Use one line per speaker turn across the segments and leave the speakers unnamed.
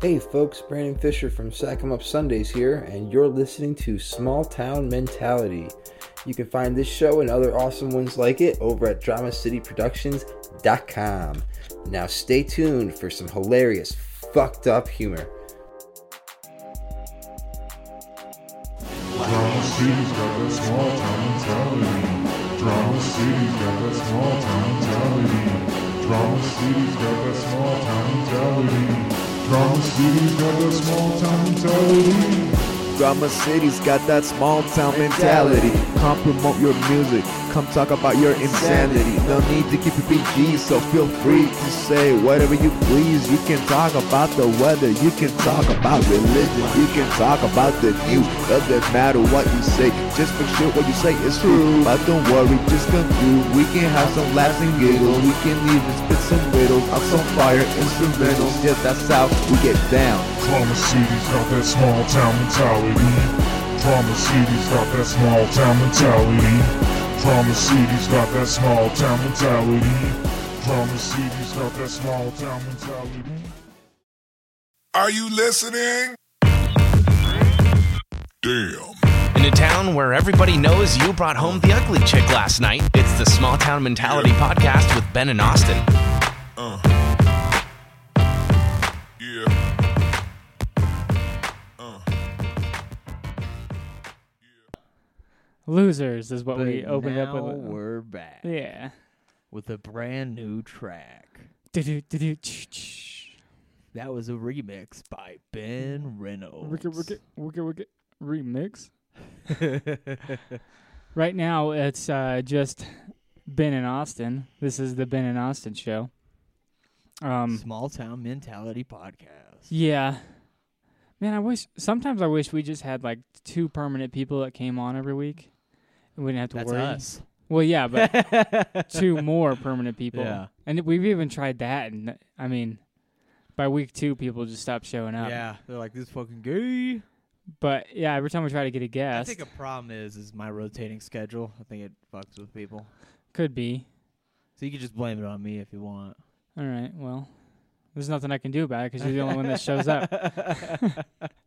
Hey folks, Brandon Fisher from Sack 'em Up Sundays here, and you're listening to Small Town Mentality. You can find this show and other awesome ones like it over at DramaCityProductions.com. Now stay tuned for some hilarious, fucked up humor.
Drama City's got that small town mentality. Drama City's got that small town mentality. Drama City's got that small town mentality. Drama City's got that small town mentality.
Drama City's got that small town mentality. Come promote your music, come talk about your insanity. No need to keep it PG, so feel free to say whatever you please. You can talk about the weather, you can talk about religion, you can talk about the news. Doesn't matter what you say, just make sure what you say is true. But don't worry, just come through. We can have some laughs and giggles, we can even spit some riddles. I'm some fire instrumentals, yeah, that's how we get down.
Drama City's got that small town mentality. Drama City's got that small town mentality. Drama City's got that small town mentality. Drama City's got that small town mentality. Are you listening? Damn.
In a town where everybody knows you brought home the ugly chick last night, it's the Small Town Mentality podcast with Ben and Austin.
Yeah.
Losers is what
But
we opened
now
up with.
We're back
Yeah.
with a brand new track.
Do-do, do-do, tsh, tsh.
That was a remix by Ben Reynolds.
Wicked, wicked, wicked, wicked. Remix. Right now, it's uh, just Ben and Austin. This is the Ben and Austin show. Um,
Small town mentality podcast.
yeah. Man, I wish. Sometimes I wish we just had like two permanent people that came on every week. We wouldn't have to
That's
worry.
us.
Well, yeah, but two more permanent people.
Yeah.
And we've even tried that. And I mean, by week two, people just stopped showing up.
yeah, they're like this fucking gay.
But yeah, every time we try to get a
I
guest,
think a problem is is my rotating schedule. I think it fucks with people.
could be.
So you can just blame it on me if you want.
All right. Well, there's nothing I can do about it because you're the only one that shows up.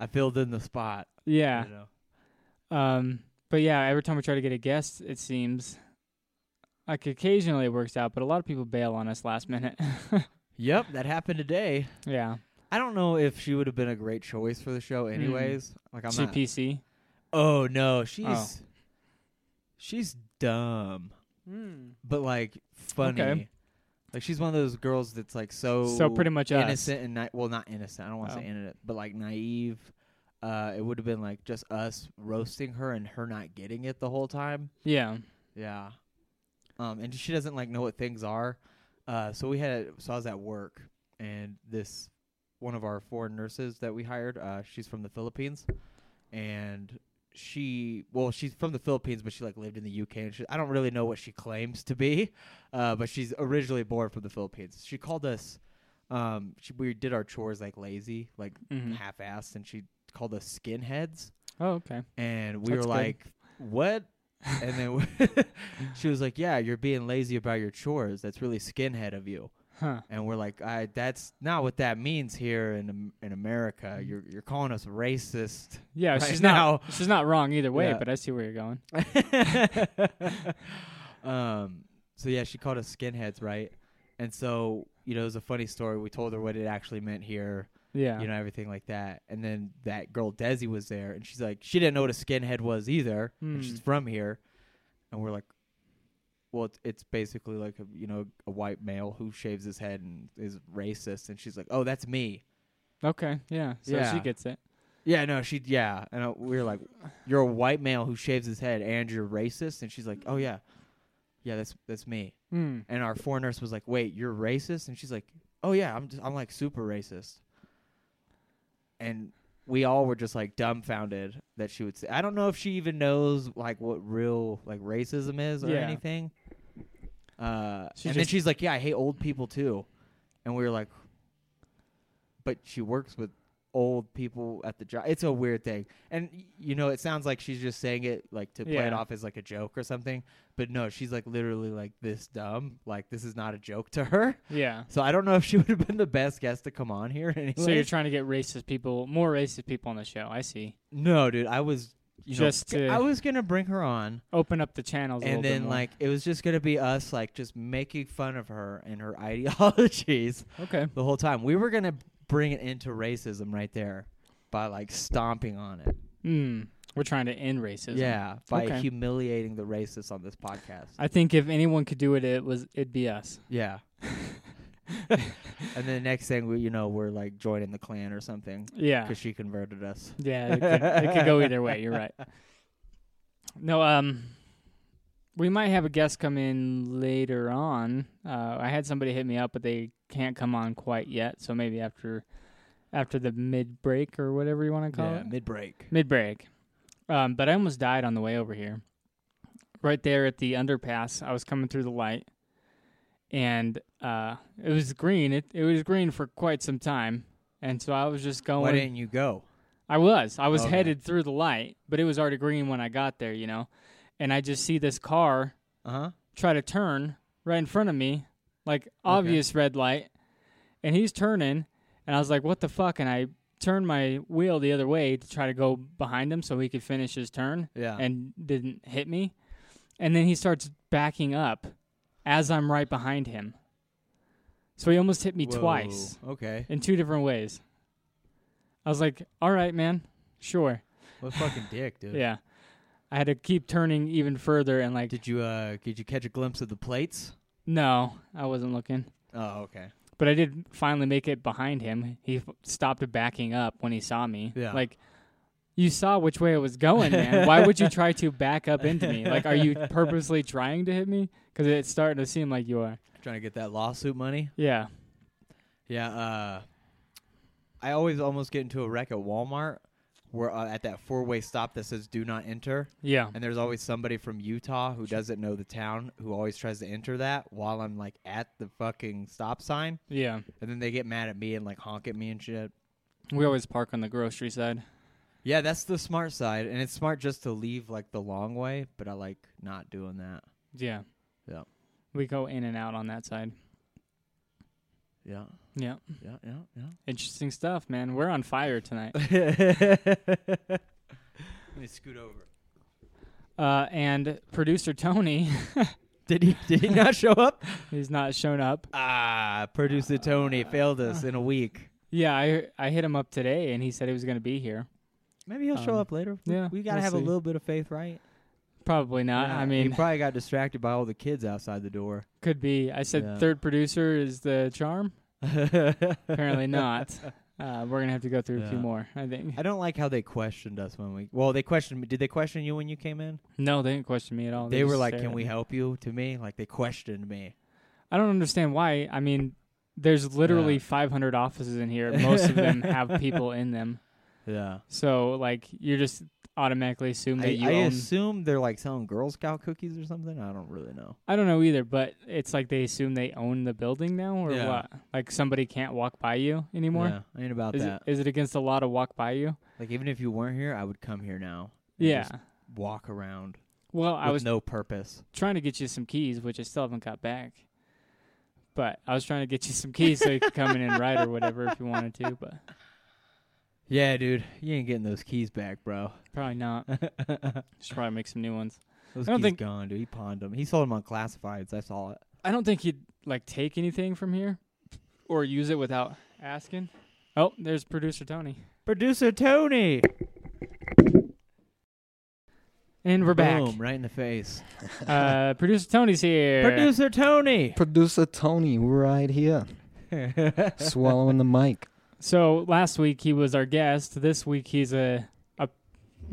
I filled in the spot.
Yeah.
You know?
Um. But yeah, every time we try to get a guest, it seems like occasionally it works out, but a lot of people bail on us last minute.
Yep, that happened today.
yeah.
I don't know if she would have been a great choice for the show, anyways. Like I'm
Hmm. She
not.
PC.
Oh no, she's she's dumb, but like funny.
Okay.
Like she's one of those girls that's like so
So pretty much us.
innocent and ni- well, not innocent. I don't want to
Oh.
say innocent, but like naive. Uh, it would have been like just us roasting her and her not getting it the whole time.
Yeah.
Yeah. Um, and she doesn't like know what things are. Uh, so we had so I was at work, and this one of our foreign nurses that we hired, uh, she's from the Philippines, and she well she's from the Philippines, but she like lived in the UK, and she I don't really know what she claims to be, uh, but she's originally born from the Philippines. She called us. Um, she, we did our chores like lazy, like
Mhm.
half-assed, and she called us skinheads
Oh, okay.
and we
That's
were
good.
like, "What?" And then we- she was like, "Yeah, you're being lazy about your chores. That's really skinhead of you."
Huh.
And we're like, I, "That's not what that means here in Am- in America. You're you're calling us racist."
Mm. Yeah.
Right
she's
now-
not. She's not wrong either way.
Yeah.
But I see where you're going.
um. So yeah, she called us skinheads, right? And so you know, it was a funny story. We told her what it actually meant here
Yeah.
you know, everything like that. And then that girl Desi was there, and she's like, she didn't know what a skinhead was either, and she's from here. And we're like, well, it's, it's basically like a you know a white male who shaves his head and is racist. And she's like, oh, that's me.
Okay. Yeah. So
Yeah.
she gets it.
Yeah, no, she, yeah. And I, we were like, you're a white male who shaves his head and you're racist. And she's like, oh yeah, yeah, that's that's me.
Hmm.
And our foreign nurse was like, "Wait, you're racist?" And she's like, "Oh yeah, I'm just, I'm like super racist." And we all were just like dumbfounded that she would say. I don't know if she even knows like what real like racism is or
Yeah.
anything. Uh,
She
and then
just-
she's like, "Yeah, I hate old people too," and we were like, "But she works with old people at the job. It's a weird thing, and y- you know, it sounds like she's just saying it like to play it
Yeah.
off as like a joke or something, but no, she's like literally like this dumb. Like this is not a joke to her.
Yeah.
So I don't know if she would have been the best guest to come on here. Anyway,
So you're trying to get racist people, more racist people on the show. I see.
no, dude, I was you
Just
know,
to-
I was gonna bring her on.
Open up the channels. a little
and
bit
then
more.
like it was just gonna be us like just making fun of her and her ideologies
okay,
the whole time. We were gonna bring it into racism right there by like stomping on it.
mm, we're trying to end racism.
Yeah, by
Okay.
humiliating the racists on this podcast.
I think if anyone could do it, it was it'd be us.
yeah. and then the next thing we you know we're like joining the clan or something
Yeah.
because she converted us.
Yeah, it could, it could go either way. You're right. No, um, we might have a guest come in later on. Uh, I had somebody hit me up, but they can't come on quite yet. So maybe after, after the mid break or whatever you want to call
Yeah,
it,
mid break.
mid break. Um, but I almost died on the way over here. Right there at the underpass, I was coming through the light, and uh, it was green. It it was green for quite some time, and so I was just going.
Why didn't you go?
I was. I was
Okay.
headed through the light, but it was already green when I got there, you know. And I just see this car
Uh huh.
try to turn right in front of me, like obvious red light. And he's turning, and I was like, "What the fuck?" And I turned my wheel the other way to try to go behind him so he could finish his turn
Yeah.
and didn't hit me. And then he starts backing up as I'm right behind him. So he almost hit me
Whoa,
twice
Okay.
in two different ways. I was like, "All right, man, sure,
What a fucking dick, dude.
yeah." I had to keep turning even further and like,
Did you uh did you catch a glimpse of the plates?
no, I wasn't looking,
Oh, okay.
but I did finally make it behind him. He f- stopped backing up when he saw me.
Yeah.
like you saw which way it was going, man. Why would you try to back up into me? Like, are you purposely trying to hit me? Because it's starting to seem like you are.
Trying to get that lawsuit money.
Yeah,
Yeah. Uh, I always almost get into a wreck at Walmart, where uh, at that four-way stop that says "Do not enter,"
yeah,
and there's always somebody from Utah who doesn't know the town who always tries to enter that while I'm like at the fucking stop sign,
yeah.
and then they get mad at me and like honk at me and shit.
We always park on the grocery side.
Yeah, that's the smart side, and it's smart just to leave like the long way, but I like not doing that.
Yeah,
Yeah.
We go in and out on that side.
Yeah,
Yeah.
yeah, yeah,
Interesting stuff, man. We're on fire tonight.
yeah. Let me scoot over.
Uh, and producer Tony,
Did he? Did he not show up?
he's not shown up.
Ah, producer Tony failed us in a week.
Yeah, I I hit him up today, and he said he was going to be here.
Maybe he'll
Um,
show up later. We-
yeah,
we gotta
we'll
have a
see.
little bit of faith, right?
Probably not.
Yeah,
I
he
mean,
probably got distracted by all the kids outside the door.
could be. I said
Yeah.
third producer is the charm. Apparently not. Uh, we're gonna have to go through a few
Yeah.
more. I think.
I don't like how they questioned us when we. Well, they questioned me. Did they question you when you came in?
No, Oh, they didn't question me at all.
they were
just
like,
stared
"Can
at
we
me.
help you?" To me, like they questioned me.
I don't understand why. I mean, there's literally
Yeah.
500 offices in here. Most of them have people in them.
Yeah,
So like, you just automatically assume that
I,
you
I
own
assume they're like selling Girl Scout cookies or something. I don't really know.
I don't know either, but it's like they assume they own the building now or
Yeah.
what? Like somebody can't walk by you anymore?
Yeah, I ain't about
is, it,
that.
is it against the law to walk by you?
like even if you weren't here, I would come here now. and
Yeah.
just walk around.
Well, I
with
was
no purpose.
trying to get you some keys, which I still haven't got back. But I was trying to get you some keys so you could come in and write or whatever if you wanted to, but
Yeah, dude, you ain't getting those keys back, bro.
probably not.
those
Should probably make some new ones.
keys
don't think-
gone, dude. He pawned them. He sold them on classifieds. I saw it.
I don't think he'd like take anything from here or use it without asking. Oh, there's producer Tony.
Producer Tony.
And we're back.
Boom! Right in the face.
Uh, producer Tony's here.
Producer Tony.
Producer Tony, we're right here, swallowing the mic.
So last week he was our guest. This week he's a, a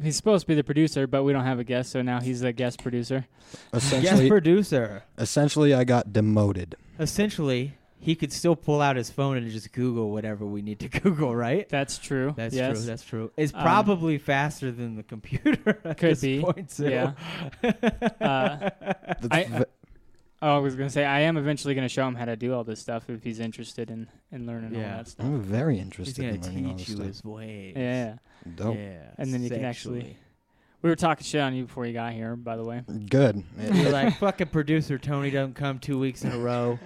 he's supposed to be the producer, but we don't have a guest, so now he's a guest producer.
Essentially,
Guest producer.
essentially, I got demoted.
Essentially, he could still pull out his phone and just Google whatever we need to Google, right?
That's true.
That's
yes.
true. That's true. It's
Um,
probably faster than the computer.
Could
At this
be,
Point, so.
yeah. Uh,
That's
I-
ve-
Oh, I was gonna say I am eventually gonna show him how to do all this stuff if he's interested in in learning all
Yeah.
that stuff.
I'm very
He's
interested
gonna
in learning all this
teach you
stuff.
his ways.
Yeah,
Dope.
Yeah.
And then you can actually-
sexually.
we were talking shit on you before you got here, by the way.
Good.
You're like fucking producer Tony doesn't come two weeks in a row.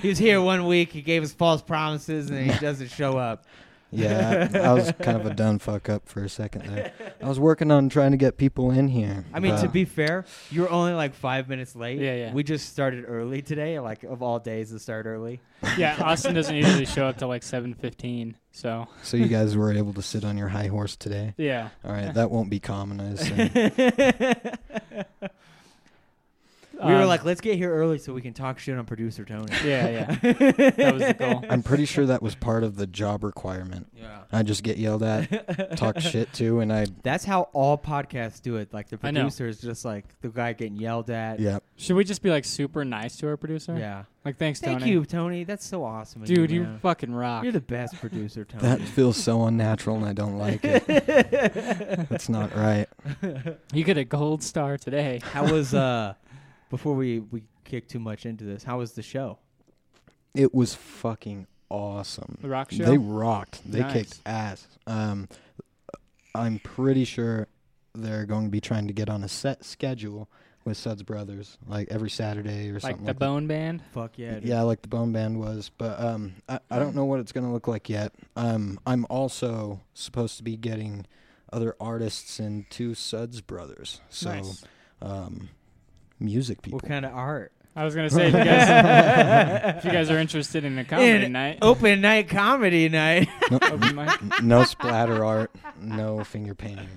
he was here one week. He gave us false promises, and he doesn't show up.
yeah, I, I was kind of a done fuck up for a second there. I was working on trying to get people in here.
I mean, to
but-
be fair, you were only like five minutes late.
Yeah, yeah.
We just started early today. Like of all days, to start early.
yeah, Austin doesn't usually show up till like seven fifteen. So
so you guys were able to sit on your high horse today.
yeah,
All right, that won't be common. I assume.
we were
Um,
like, let's get here early so we can talk shit on producer Tony.
yeah, yeah, that was the goal.
I'm pretty sure that was part of the job requirement.
Yeah.
I just get yelled at, talk shit to, and I
That's how all podcasts do it. Like the
I know.
producer is just like the guy getting yelled at.
yep.
Should we just be like super nice to our producer?
Yeah.
Like thanks,
Thank
Tony.
you, Tony. That's so awesome. of
dude.
you,
You
man.
fucking rock.
You're the best producer, Tony.
That feels so unnatural, and I don't like it. That's not right.
you get a gold star today.
how was uh before we we kick too much into this? How was the show?
It was fucking awesome.
The rock show.
They rocked. They
Nice.
kicked ass. Um, I'm pretty sure they're going to be trying to get on a set schedule with Suds Brothers, like every Saturday or
like
something.
the
like
Bone Band.
Fuck yeah.
That.
dude.
Yeah, like the Bone Band was, but um, I, I don't know what it's going to look like yet. Um, I'm also supposed to be getting other artists and two Suds Brothers, so
Nice.
um, music people.
What kind of art?
I was gonna say if you guys, if you guys are interested in a comedy
In-
night,
Open night comedy night.
open mic.
no splatter art, no finger painting.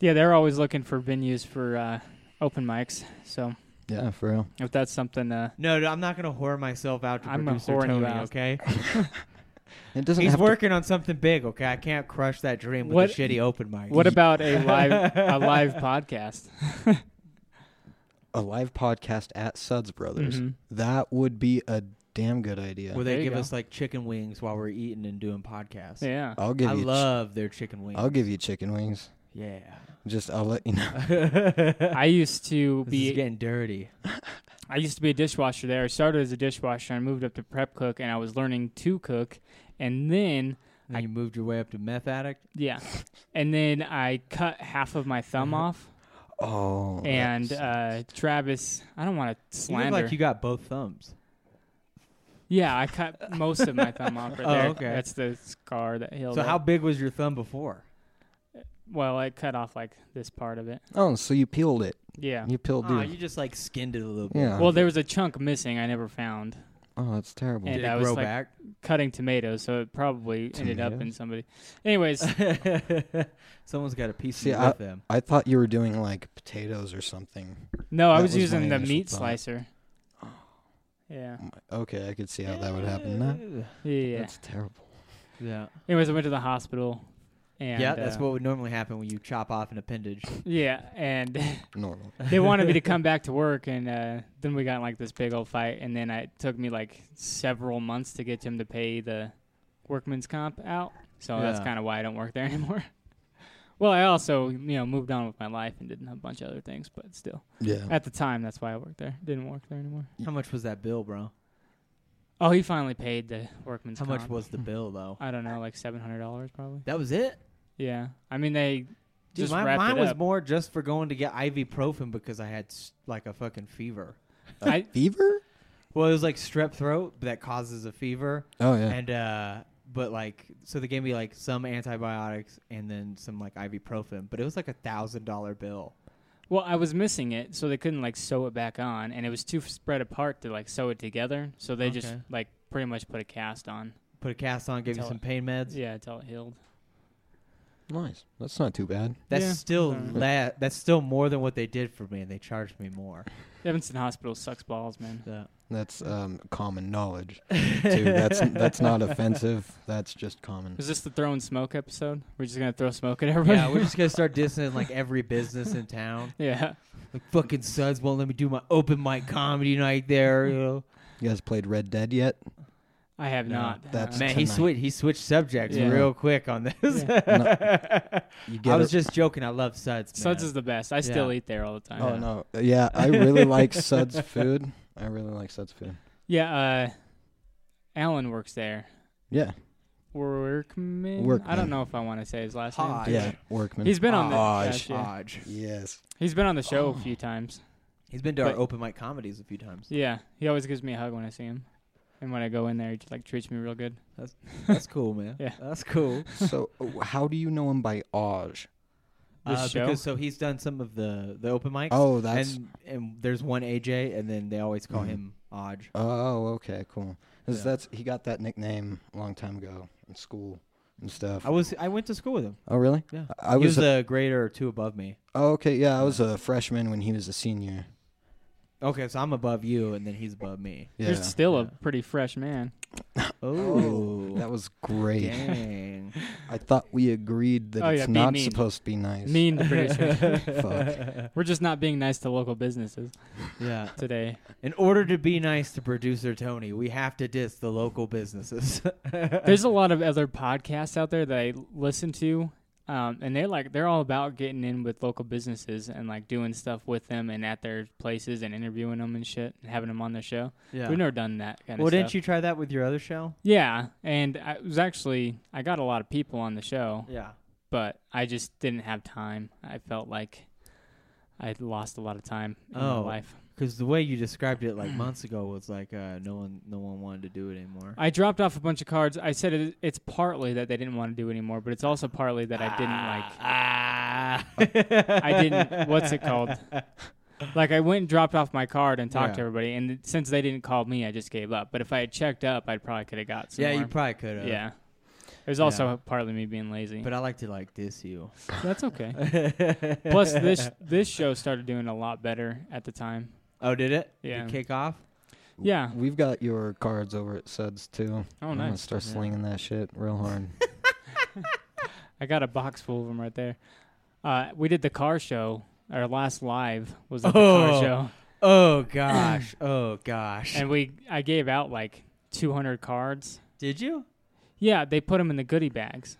Yeah, they're always looking for venues for uh, open mics. So
Yeah, for real.
if that's something, uh,
no, no, I'm not gonna whore myself out to
I'm not
producer
whoring you
Tony.
out.
Okay,
It doesn't
he's
have to-
working on something big. Okay, I can't crush that dream with
What-
a shitty open mic.
what about a live a live podcast?
a live podcast at Suds Brothers.
Mhm.
That would be a damn good idea.
Where
There
Mm-hmm. they
you
give
go.
us like chicken wings while we're eating and doing podcasts.
Yeah,
I'll give
I
you. chi-
love their chicken wings.
I'll give you chicken wings.
Yeah.
Just I'll let you know.
I used to
This is
be
getting dirty.
I used to be a dishwasher there. I started as a dishwasher. I moved up to prep cook, and I was learning to cook, and then
And you moved your way up to meth addict.
yeah, and then I cut half of my thumb
Uh-huh.
off.
Oh.
And uh,
that's-
Travis, I don't want to
You look
slander.
like you got both thumbs.
yeah, I cut most of my thumb off right
Oh,
there.
okay.
That's the scar that healed.
So
up.
how big was your thumb before?
Well, I cut off like this part of it.
oh, so you peeled it.
Yeah.
You peeled
Ah,
it.
you just like skinned it a little bit.
yeah.
Well, there was a chunk missing I never found
oh, that's terrible.
and
Did
I
it
was,
grow
like-
back?
cutting tomatoes, so it probably ended up in
Tomatoes?
somebody. Anyways,
Someone's got a piece
See,
of
I-
with them.
I thought you were doing like potatoes or something.
no, I
That
was,
was my
using the
initial
meat
thought.
slicer. Yeah.
Okay, I could see how that would happen. Nah,
Yeah.
That's terrible.
Yeah,
Anyways, I went to the hospital. And,
yeah, that's
uh,
what would normally happen when you chop off an appendage.
Yeah, and
Normal.
they wanted me to come back to work, and uh, then we got in, like this big old fight, and then it took me like several months to get him to pay the workman's comp out. So that's
Yeah.
kind of why I don't work there anymore. well, I also you know moved on with my life and did a bunch of other things, but still,
Oh.
Yeah.
at the time, that's why I worked there. Didn't work there anymore.
How much was that bill, bro?
Oh, he finally paid the workman's
How much
comp.
was the bill though?
I don't know, like seven hundred dollars probably.
That was it.
Yeah, I mean they
Dude,
just
my,
wrapped
mine
it
was
up.
more just for going to get ibuprofen because I had s- like a fucking fever.
I,
Fever?
Well, it was like strep throat that causes a fever,
Oh yeah.
and uh, but like so they gave me like some antibiotics and then some like ibuprofen, but it was like a thousand dollar bill.
well, I was missing it, so they couldn't like sew it back on, and it was too spread apart to like sew it together. So they just
Okay.
like pretty much put a cast on.
Put a cast on, gave you
Tell-
some pain meds.
Yeah, until it healed.
nice. That's not too bad.
That's
Yeah.
still
Alright.
la- that's still more than what they did for me, and they charged me more.
Evanston Hospital sucks balls, man.
So.
That's um, common knowledge. Too. That's that's not offensive. That's just common.
Is this the throwing smoke episode? We're just gonna throw smoke at everybody.
yeah, we're just gonna start dissing like every business in town.
yeah.
Like fucking suds won't let me do my open mic comedy night there. You know,
You guys played Red Dead yet?
I have
No,
not.
that's-
Uh,
Man, he
tonight.
switched he switched subjects
Yeah.
real quick on this.
You get
I was
it.
just joking. I love Suds.
Suds
man.
is the best. I still
Yeah.
eat there all the time.
Oh no, yeah, I really like Suds food. I really like Suds food.
Yeah, uh, Alan works there.
Yeah,
Workman. I
Workman.
don't know if I want to say his last
Hodge.
name.
yeah, Workman.
He's been on the
Hodge.
yeah, yeah.
Hodge. Oh.
yes.
He's been on the show a few times.
He's been to our
But-
open mic comedies a few times.
Yeah, he always gives me a hug when I see him, and when I go in there, he just like treats me real good.
That's cool, man.
Yeah.
That's cool.
So uh, how do you know him by Oz?
This
uh,
show?
Because so he's done some of the the open mics.
Oh, that's
and and there's one AJ, and then they always call
Mhm.
him Hodge.
oh okay, cool. 'Cause
Yeah.
that's he got that nickname a long time ago in school and stuff.
I was I went to school with him.
oh really?
Yeah.
I I
he was,
was. a,
a grade or two above me.
oh, okay, yeah, I was a freshman when he was a senior.
Okay, so I'm above you, and then he's above me.
Yeah,
You're still
yeah.
a pretty fresh man.
Oh,
that was great.
dang!
I thought we agreed that
Oh,
it's
yeah, be
not
mean.
supposed to be nice.
Mean to producer.
Fuck.
We're just not being nice to local businesses
yeah.
today.
In order to be nice to producer Tony, we have to diss the local businesses.
There's a lot of other podcasts out there that I listen to, um, and they're like they're all about getting in with local businesses and like doing stuff with them and at their places and interviewing them and shit and having them on their show.
yeah.
We've never done that kind
well,
of stuff.
didn't you try that with your other show?
Yeah, and I it was actually I got a lot of people on the show,
Yeah.
but I just didn't have time. I felt like I lost a lot of time in my
Oh.
life.
Because the way you described it like months ago was like uh, no one, no one wanted to do it anymore.
I dropped off a bunch of cards. I said it, it's partly that they didn't want to do anymore, but it's also partly that I didn't like
Ah.
I didn't. What's it called? Like I went and dropped off my card and talked to
Yeah.
everybody, and since they didn't call me, I just gave up. But if I had checked up, I probably could have got some.
yeah, you probably could have.
yeah. It was also
Yeah.
partly me being lazy,
But I like to like diss you.
that's okay. Plus, this this show started doing a lot better at the time.
Oh, did it? Did
Yeah.
kick off.
Yeah.
We've got your cards over at Suds too.
Oh,
I'm gonna
nice.
start
Yeah.
slinging that shit real hard.
I got a box full of them right there. Uh, we did the car show. Our last live was at the
Oh.
car show,
Oh gosh. oh gosh.
and we I gave out like 200 cards.
did you?
Yeah, they put them in the goodie bags.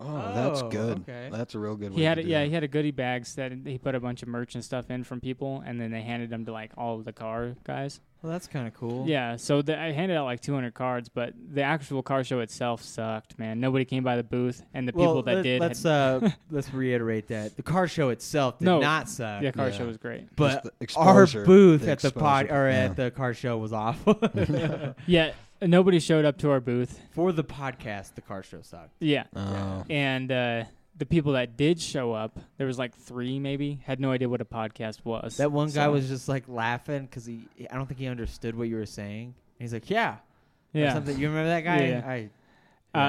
oh, that's
Oh,
good.
okay.
That's a real good.
He
way
had
to
it.
do
Yeah,
that.
he had a goodie bags that he put a bunch of merch and stuff in from people, and then they handed them to like all of the car guys.
Well, that's kind of cool.
Yeah, so the, I handed out like 200 cards, but the actual car show itself sucked, man. Nobody came by the booth, and the people
well,
that
let,
did. had-
Let's uh, let's reiterate that the car show itself did
No.
not suck.
yeah, car
yeah.
show was great.
Just
But
the
our
exposure,
booth at the pod
exposure,
or
yeah.
at the car show was off.
Yeah, nobody showed up to our booth.
For the podcast, the car show sucked.
Yeah,
Oh,
and uh, the people that did show up, there was like three maybe, had no idea what a podcast was.
That one guy
So-
was just like laughing because he, I don't think he understood what you were saying. And he's like, yeah, or
yeah.
something. You remember that guy?
Yeah.
I,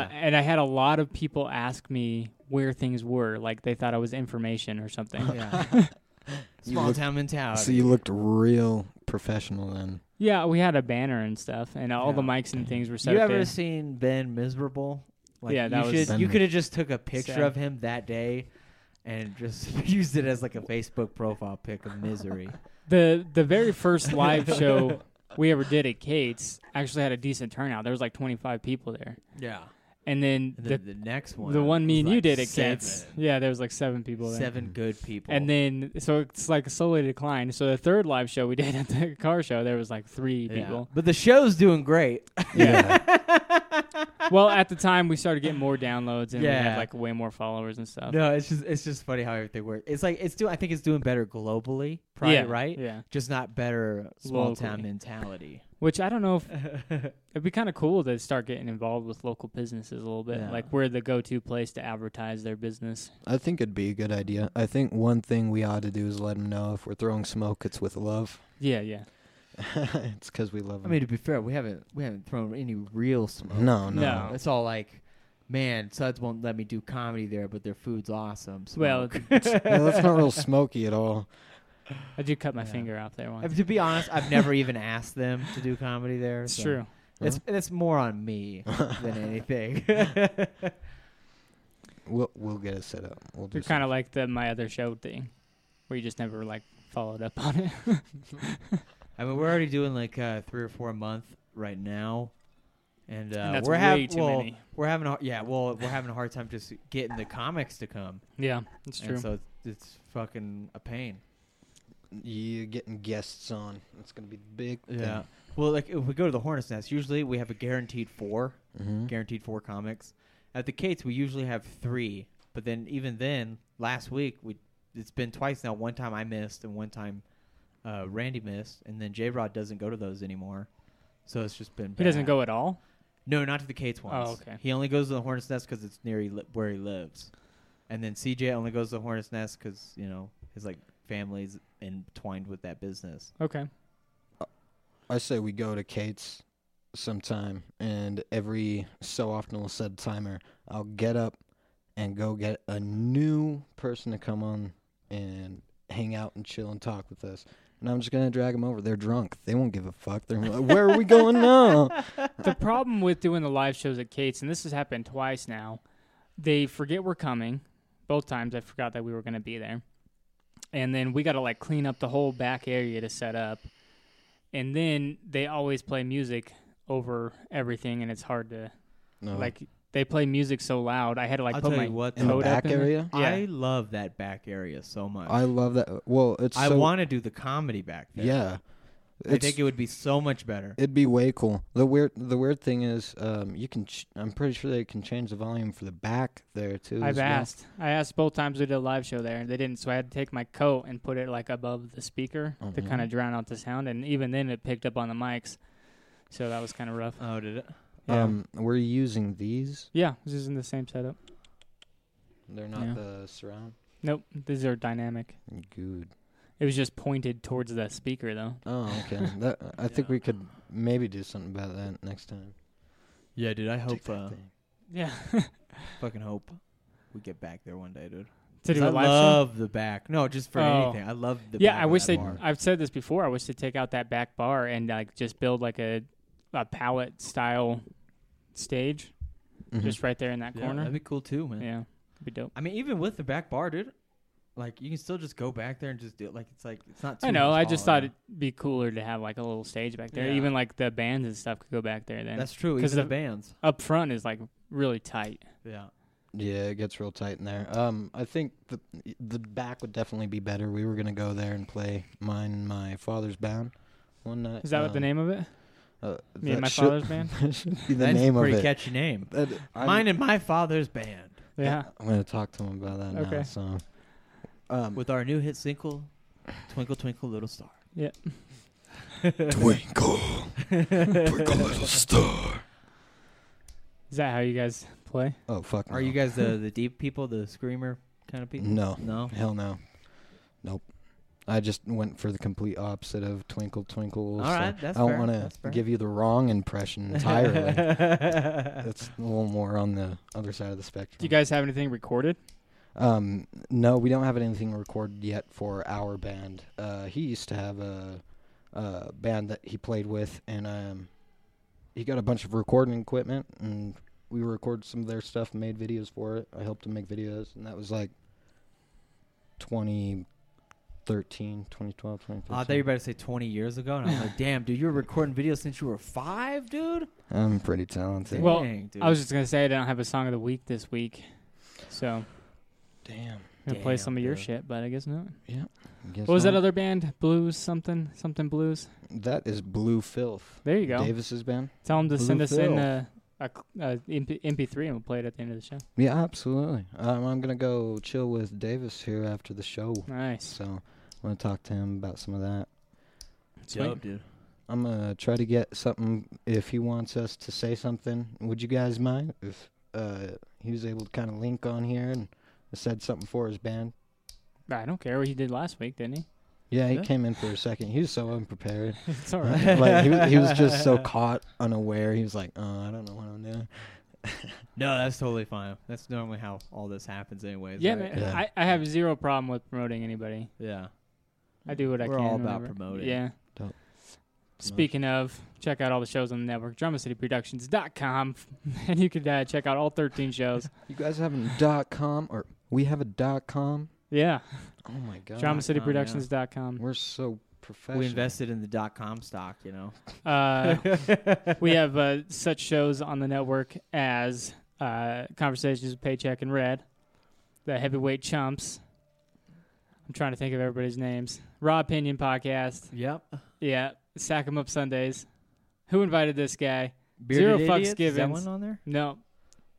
Uh, and I had a lot of people ask me where things were, like they thought I was information or something.
yeah. Small
look-
town mentality.
so you looked real professional then.
yeah, we had a banner and stuff, and all the
Yeah.
mics and things were set
you
up
ever
there.
seen Ben miserable?
Yeah,
you
that was-
should-
Ben-
you could have just took a picture
Sad.
of him that day and just used it as like a Facebook profile pic of misery.
the the very first live show we ever did at Kate's actually had a decent turnout. There was like 25 people there,
yeah.
and then
And
the
then the, next one,
the one me
was
and you
like
did at
seven,
Kate's, yeah, there was like seven people there.
seven good people,
And then, so it's like a slowly decline. So the third live show we did at the car show, there was like three
Yeah.
people.
But the show's doing great.
Yeah.
Well, at the time, we started getting more downloads and we
Yeah.
had like way more followers and stuff.
no, it's just it's just funny how everything works. It's like it's doing. I think it's doing better globally, probably,
yeah,
right?
Yeah.
Just not better small town
Locally.
mentality.
Which I don't know if it'd be kind of cool to start getting involved with local businesses a little bit.
Yeah.
Like we're the go-to place to advertise their business.
I think it'd be a good idea. I think one thing we ought to do is let them know if we're throwing smoke, it's with love.
Yeah, yeah.
it's because we love
I
them.
mean, to be fair, we haven't we haven't thrown any real smoke.
no, no,
No.
It's all like, man, Suds won't let me do comedy there, but their food's awesome. So
Well,
Yeah, that's not real smoky at all.
I did cut my
Yeah.
finger off there once.
to be honest, I've never even asked them to do comedy there.
It's
so
true.
It's it's more on me than anything.
We'll we'll get it set up. We'll do
You're kind of like the my other show thing, where you just never like followed up on it.
I mean, we're already doing like uh, three or four a month right now, And, uh,
that's
we're having
way too
well,
many.
we're having a, yeah, well, we're having a hard time just getting the comics to come.
Yeah, that's
and
true.
so it's, it's fucking a pain.
you getting guests on. That's gonna be the big. thing.
Yeah. Well, like if we go to the Hornets Nest, usually we have a guaranteed 4
Mhm.
guaranteed four comics. At the Cates, we usually have three, but then even then, last week we it's been twice now. One time I missed, and one time uh, Randy missed, and then J Rod doesn't go to those anymore. So it's just been.
he doesn't
bad.
go at all.
No, not to the Cates ones.
Oh, okay.
He only goes to the Hornets Nest because it's near he li- where he lives, and then CJ only goes to the Hornets Nest because you know his like family's entwined with that business.
Okay.
I say we go to Kate's sometime, and every so often we'll set a timer. I'll get up and go get a new person to come on and hang out and chill and talk with us. And I'm just gonna drag them over. They're drunk. They won't give a fuck. They're gonna be like, "Where are we going now?"
the problem with doing the live shows at Kate's, and this has happened twice now, they forget we're coming. Both times I forgot that we were going to be there. And then we got to like clean up the whole back area to set up. And then they always play music over everything, and it's hard to
No.
like. They play music so loud. I had to like
I'll
put
tell
my
you what,
in the
coat up
back
in there.
area.
I love that back area so much.
I love that. Well, it's
I
so-
want to do the comedy back there.
Yeah,
I
It's-
think it would be so much better.
It'd be way cool. The weird, the weird thing is, um, you can. Ch- I'm pretty sure they can change the volume for the back there too.
I've
as well.
asked. I asked both times we did a live show there, and they didn't. So I had to take my coat and put it like above the speaker to
Mhm.
kind of drown out the sound. And even then, it picked up on the mics, so that was kind of rough.
Oh, did it?
Yeah.
Um, we're using these.
yeah, this isn't the same setup.
They're not
Yeah.
the surround.
Nope, these are dynamic.
Good.
It was just pointed towards the speaker though.
Oh, okay. that I think
Yeah.
we could maybe do something about that next time.
Yeah, dude. I
Take
hope,
that
uh,
thing.
Yeah.
fucking hope, we get back there one day, dude.
to
'Cause
do a
I
live show.
love the back. No, just for
Oh.
anything. I love the.
Yeah,
back
I
of
wish
that
they.
bar.
I've said this before. I wish to take out that back bar and like just build like a a pallet style stage
Mhm.
Mm-hmm.
just right there in that
Yeah,
corner.
That'd be cool too, man.
yeah, be dope.
I mean, even with the back bar, dude. Like you can still just go back there and just do it. Like it's like it's not. Too
I know.
much
I just
taller.
thought it'd be cooler to have like a little stage back there.
Yeah.
Even like the bands and stuff could go back there. Then
that's true.
'cause
Because the,
the-
bands.
up front is like really tight.
Yeah.
Yeah, it gets real tight in there. Um, I think the the back would definitely be better. We were gonna go there and play mine, and my father's bound. One night.
Is that what the
um,
name of it?
Uh,
Me and
that
my
should-
father's band.
that should be the
That's
name
a
of
pretty
it.
catchy name.
That- I'm-
Mine and my father's band
Yeah.
I'm gonna talk to him about that now.
Okay.
So, um,
with our new hit single, "Twinkle Twinkle Little Star."
twinkle, twinkle little star.
Is that how you guys play?
Oh fuck!
Are
no.
you guys the the deep people, the screamer kind of people?
No,
No.
hell no, nope. I just went for the complete opposite of twinkle, twinkle.
All
Little Star.
right, that's
I don't
fair,
want
that's fair.
to give you the wrong impression entirely. That's a little more on the other side of the spectrum.
Do you guys have anything recorded?
Um, no, we don't have anything recorded yet for our band. Uh, he used to have a, a band that he played with, and um, he got a bunch of recording equipment, and we recorded some of their stuff, and made videos for it. I helped him make videos, and that was like 2013,
I
2012,
thought you were about to say 20 years ago, and I was like, "Damn, dude, you were recording videos since you were five, dude."
I'm pretty talented.
Well,
Dang, dude.
I was just gonna say I don't have a song of the week this week, so I'm
Damn.
gonna play
Damn,
some of your
dude.
shit. But I guess not.
Guess
What was that
not.
other band? Blues something something blues.
That is Blue Filth.
There you go.
Davis's band.
Tell them to
Blue
send us in
Phil.
a, a, uh, a MP, MP3 and we'll play it at the end of the show.
Yeah, absolutely. Um, I'm gonna go chill with Davis here after the show.
Nice.
So I'm gonna talk to him about some of that.
Sweet.
Dope, dude.
I'm gonna try to get something if he wants us to say something. Would you guys mind if uh, he was able to kind of link on here and said something for his band?
I don't care what he did last week, didn't he?
Yeah, he
Yeah.
came in for a second. He was so unprepared.
It's all right.
like he, wa- he was just so caught unaware. He was like, "Oh, I don't know what I'm doing."
No, that's totally fine. That's normally how all this happens, anyways.
yeah,
right?
man.
Yeah.
I, I have zero problem with promoting anybody.
Yeah.
I do what I
We're
can.
all about
whenever-
promoting.
Yeah.
Dope.
Speaking of, check out all the shows on the network, dramacityproductions.com, and you could uh, check out all 13 shows.
You guys have a dot com or we have a dot com?
yeah,
Oh my god,
dramacityproductions.com.
we're so profession.
We invested in the dot com stock, you know.
Uh, we have uh, such shows on the network as uh, Conversations with Paycheck and Red, The Heavyweight Chumps. I'm trying to think of everybody's names. Raw Opinion Podcast.
Yep.
Yeah. Sack 'em Up Sundays. Who invited this guy?
Bearded
Zero fucks
Idiots, Is that
givens.
one on there?
No.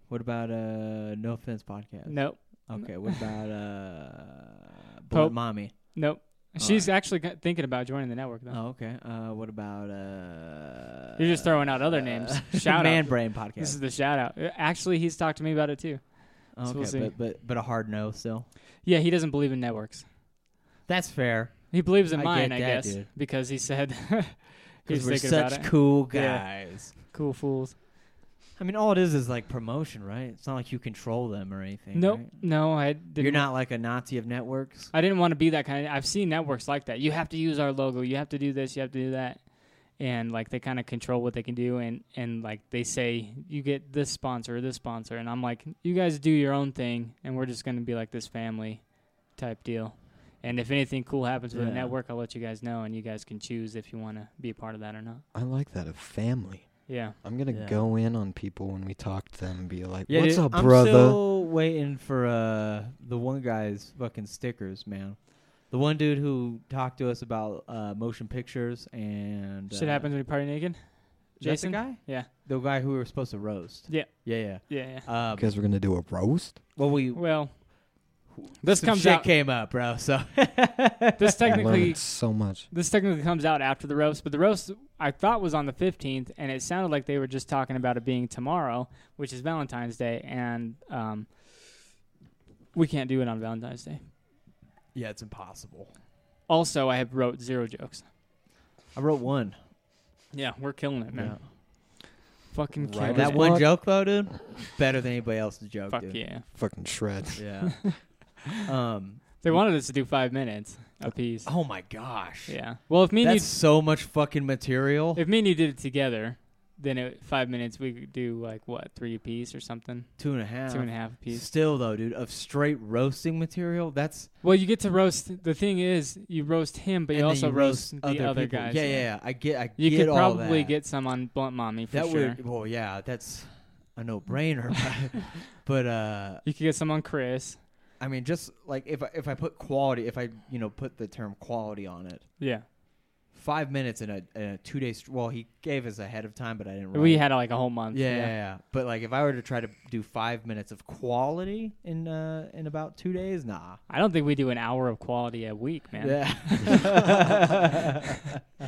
What about uh No Offense podcast?
Nope.
Okay. What about uh Bullet
Pope.
Mommy?
Nope.
All
She's actually g- thinking about joining the network, though.
Oh, okay. Uh, what about uh?
You're just throwing out other names.
uh,
Shout out.
Man Brain podcast.
This is the shout out. Uh, Actually, he's talked to me about it, too.
okay,
so we'll see.
but but but a hard no still.
Yeah, he doesn't believe in networks.
That's fair
He believes in
I
mine,
get
I
that,
guess,
dude.
because he said he's
because we're
thinking
such
about it.
cool
Yeah.
guys.
Cool fools.
I mean, all it is is like promotion, right? It's not like you control them or anything.
Nope.
right?
No, I didn't.
You're not like a Nazi of networks.
I didn't want to be that kind of. I've seen networks like that. You have to use our logo. You have to do this. You have to do that. And like they kind of control what they can do, and and like they say you get this sponsor, or this sponsor, and I'm like, you guys do your own thing, and we're just gonna be like this family type deal. And if anything cool happens with the
Yeah.
network, I'll let you guys know, and you guys can choose if you want to be a part of that or not.
I like that a family.
Yeah.
I'm gonna
Yeah.
go in on people when we talk to them and be like,
Yeah,
"What's
dude,
up,
I'm
brother?"
still waiting for uh the one guy's fucking stickers, man. The one dude who talked to us about uh, motion pictures and
Shit
uh,
happens when you party naked.
is that
Jason?
the guy,
Yeah.
the guy who we were supposed to roast.
Yeah.
yeah,
Yeah. yeah.
yeah. Um,
Because we're gonna do a roast.
well, we
Well, this
some
comes
shit
out.
came up, bro. So
This
I'm learning
technically
so much.
this technically comes out after the roast, but the roast I thought was on the 15th, and it sounded like they were just talking about it being tomorrow, which is Valentine's Day, and um, we can't do it on Valentine's Day.
yeah, it's impossible.
Also, I have wrote zero jokes.
I wrote one.
Yeah, we're killing it, man. Fucking
Right.
killing
That
it.
one
Fuck.
joke though, dude, better than anybody else's joke,
Fuck
dude.
yeah.
Fucking shred.
Yeah. um.
They wanted us to do five minutes apiece.
Oh my gosh.
Yeah. Well, if me and you
That's so much fucking material.
if me and you did it together, then it, five minutes we could do like what three apiece or something,
Two and a half.
two and a half apiece.
Still though, dude, of straight roasting material, that's
Well, you get to roast. The thing is, you roast him, but
and
you
then
also
you
roast, the other,
people.
guys.
Yeah, yeah, yeah. I get, I
You
get
could
all
probably
that.
get some on Blunt Mommy for
that.
sure.
Would well, yeah, that's a no-brainer. but- but uh,
You could get some on Chris.
I mean, just like if I, if I put quality, if I you know put the term quality on it,
Yeah,
five minutes in a, in a two-day. str- Well, he gave us ahead of time, but I didn't.
we
write-
had like a whole month.
Yeah, yeah, yeah. But like, if I were to try to do five minutes of quality in uh in about two days, nah.
I don't think we do an hour of quality a week, man.
Yeah.
I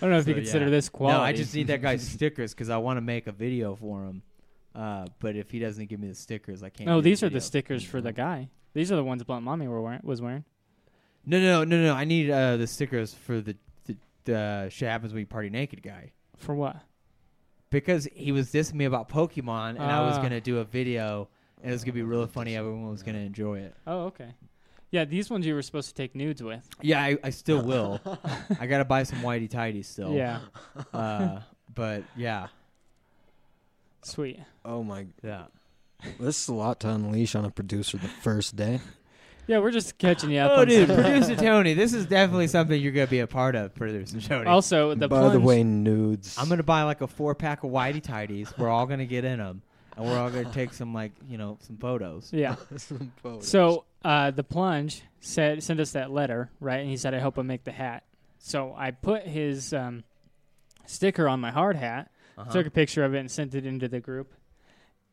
don't know if you
So,
consider
yeah.
this quality.
No, I just need that guy's stickers because I want to make a video for him. Uh, but if he doesn't give me the stickers, I can't.
No,
do the
these are the
video.
stickers for the guy. These are the ones Blunt Mommy were wearing, was wearing.
No, no, no, no. I need uh, the stickers for the the, the shit happens when you party naked guy
For what?
because he was dissing me about Pokemon and I was
Ah.
gonna do a video and it was gonna be really funny. Everyone was gonna enjoy it.
Oh, okay. Yeah, these ones you were supposed to take nudes with.
Yeah, I, I still will. I gotta buy some whitey tidies still.
Yeah,
Uh, but yeah,
sweet.
Oh my!
yeah.
This is a lot to unleash on a producer the first day.
Yeah, we're just catching you up.
Oh,
on
dude,
some-
producer Tony, this is definitely something you're gonna be a part of, producer Tony.
Also, the
By the
plunge-
way, nudes.
I'm gonna buy like a four pack of whitey tidies. We're all gonna get in them, and we're all gonna take some like you know some photos.
Yeah. So uh, the plunge said sent us that letter, right? And he said, "I hope I make the hat." So I put his um, sticker on my hard hat, took a picture of it, and sent it into the group.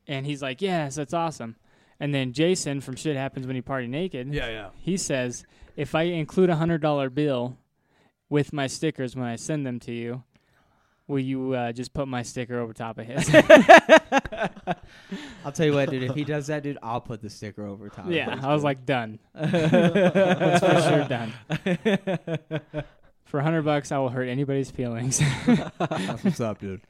And he's like, "Yes, that's awesome." And then Jason from Shit Happens When You Party Naked,
yeah.
he says, "If I include a hundred dollar bill with my stickers when I send them to you." Will you uh, just put my sticker over top of his?
I'll tell you what, dude. If he does that, dude, I'll put the sticker over top. of
yeah,
his,
I was
dude.
like, done. That's for sure done. For a hundred bucks, I will hurt anybody's feelings.
That's what's up, dude.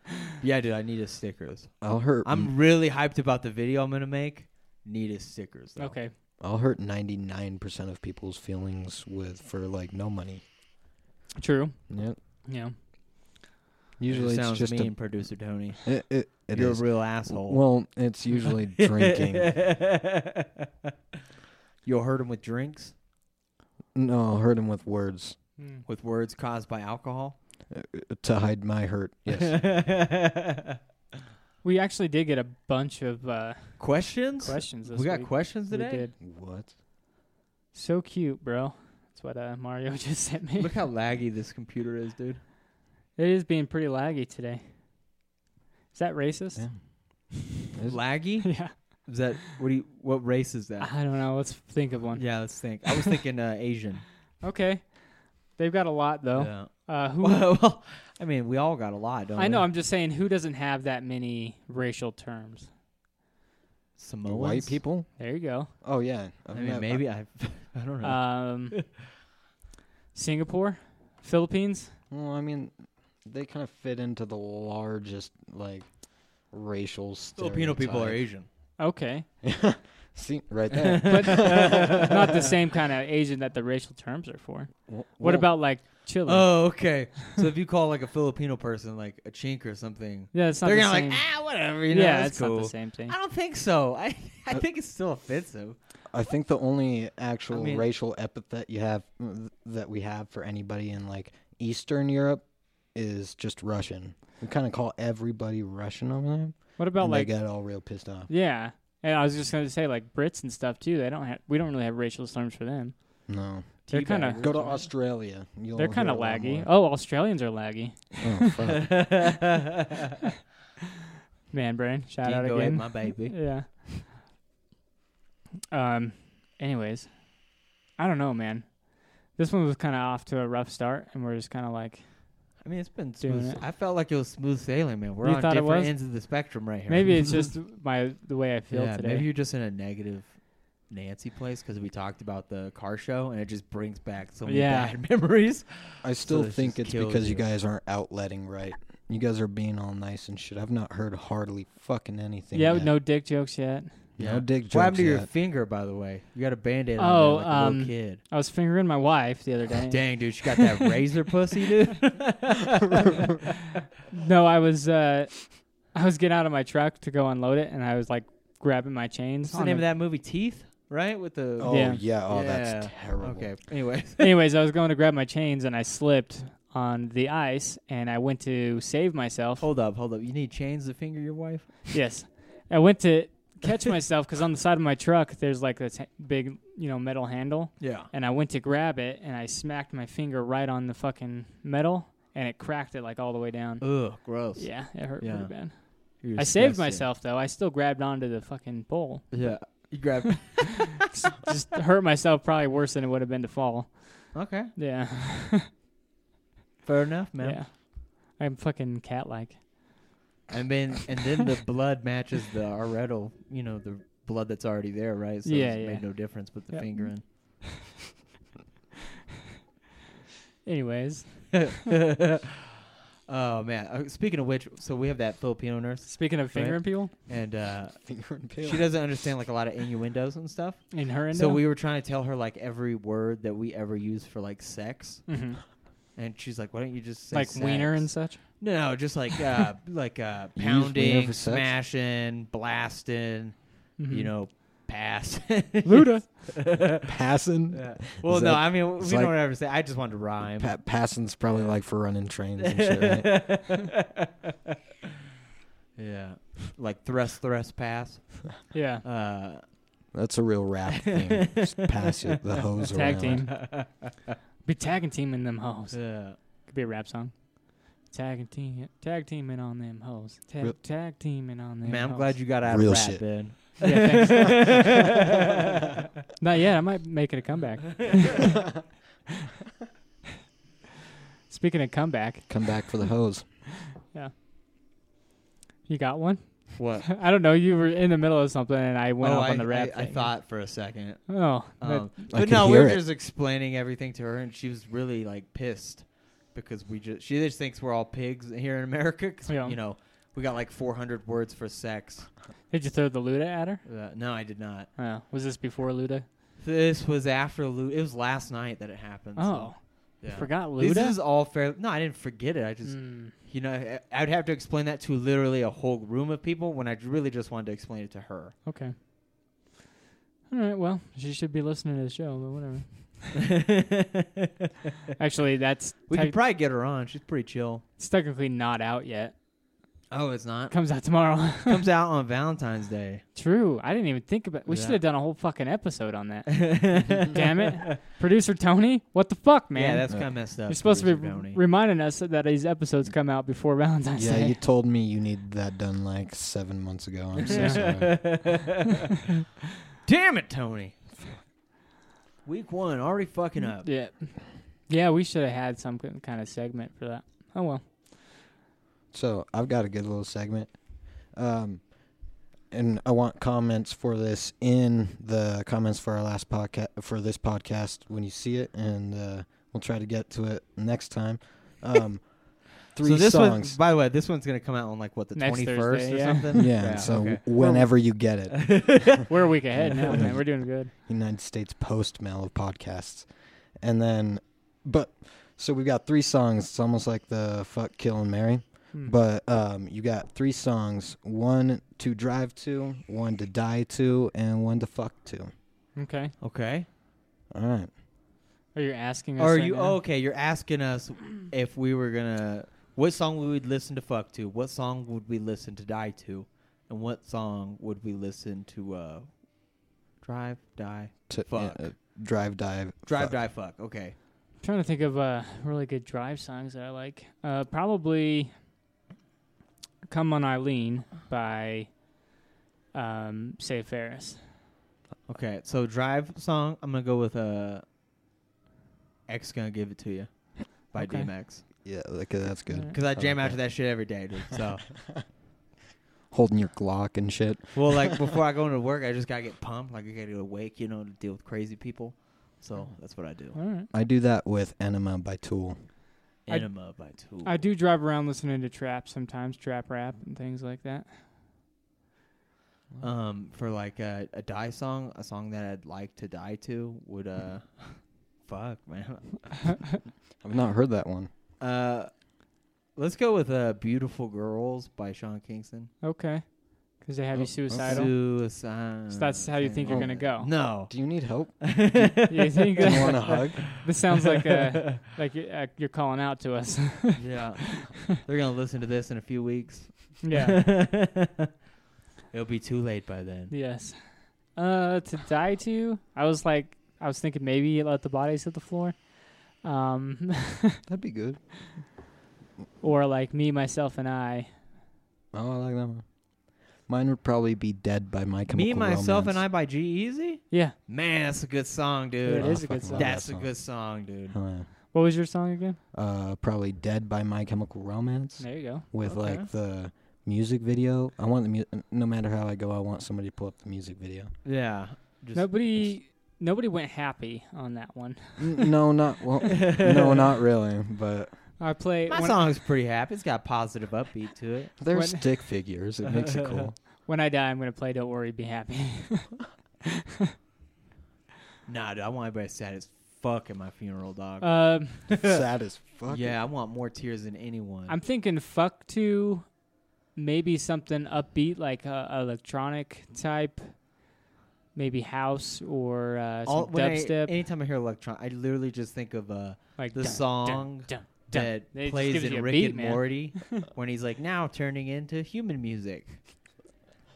Yeah, dude, I need his stickers.
I'll hurt.
I'm really hyped about the video I'm gonna make. Need his stickers. Though.
okay,
I'll hurt 99% of people's feelings with for like no money.
true.
Yep.
Yeah,
Usually it's
sounds
just
mean, producer Tony.
a. It, it, it
You're
is.
a real asshole.
Well, it's usually drinking.
You'll hurt him with drinks.
No, I'll hurt him with words. uh,
with words caused by alcohol.
to hide my hurt. Yes.
We actually did get a bunch of uh,
questions?
questions this
We got
week.
questions
We
today.
did.
what?
So cute, bro. That's what uh, Mario just sent me.
Look how laggy this computer is, dude.
it is being pretty laggy today. Is that racist?
Is it?
Laggy?
Yeah.
Is that what? Do you, what race is that?
I don't know. Let's think of one.
Yeah, let's think. I was thinking uh, Asian.
Okay. They've got a lot though.
Yeah.
Uh, who?
Well, well, I mean, we all got a lot, don't
I know.
we?
I'm just saying, who doesn't have that many racial terms?
Samoans.
White people?
There you go.
Oh yeah.
I
I've
mean,
never-
maybe I. I don't know.
Um, Singapore, Philippines.
Well, I mean, they kind of fit into the largest like racial
Filipino people are
stereotype.
Asian.
Okay,
See right there.
but not the same kind of Asian that the racial terms are for.
Well-
What
well,
about like Chile?
Oh, okay. so if you call like a Filipino person like a chink or something,
yeah, it's not
they're
the
gonna
same.
like ah whatever. You know,
yeah,
that's
it's
cool.
not the same thing.
I don't think so. I I
Uh,
think it's still offensive.
I think the only actual
mean-
racial epithet you have mm, th- that we have for anybody in like Eastern Europe is just Russian. We kind of call everybody Russian over there,
What about
and
like
they got all real pissed off.
yeah? And I was just gonna say like Brits and stuff too. They don't have. We don't really have racial terms for them.
No,
They're kind of.
go to Australia. You'll
They're kind of laggy. Oh, Australians are laggy.
Oh, fuck.
Man, brain. Shout out
go ahead,
again.
my baby.
Yeah. Um. Anyways, I don't know, man. This one was kind of off to a rough start, and we're just kind of like
I mean, it's been
Doing
smooth.
it.
I felt like it was smooth sailing, man. We're
You
on
thought it
different
was?
ends of the spectrum right here.
maybe it's just my the way I feel
yeah,
today.
maybe you're just in a negative Nancy place because we talked about the car show and it just brings back so many
Yeah.
bad memories.
I still
this
think
just
it's
kills
because
you.
you. guys aren't outletting right. You guys are being all nice and shit. I've not heard hardly fucking anything.
yeah,
yet.
no dick jokes yet.
no dick jokes.
What happened to your
yet.
finger, by the way? You got a band-aid
Oh,
on there like a
um,
little kid.
I was fingering my wife the other day.
Dang, dude, she got that razor pussy, dude.
No, I was uh, I was getting out of my truck to go unload it, and I was like grabbing my chains.
What's the
on
name of
the-
that movie? Teeth, right? With the
Oh
Yeah.
yeah, oh that's
Yeah.
terrible.
okay. Anyways,
Anyways, I was going to grab my chains, and I slipped on the ice, and I went to save myself.
hold up, hold up. You need chains to finger your wife?
Yes. I went to catch myself because on the side of my truck, there's like this ha- big, you know, metal handle.
Yeah.
And I went to grab it and I smacked my finger right on the fucking metal and it cracked it like all the way down.
Ugh, gross.
Yeah, it hurt
Yeah.
pretty bad.
You're
I saved
disgusting.
myself though. I still grabbed onto the fucking bowl.
Yeah. You grabbed.
S- Just hurt myself probably worse than it would have been to fall.
okay.
Yeah.
Fair enough, man.
yeah. I'm fucking cat like.
And then and then the blood matches the arretal, you know, the blood that's already there, right? So
Yeah,
it
yeah.
made no difference but the
Yep.
finger in.
Anyways,
oh man. Uh, Speaking of which, so we have that Filipino nurse
speaking of fingering people
and uh
Finger and pale.
she doesn't understand like a lot of innuendos and stuff.
in her end.
So we were trying to tell her like every word that we ever use for like sex,
Mm-hmm.
and she's like, "Why don't you just say
like
sex?
wiener and such.
no, just like uh, like uh,
You use wiener
pounding,
for sex?
smashing, blasting,
Mm-hmm.
you know, pass,
Luda.
passing.
Yeah. Well,
Is
no,
that-
I mean we
it's
don't
like-
ever say. I just wanted to rhyme.
Pa- passing's probably like for running trains and shit. Right?
yeah, like thrust, thrust, pass.
Yeah.
Uh,
That's a real rap thing. Just pass it, the hose
Tag
around.
team. Be tagging teaming them hoes.
Oh, yeah.
Could be a rap song. Tagging team, tag teaming on them hoes. Tag,
Real-
tag teaming on them.
Man, I'm
hoes.
glad you got out
Real
of rap,
shit.
Ben.
Yeah, thanks. Not yet. I might make it a comeback. Speaking of comeback,
Come back for the hose.
you got one?
What?
I don't know. You were in the middle of something, and I went
oh,
off
I,
on the rap.
I, I
thing.
thought for a second.
Oh, that-
Um, but
I could
no, we were
hear it.
just explaining everything to her, and she was really like pissed because we just she just thinks we're all pigs here in America. 'cause,
Yeah.
You know, we got like 400 words for sex.
did you throw the Luda at her?
Uh, no, I did not.
Oh, was this before Luda?
This was after Lu- it was last night that it happened.
Oh,
so, yeah.
forgot Luda.
This is all fair. No, I didn't forget it. I just
Mm,
you know I- I'd have to explain that to literally a whole room of people when I really just wanted to explain it to her.
okay. All right. Well, she should be listening to the show, but whatever. Actually, that's
we
tec-
could probably get her on. She's pretty chill.
it's technically not out yet.
Oh, it's not.
Comes out tomorrow.
Comes out on Valentine's Day.
True. I didn't even think about. We
Yeah.
should have done a whole fucking episode on that.
Damn
Damn it, producer Tony. What the fuck, man?
Yeah, that's
Yeah.
kind of messed up.
You're supposed to be
Producer Bounty. reminding
reminding us that these episodes come out before Valentine's
Yeah,
Day.
you told me you needed that done like seven months ago. I'm so sorry.
Damn it, Tony. Week one already fucking up.
yeah, yeah. We should have had some kin- kind of segment for that. Oh well.
So I've got a good little segment. Um, and I want comments for this in the comments for our last podcast for this podcast when you see it, and uh, we'll try to get to it next time. Um, three
so this
songs.
One, by the way, this one's gonna come out on like what the
Next
twenty first
Thursday,
or
yeah.
something.
yeah, so
okay.
whenever you get it,
We're a week ahead now, man. We're doing good.
United States Post mail of podcasts, and then, but so we've got three songs. It's almost like the fuck, kill, and marry.
Hmm.
But um, you got three songs: one to drive to, one to die to, and one to fuck to.
okay,
Okay.
All right.
are you asking us?
Are
right
you oh,
now?
okay? You're asking us if we were gonna what song we would listen to fuck to, what song would we listen to die to, and what song would we listen to uh drive die
To,
Fuck.
uh, drive, dive,
drive
fuck.
die fuck. Okay.
trying to think of uh, really good drive songs that I like. Uh, probably "Come on Eileen" by um, Say Ferris.
Okay. So drive song. I'm gonna go with uh X gonna give it to you by
Okay.
DMX
Yeah, like, uh, that's good.
because I jam
like
out to that shit every day, dude. So
Holding your Glock and shit.
well, like before I go into work, I just gotta get pumped. Like I gotta get awake, you know, to deal with crazy people. So that's what I do.
All right.
I do that with Enema by Tool.
I-
Enema by Tool.
I do drive around listening to trap sometimes, trap rap and things like that.
um for like a, a die song a song that i'd like to die to would uh fuck man
I've not heard that one.
uh let's go with uh beautiful girls by sean kingston
Okay, because they have you
Oh,
suicidal.
Suicide.
So that's how you think you're
Oh.
gonna go.
no
Do you need help?
You think
Do you want a Oh. hug?
this sounds like uh like you- uh, you're calling out to us?
yeah they're gonna listen to this in a few weeks
yeah.
it'll be too late by then
yes. Uh, to die to. I was like, I was thinking maybe let the bodies hit the floor, um,
That'd be good.
or like me, myself, and I.
Oh, I like that one. Mine would probably be Dead by My Chemical
me myself and i
Romance.
by g easy
Yeah.
man that's a good song dude
It is a good
fucking
song.
love that
that's a
song.
good song dude
Oh, yeah.
What was your song again?
uh, probably Dead by My Chemical Romance
There you go.
with
okay.
like the music video. I want the mu- no matter how I go, I want somebody to pull up the music video.
yeah just
Nobody, nobody went happy on that one.
N- no, not well. no, not really. But
I play
My
when,
song's pretty happy. It's got positive upbeat to it.
they're
When-
stick figures. It makes it cool.
when I die, I'm gonna play "Don't Worry, Be Happy."
Nah, dude, I want everybody sad as fuck at my funeral, dog.
um,
Sad as fuck.
yeah, I want more tears than anyone.
I'm thinking fuck to maybe something upbeat like uh, electronic type, maybe house or uh, some
All- when I-
dubstep.
anytime I hear electron, I literally just think of uh,
like
the
dun,
song
dun, dun, dun.
that
It just
plays
gives
in
you a
Rick
beat,
and
man.
Morty when he's like now turning into human music,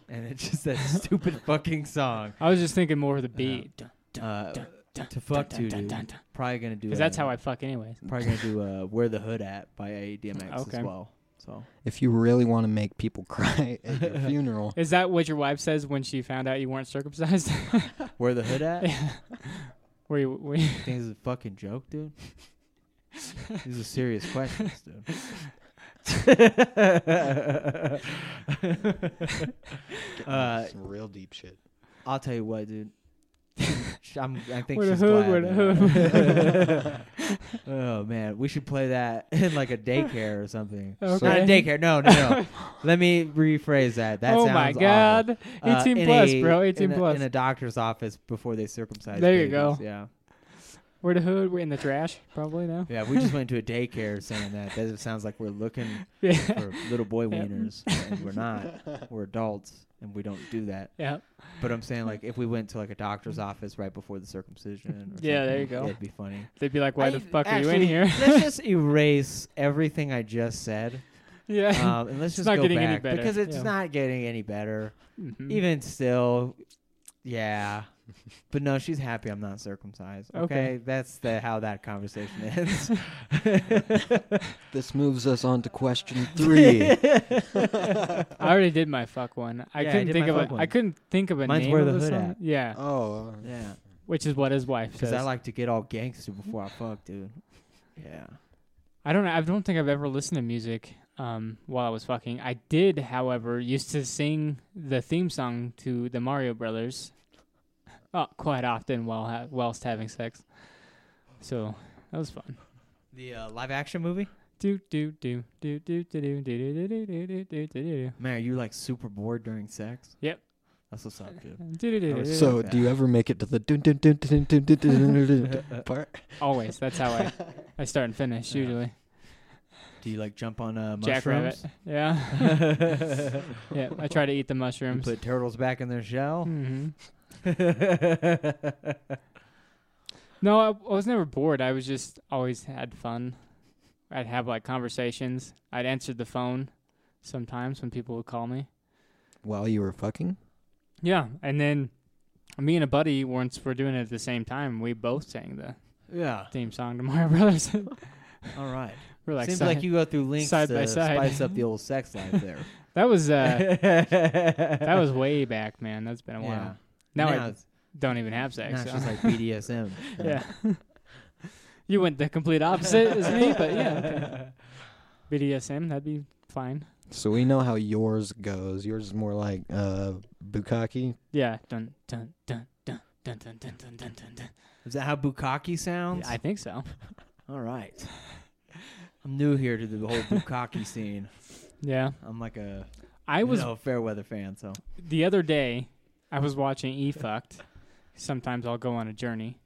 and it's just that stupid fucking song.
I was just thinking more of the beat. Dun, dun,
Uh,
dun, dun,
to fuck
dun,
to,
dun,
dude.
dun, dun.
Probably gonna do.
'Cause that's
uh,
how I fuck anyways.
Probably gonna do uh, "Where the Hood At" by ADMX
Okay.
as well. So
If you really want to make people cry at your funeral,
Is that what your wife says when she found out you weren't circumcised?
"Where the Hood At."
were you, were you,
think this is a fucking joke, dude? These are serious questions, dude. uh,
some real deep shit.
I'll tell you what, dude. I'm, I think
Where the
she's
hood,
glad.
where the
man.
hood,
oh man, we should play that in like a daycare or something.
Okay.
Not a daycare. No, no, no. Let me rephrase that. That
oh
sounds
my
awful.
god,
Uh,
18
in
plus,
a-
bro,
in
18
a-
plus.
in a doctor's office before they circumcise.
There you
babies,
go.
Yeah.
We're the hood. We're in the trash, probably now.
Yeah, we just went to a daycare saying that. That just sounds like we're looking
Yeah.
for little boy
Yeah.
wieners, and we're not. We're adults, and we don't do that.
yeah.
But I'm saying, like, if we went to like a doctor's office right before the circumcision, or
Yeah, there
something,
you go.
It'd be funny.
They'd be like, "Why the
I-
fuck are you in
actually,
here?"
let's just erase everything I just said,
yeah.
um, and let's just
not
go
getting any
back
better.
because it's
Yeah.
not getting any better.
Mhm.
Even still, yeah. But no, she's happy I'm not circumcised. Okay,
Okay.
that's the how that conversation ends.
This moves us on to question three.
I already did my fuck one. I
Yeah, I
couldn't
did
think
my
of
fuck
a.
one.
I couldn't think of a
Mine's
name.
Where
of
the Hood
song.
At.
Yeah,
oh, uh,
yeah,
which is what his wife
because
says.
I
I,
like to get all gangster before I fuck, dude. Yeah.
don't. I don't think I've ever listened to music um, while I was fucking. I did, however, used to sing the theme song to the Mario Brothers, uh, quite often while ha- whilst having sex. So that was fun.
The uh, live action movie?
Do do do do do do do do do do do do do do do.
Man, are you like super bored during sex?
Yep.
That's what's up, dude.
Do, do, do, do, do.
So, do you ever make it to the dun dun dun dun dun dun dun dun dun
Uh,
dun part?
Always. That's how I, I start and finish
Yeah.
usually.
Do you like jump on uh,
Jackrabbit.
mushrooms?
Yeah. yeah. I try to eat the mushrooms.
Put turtles back in their shell.
hmm
That's
No, I, I was never bored. I was just always had fun. I'd have like conversations. I'd answer the phone sometimes when people would call me.
While you were fucking?
Yeah, and then me and a buddy once were doing it at the same time. We both sang the
yeah.
theme song to Mario Brothers.
All right.
we're like,
Seems
"Son,
like you go through links
side
to
by side.
spice up the old sex life there.
that was uh,
that
that was way back, man. That's been a while.
yeah.
Now, I
it's,
don't even have sex.
now
so.
it's just like BDSM.
Yeah. you went the complete opposite as me, but yeah. okay. BDSM, that'd be fine.
So we know how yours goes. Yours is more like uh, bukkake.
Yeah. Dun dun dun dun dun dun dun dun dun dun. dun.
Is that how bukkake sounds?
I think so.
All right. I'm new here to the whole bukkake scene.
Yeah.
I'm like a
I was
no fair weather fan, so
the other day. I was watching E Fucked. Sometimes I'll go on a journey,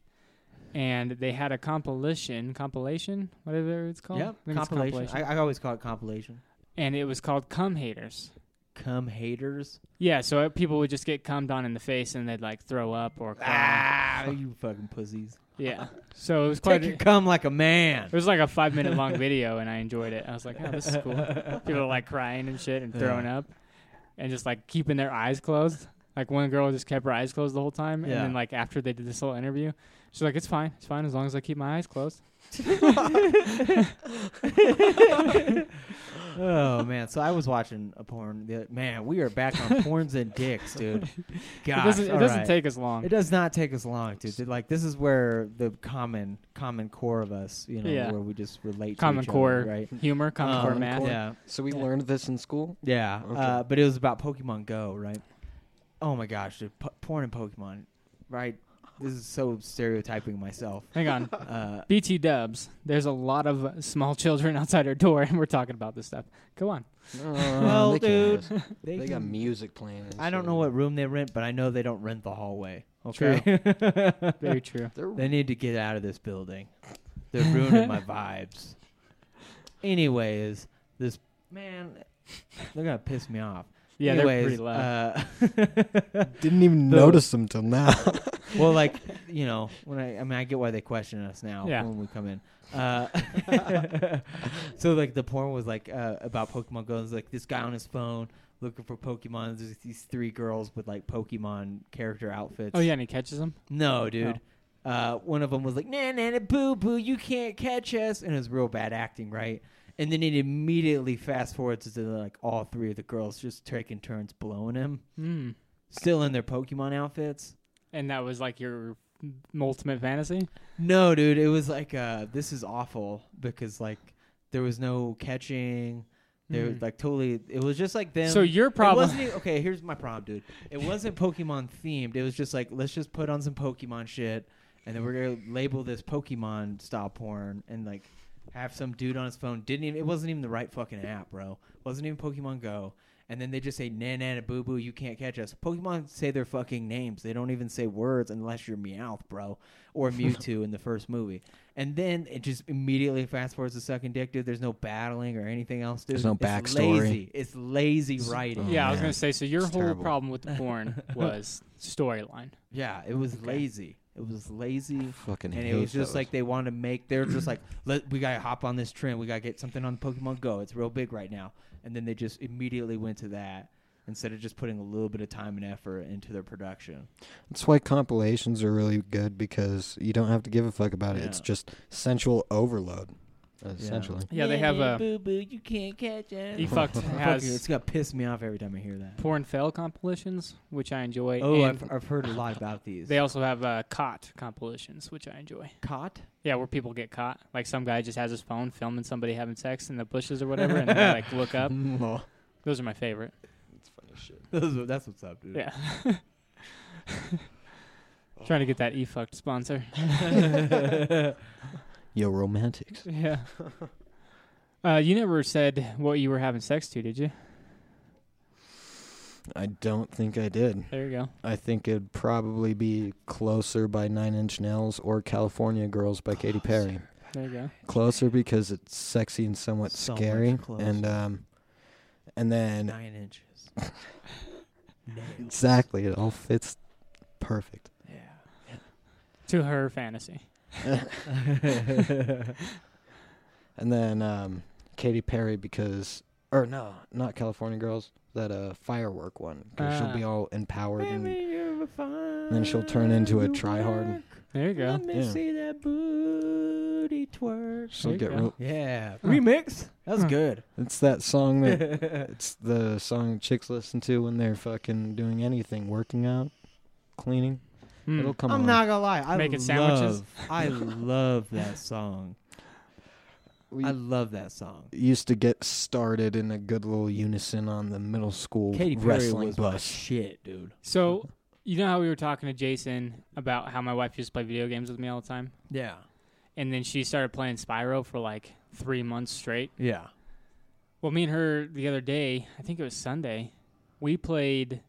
and they had a compilation, compilation, whatever it's called. I think it's
compilation. I, I always call it compilation.
and it was called "Cum Haters."
Come haters.
Yeah, so uh, people would just get cummed on in the face, and they'd like throw up or cum.
Ah, you fucking pussies.
yeah. So it was quite.
Take your cum like a man.
It was like a five minute long video, and I enjoyed it. I was like, oh, this is cool. People are like crying and shit and throwing up and just like keeping their eyes closed. Like one girl just kept her eyes closed the whole time. And
Yeah.
then, like, after they did this little interview, she's like, it's fine. It's fine as long as I keep my eyes closed.
oh man, so I was watching a porn. the- Man, we are back on porns and dicks, dude.
it
Gosh,
doesn't, it
all
doesn't
right.
take as long.
It does not take us long, dude. Dude, Like this is where the common common core of us, you know,
Yeah.
where we just relate.
Common
to each
core
other, right?
humor, common core
Um,
math.
Yeah,
So we
Yeah.
learned this in school.
yeah.
Okay.
Uh, but it was about Pokemon Go, right? Oh my gosh, dude, po- porn and Pokemon, right? This is so stereotyping myself.
Hang on.
Uh,
BT dubs. There's a lot of uh, small children outside our door, and we're talking about this stuff. Go on.
Well,
they can't.
they,
They got
can-
music playing. and
I don't
shit.
know what room they rent, but I know they don't rent the hallway.
True.
Okay.
Very true.
They're
They need to get out of this building. They're ruining my vibes. Anyways, this man, they're gonna piss me off.
Yeah,
Anyways,
they're pretty loud.
Uh,
Didn't even
Those-
notice them till now.
well, like you know, when I, I mean, I get why they question us now
Yeah.
when we come in. Uh, so like the porn was like uh, about Pokemon Go. It was like this guy on his phone looking for Pokemon. There's these three girls with like Pokemon character outfits.
oh, yeah, and he catches them?
No, dude. Uh, one of them was like, "Nah, nah, nah, boo, boo, you can't catch us," and it was real bad acting, right? And then it immediately fast forwards to like all three of the girls just taking turns blowing him,
Mm.
still in their Pokemon outfits.
And that was like your ultimate fantasy?
No, dude, it was like, uh, this is awful because like there was no catching. There was
Mhm.
like totally. It was just like them.
so your
It
problem
wasn't even, okay, here's my problem, dude. It wasn't Pokemon themed. It was just like, let's just put on some Pokemon shit, and then we're gonna label this Pokemon style porn, and like have some dude on his phone. Didn't even. It wasn't even the right fucking app, bro. Wasn't even Pokemon Go. and then they just say na na boo boo, you can't catch us. Pokemon say their fucking names. They don't even say words unless you're Meowth, bro, or Mewtwo in the first movie. And then it just immediately fast forwards the second dick, dude. There's no battling or anything else, dude.
There's no
It's
backstory.
Lazy. It's lazy writing.
yeah, I was
Oh, man.
gonna say. So your
It's
whole
terrible.
problem with the porn was storyline.
Yeah, it was lazy. It was lazy.
Fucking
and it
hate
was just
those.
like they wanted to make. They're just like, Let, we gotta hop on this trend. We gotta get something on Pokemon Go. It's real big right now. And then they just immediately went to that instead of just putting a little bit of time and effort into their production.
That's why compilations are really good because you don't have to give a fuck about it. It's
Yeah.
just sensual overload, essentially.
Yeah, they have a
boo boo. You can't catch it.
he fucked
it's
has
gonna piss me off every time I hear that.
porn fail compilations, which I enjoy.
Oh,
and
I've, I've heard a lot about these.
they also have uh, caught compilations, which I enjoy.
caught.
Yeah, where people get caught. Like some guy just has his phone filming somebody having sex in the bushes or whatever, and they like look up. Those are my favorite.
Those are- That's what's up, dude.
Yeah. Trying to get that e fucked sponsor.
Yo, romantics.
Yeah. Uh, you never said what you were having sex to, did you?
I don't think I did.
There you go.
I think it'd probably be closer by Nine Inch Nails or California Girls by Katy Perry.
There you go.
Closer because it's sexy and somewhat
So much
scary.
closer.
And um, and then
Nine inches. Nails.
exactly, it all fits perfect.
Yeah.
To her fantasy.
And then um, Katy Perry because, or no, not California Girls. That uh, firework one. 'cause she'll
Ah.
be all empowered and
Then
she'll turn into a tryhard.
There you go.
me Yeah.
see that booty twerk.
she'll
There
get
you go.
real.
Yeah, remix. That was good.
It's that song that it's the song chicks listen to when they're fucking doing anything, working out, cleaning.
Hmm.
It'll come
I'm
on.
not gonna lie. I
Making
love,
sandwiches.
I love that song.
we
I love that song.
used to get started in a good little unison on the middle school
Katy Perry
wrestling
was my
bus.
shit, dude.
So, you know how we were talking to Jason about how my wife used to play video games with me all the time?
Yeah,
And then she started playing Spyro for like three months straight.
yeah.
Well, me and her the other day, I think it was Sunday, we played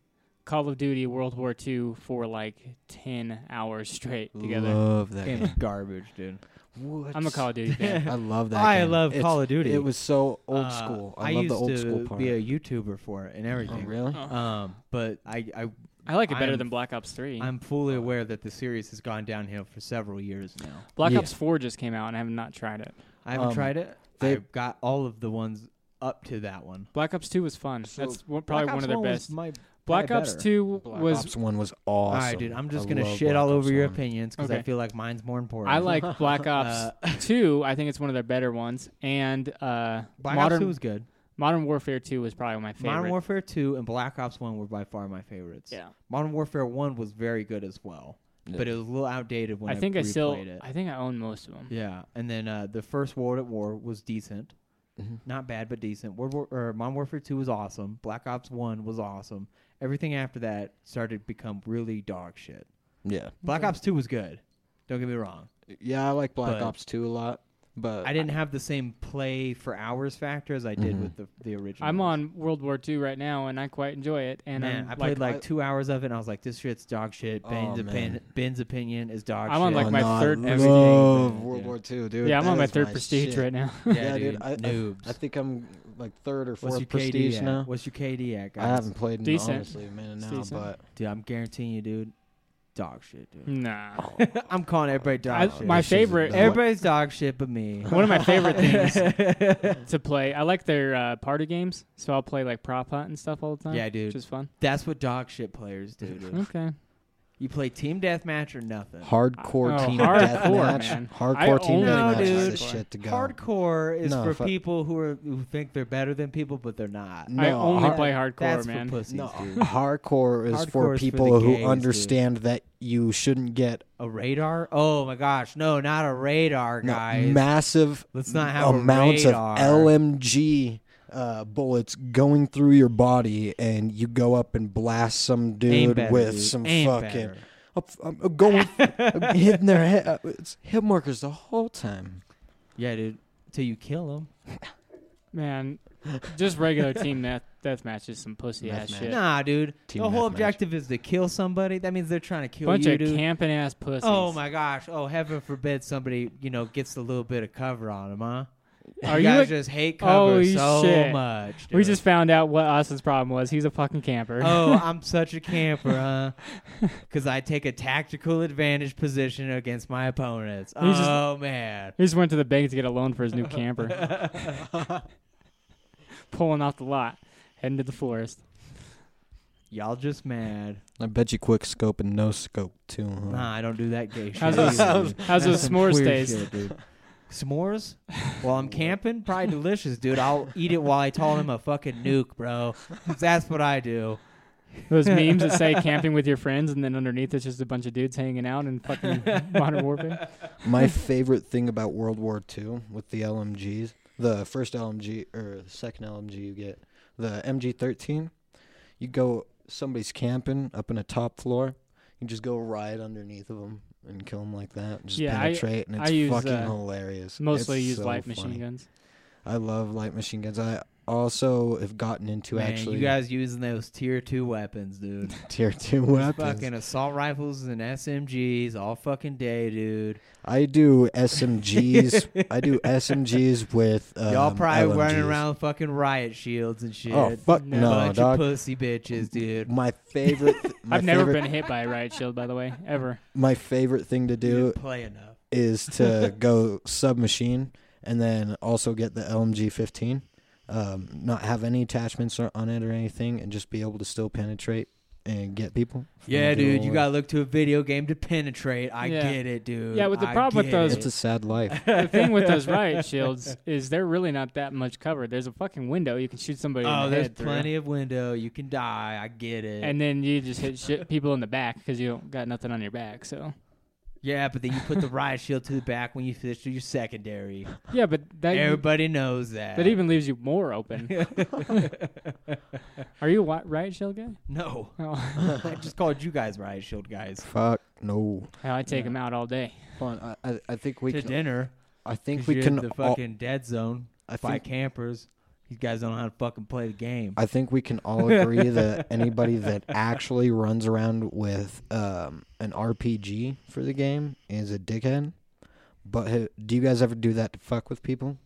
Call of Duty World War II for like 10 hours straight together.
Love that
Game
game.
is garbage, dude.
What?
I'm a Call of Duty fan.
I love that.
I
game.
love
It's-
Call of Duty.
It was so old
Uh,
school.
I
I, love
used
the old
to
school part.
be a YouTuber for it and
oh,
everything.
really?
Oh.
Um, but I, I
I like it better
I'm-
than Black Ops 3.
I'm fully aware that the series has gone downhill for several years now.
Black
Yeah.
Ops 4 just came out and I have not tried it.
I haven't
Um,
tried it.
they-
I've got all of the ones up to that one.
Black Ops 2 was fun.
So
That's one, probably
Black
one
Ops
of their
was
best.
my-
Black
probably
Ops
better.
2
Black
was
Ops One was
All
awesome.
right, dude. I'm just
I
gonna
love
shit
Black
all
Ops
over your
1.
opinions because I
Okay.
feel like mine's more important.
I like Black Ops
Uh,
2. I think it's one of their better ones. And uh,
Black
Modern
Ops Two was good.
Modern Warfare 2 was probably my favorite.
Modern Warfare Two and Black Ops One were by far my favorites.
Yeah.
Modern Warfare One was very good as well, but it was a little outdated when
I
I,
think I still
replayed it.
I think I own most of them.
yeah, and then uh, the first World at War was decent,
Mhm.
not bad but decent. World War or Modern Warfare Two was awesome. Black Ops One was awesome. Everything after that started to become really dog shit.
Yeah,
Black Ops Two was good. Don't get me wrong.
yeah. I like Black
But-
Ops Two a lot, but
I didn't have the same play for hours factor as I
Mm-hmm.
did with the, the original.
I'm on World War II right now, and I quite enjoy it. And
Man,
I'm,
I played like
I-
two hours of it, and I was like, "This shit's dog shit." Ben's,
Oh,
opinion,
man.
Ben's opinion is dog
I'm
shit.
on, like,
Oh,
my
no,
third
I
everything,
love
dude.
World
Yeah.
War Two, dude.
yeah, I'm
That
on my
is
third
my
prestige
shit.
right now.
yeah,
Yeah,
dude.
dude. I, I-
noobs.
I, think I'm like third or
What's your
fourth prestige
KD at?
now.
What's your KD at, guys?
I haven't played in
Decent.
honestly a minute now,
Decent.
but
dude. I'm guaranteeing you, dude. Dog shit, dude.
nah,
I'm calling
Uh,
everybody dog
I,
Oh, shit.
my
This is
favorite.
dumb.
Everybody,
Everybody's dog shit, but me.
one of my favorite things to play. I like their uh, party games, so I'll play like prop hunt and stuff all the time.
Yeah, dude.
which is fun.
That's what dog shit players do.
Hmm?
Dude.
Okay,
you play team deathmatch or nothing.
hardcore
Oh,
team
hardcore,
deathmatch,
man.
hardcore
I
team
only
deathmatch
like
is
hardcore.
the shit to go.
Hardcore is
No,
for
if I-
people who are who think they're better than people, but they're not.
I
No,
only
hard-
play hardcore,
That's
man.
for pussies,
No,
dude.
hardcore is
Hardcore
for
is for the
people
gays, dude.
who understand that you shouldn't get
A radar? Oh my gosh, no, not a radar,
no,
guys.
massive
Let's not have a
amounts
radar.
of LMG uh, bullets going through your body, and you go up and blast some
Aim
dude
better,
with
dude.
some
Aim
fucking.
better.
Up, I'm I'm going, I'm hitting their head. uh, It's hit markers the whole time.
Yeah, dude. Till you kill him.
Man, Just regular team death death matches some pussy
Meth
ass
match.
shit.
Nah, dude.
Team
the whole
deathmatch.
objective is to kill somebody. That means they're trying to kill
Bunch
you,
of
dude.
camping ass pussies.
Oh my gosh! Oh heaven forbid somebody you know gets a little bit of cover on them, huh?
Are you
guys
a-
just hate cover
Holy
so
shit.
much?
We
dude.
just found out what Austin's problem was. He's a fucking camper.
oh, I'm such a camper, huh? Because I take a tactical advantage position against my opponents.
You just-
oh man,
He just went to the bank to get a loan for his new camper. Pulling off the lot, heading to the forest.
y'all just mad.
I bet you quick scope and no scope too. Huh?
Nah, I don't do that gay shit.
How's
either,
those-
dude.
how's those
That's some
s'mores
queer
taste?
shit, dude. S'mores? Well, I'm camping. Probably delicious, dude. I'll eat it while I told him a fucking nuke, bro. That's what I do.
Those memes that say camping with your friends, and then underneath it's just a bunch of dudes hanging out in fucking modern warfare.
My favorite thing about World War II with the LMGs, the first LMG or the second LMG you get, the MG13, you go somebody's camping up in a top floor, you just go right underneath of them and kill them like that, and just
Yeah, I-
penetrate, and
I
it's
use,
fucking
uh,
hilarious.
Mostly
It's
use
so
light
funny.
machine guns.
I love light machine guns. I also have gotten into
Man,
actually
you guys using those tier two weapons, dude.
tier two weapons.
fucking assault rifles and SMGs all fucking day, dude.
I do SMGs. I do SMGs with um,
Y'all probably running
LMGs.
around with fucking riot shields and shit.
Oh fuck
No.
no,
Bunch
dog. Mm,
of pussy bitches, dude.
My favorite. th- my
I've never
favorite-
been hit by a riot shield, by the way, ever.
My favorite thing to
You
do
didn't play enough.
is to go submachine and then also get the LMG 15. Um, not have any attachments or- on it or anything, and just be able to still penetrate and get people. from
Yeah,
the
dude, you
old-
gotta look to a video game to penetrate. I
Yeah.
get it, dude.
Yeah, but the
I
problem with
get
those-
It's
it.
a sad life.
The thing with those riot shields is they're really not that much covered. There's a fucking window you can shoot somebody.
oh,
in the
there's
head through.
plenty of window. You can die. I get it.
And then you just hit shit people in the back because you don't got nothing on your back. So
yeah, but then you put the riot shield to the back when you finish through your secondary.
yeah, but that e-,
Everybody knows that.
that even leaves you more open. Are you a wi- riot shield guy?
no,
Oh,
I just called you guys riot shield guys
Fuck no.
I take them out all day.
Hold on, I, I, I think we
to
can.
dinner.
I
'cause
think we
you're
can.
in the
all-
fucking dead zone
I
by
think-
campers. You guys don't know how to fucking play the game.
I think we can all agree that anybody that actually runs around with um, an RPG for the game is a dickhead. But ha- do you guys ever do that to fuck with people?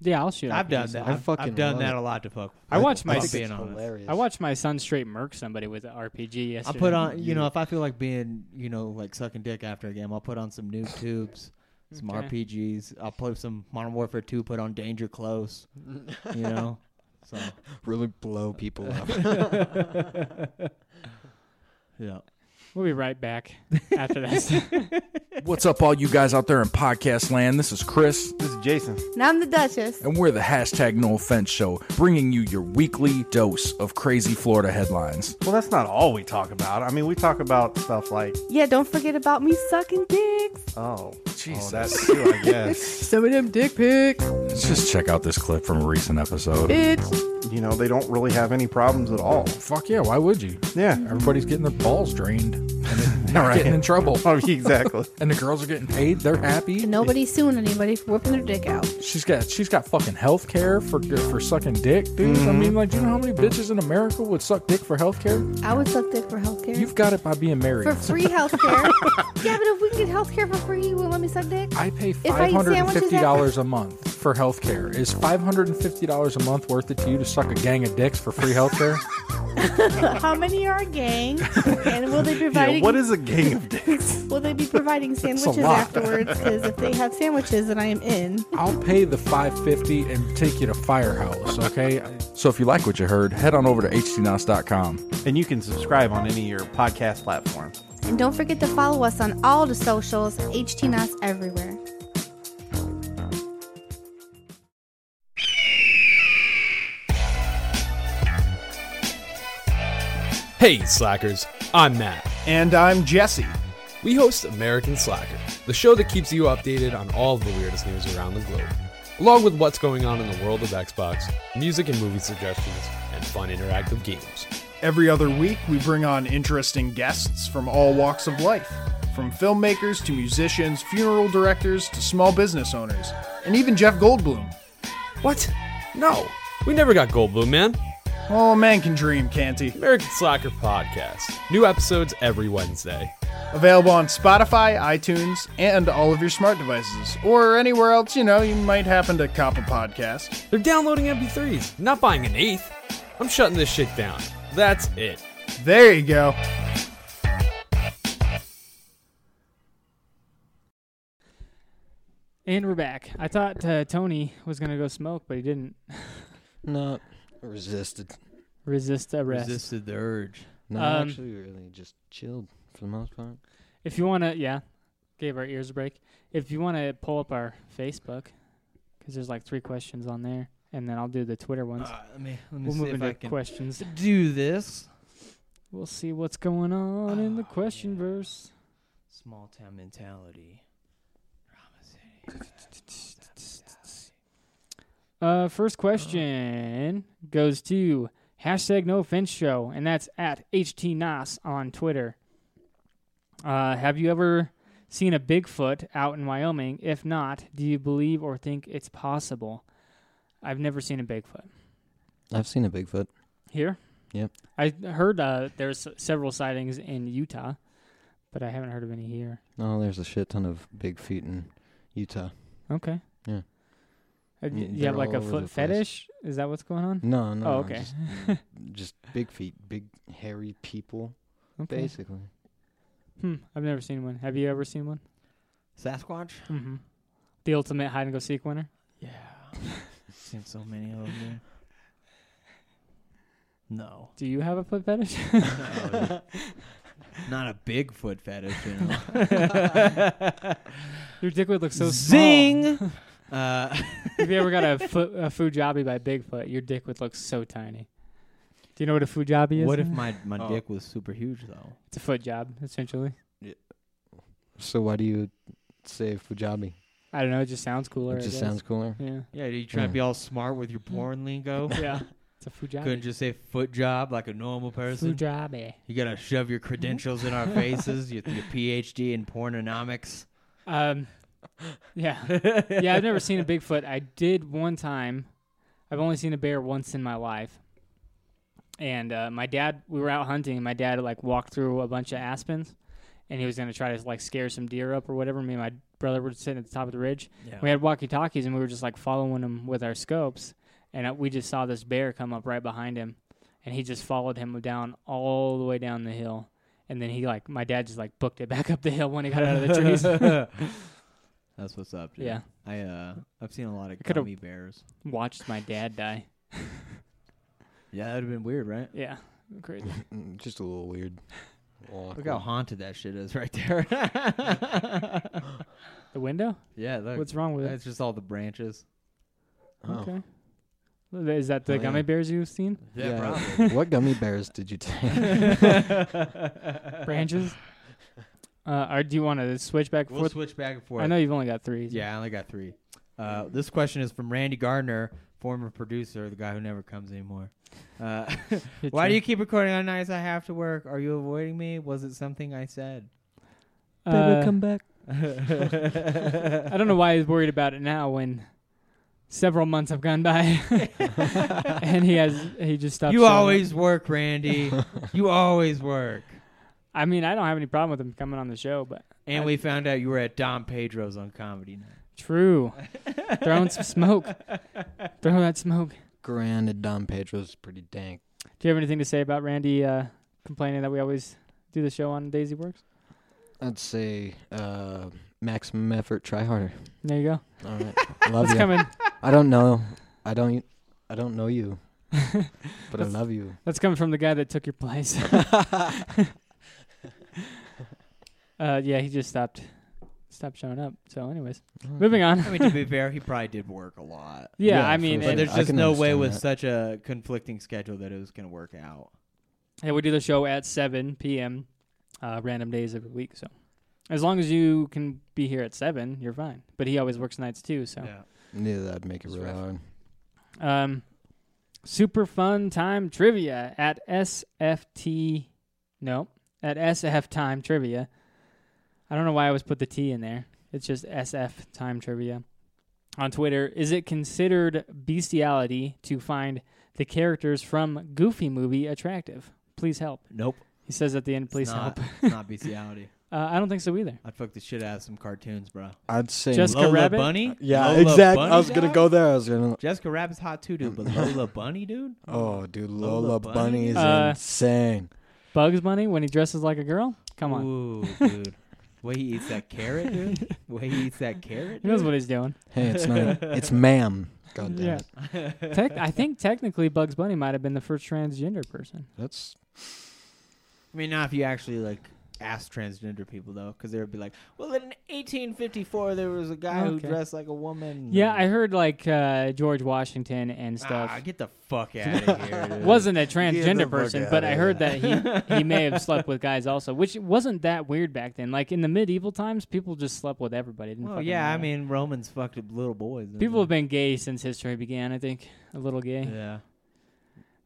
Yeah, I'll shoot.
I've done
RPGs.
that.
I
I've, I've
fucking
done
love
that
it.
a lot to fuck.
I watch my-
I'm
think
being
it's
honest.
hilarious.
I watched my son straight murk somebody with an RPG
I'll
yesterday.
put on, you know, if I feel like being, you know, like sucking dick after a game, I'll put on some new tubes, some
Okay.
RPGs. I'll play some Modern Warfare 2, put on Danger Close, you know. So,
really blow people up.
yeah.
We'll be right back after this.
What's up, all you guys out there in podcast land? This is Chris,
This is Jason.
And I'm the Duchess.
and we're the hashtag No Offense Show, bringing you your weekly dose of crazy Florida headlines.
Well, that's not all we talk about. I mean, we talk about stuff like,
Yeah, don't forget about me sucking dicks.
oh, Jesus. that's too, I guess.
Some of them dick pics,
Let's just check out this clip from a recent episode.
bitch.
you know, they don't really have any problems at all.
Fuck yeah, why would you?
Yeah.
Everybody's getting their balls drained and they're
Right.
getting in trouble.
Oh, exactly.
And the girls are getting paid. They're happy.
Nobody's suing anybody for whipping their dick out.
She's got she's got fucking health care for for sucking dick, dude. I
Mm-hmm.
mean, like, do you know how many bitches in America would suck dick for health care?
I would suck dick for healthcare.
You've got it by being married.
for free healthcare. yeah, but if we can get healthcare for free, you won't let me suck dick?
I pay
I
five hundred
eat
and
sandwiches
fifty dollars a month for health care. Is five hundred and fifty dollars a month worth it to you to suck a gang of dicks for free health care?
How many are a gang? And will they be
yeah,
providing?
what is a gang of dicks?
Will they be providing sandwiches
lot.
afterwards? Because if they have sandwiches, then I am in.
I'll pay the five fifty and take you to Firehouse, okay? So if you like what you heard, head on over to htnos.com.
And you can subscribe on any of your podcast platforms.
And don't forget to follow us on all the socials, HTNOS everywhere.
Hey, Slackers, I'm Matt.
And I'm Jesse.
We host American Slacker, the show that keeps you updated on all of the weirdest news around the globe, along with what's going on in the world of Xbox, music and movie suggestions, and fun interactive games.
Every other week, we bring on interesting guests from all walks of life from filmmakers to musicians, funeral directors to small business owners, and even Jeff Goldblum.
What? No.
We never got Goldblum, man.
Oh, man can dream, can't he?
American Slacker Podcast. New episodes every Wednesday.
Available on Spotify, iTunes, and all of your smart devices, or anywhere else you know you might happen to cop a podcast.
They're downloading MP3s, not buying an eighth. I'm shutting this shit down. That's it.
There you go.
And we're back. I thought uh, Tony was gonna go smoke, but he didn't.
No, resisted.
Resist arrest.
Resisted the urge.
No,
Um,
actually, really just chilled for the most part.
If you wanna, yeah, gave our ears a break. If you wanna pull up our Facebook, because there's like three questions on there, and then I'll do the Twitter ones.
Uh, let me let me
we'll
see
move
if
into
I can
questions.
Do this
We'll see what's going on in the
Ah,
question verse.
small town mentality. Drama city.
Uh, first question goes to hashtag no offense show, and that's at HTNAS on Twitter. Uh, have you ever seen a Bigfoot out in Wyoming? If not, do you believe or think it's possible? I've never seen a Bigfoot
I've seen a Bigfoot.
here.
Yep.
I heard uh, there's several sightings in Utah, but I haven't heard of any here.
Oh, there's a shit ton of big feet in Utah.
Okay.
Yeah.
Uh, d-
Mm,
you have
they're
like
all
a
over
foot
the place.
fetish? Is that what's going on?
No, no.
Oh,
no,
okay.
Just, just big feet, big hairy people,
Okay.
basically.
Hmm. I've never seen one. Have you ever seen one?
Sasquatch.
Mm-hmm. The ultimate hide and go seek winner.
Yeah. Seen so many of them. dude. No.
Do you have a foot fetish?
No, Not a Bigfoot fetish, you know.
Your dick would look so
Zing!
small.
Uh,
if you ever got a, foot, a Fujabi by Bigfoot, your dick would look so tiny. Do you know what a Fujabi is?
what if my my
Oh.
dick was super huge though?
It's a foot job, essentially.
So why do you say Fujabi?
I don't know. It just sounds cooler.
It
I
just
guess.
sounds cooler.
Yeah.
Yeah, you trying to
Yeah.
be all smart with your porn lingo?
Yeah. It's a Fujabi.
Couldn't just say foot job like a normal person.
Fujabi.
You gotta shove your credentials in our faces. Your, your PhD in pornonomics.
Um, yeah, yeah. I've never seen a Bigfoot. I did one time. I've only seen a bear once in my life. And uh, my dad, we were out hunting, and my dad like walked through a bunch of aspens, and he was gonna try to like scare some deer up or whatever. Me and my brother were sitting at the top of the ridge.
Yeah.
We had walkie talkies, and we were just like following him with our scopes, and uh, we just saw this bear come up right behind him, and he just followed him down all the way down the hill. And then he like my dad just like booked it back up the hill when he got out of the trees.
That's what's up. Dude.
Yeah.
I uh, I've seen a lot of
coulda-
gummy bears.
watched my dad die.
Yeah, that'd have been weird, right?
Yeah, crazy.
Mm, Just a little weird.
Look how
Awkward.
haunted that shit is right there.
The window?
yeah, look.
What's wrong with it?
It's just all the branches.
Oh.
Okay. Is that the
Oh, yeah.
gummy bears you've seen?
what gummy bears did you take?
Branches. Uh, or do you want to switch back and
We'll
forth?
switch back and forth.
I know you've only got three. so-
Yeah, I only got three. Uh, this question is from Randy Gardner, former producer, the guy who never comes anymore. Uh,
Hit
why do you keep recording on nights I have to work? Are you avoiding me? Was it something I said?
Uh,
back.
I don't know why he's worried about it now when several months have gone by and he has he just stopped.
you
showing up.
always work, Randy. you always work.
I mean, I don't have any problem with him coming on the show, but
And
I-
we found out you were at Don Pedro's on comedy night.
true. Throwing some smoke. Throw that smoke.
Granted, Don Pedro's pretty dank.
Do you have anything to say about Randy uh, complaining that we always do the show on Daisy Works?
I'd say uh, maximum effort, try harder.
There you go.
All right, love
It's
you.
coming.
I don't know. I don't. I don't know you, but I
That's-
love you.
That's coming from the guy that took your place. uh, yeah, he just stopped stopped showing up. So, anyways, moving on.
I mean, to be fair, he probably did work a lot.
yeah,
Hmm. Yeah,
I mean,
for
But
and-
there's
I
just
can
no way
understand
with
that.
such a conflicting schedule that it was going to work out.
and we do the show at 7 p.m. Uh, random days every week. So, as long as you can be here at seven, you're fine. But he always works nights too. So,
Yeah, that'd make it
It's
real
rough.
hard.
Um, super fun time trivia at SFT. No, at SF time trivia. I don't know why I always put the T in there. It's just SF time trivia. on Twitter, is it considered bestiality to find the characters from Goofy movie attractive? Please help.
Nope.
He says at the end, please
not-
help.
it's not bestiality.
Uh, I don't think so either.
I'd fuck the shit out of some cartoons, bro.
I'd say
Jessica
Lola
Rabbit?
Bunny.
Uh, Yeah,
Lola
exact-
Bunny,
I was gonna
dog?
go there, I was gonna-
Jessica Rabbit's hot too, dude. But Lola Bunny, dude.
Oh, dude, Lola, Bunny, is
Uh,
insane.
Bugs Bunny when he dresses like a girl? Come on.
Ooh, dude. Way he eats that carrot, dude. Way he eats that carrot.
He knows
dude.
what he's doing.
Hey, it's not. it's ma'am. God damn
Yeah.
it.
Tec- I think technically Bugs Bunny might have been the first transgender person.
That's
I mean, not if you actually like ask transgender people though, because they would be like, "Well, in 1854, there was a guy who
Okay.
dressed like a woman."
Yeah, I heard like uh, George Washington and stuff.
Ah, get the fuck out of here. dude.
wasn't a
Get the
transgender
fuck
person,
outta
but I heard
here.
that he he may have slept with guys also, which wasn't that weird back then. Like in the medieval times, people just slept with everybody. It Didn't
Well,
fucking
yeah, I
matter.
mean, Romans fucked up little boys. didn't
people have been gay since history began. I think a little gay.
Yeah.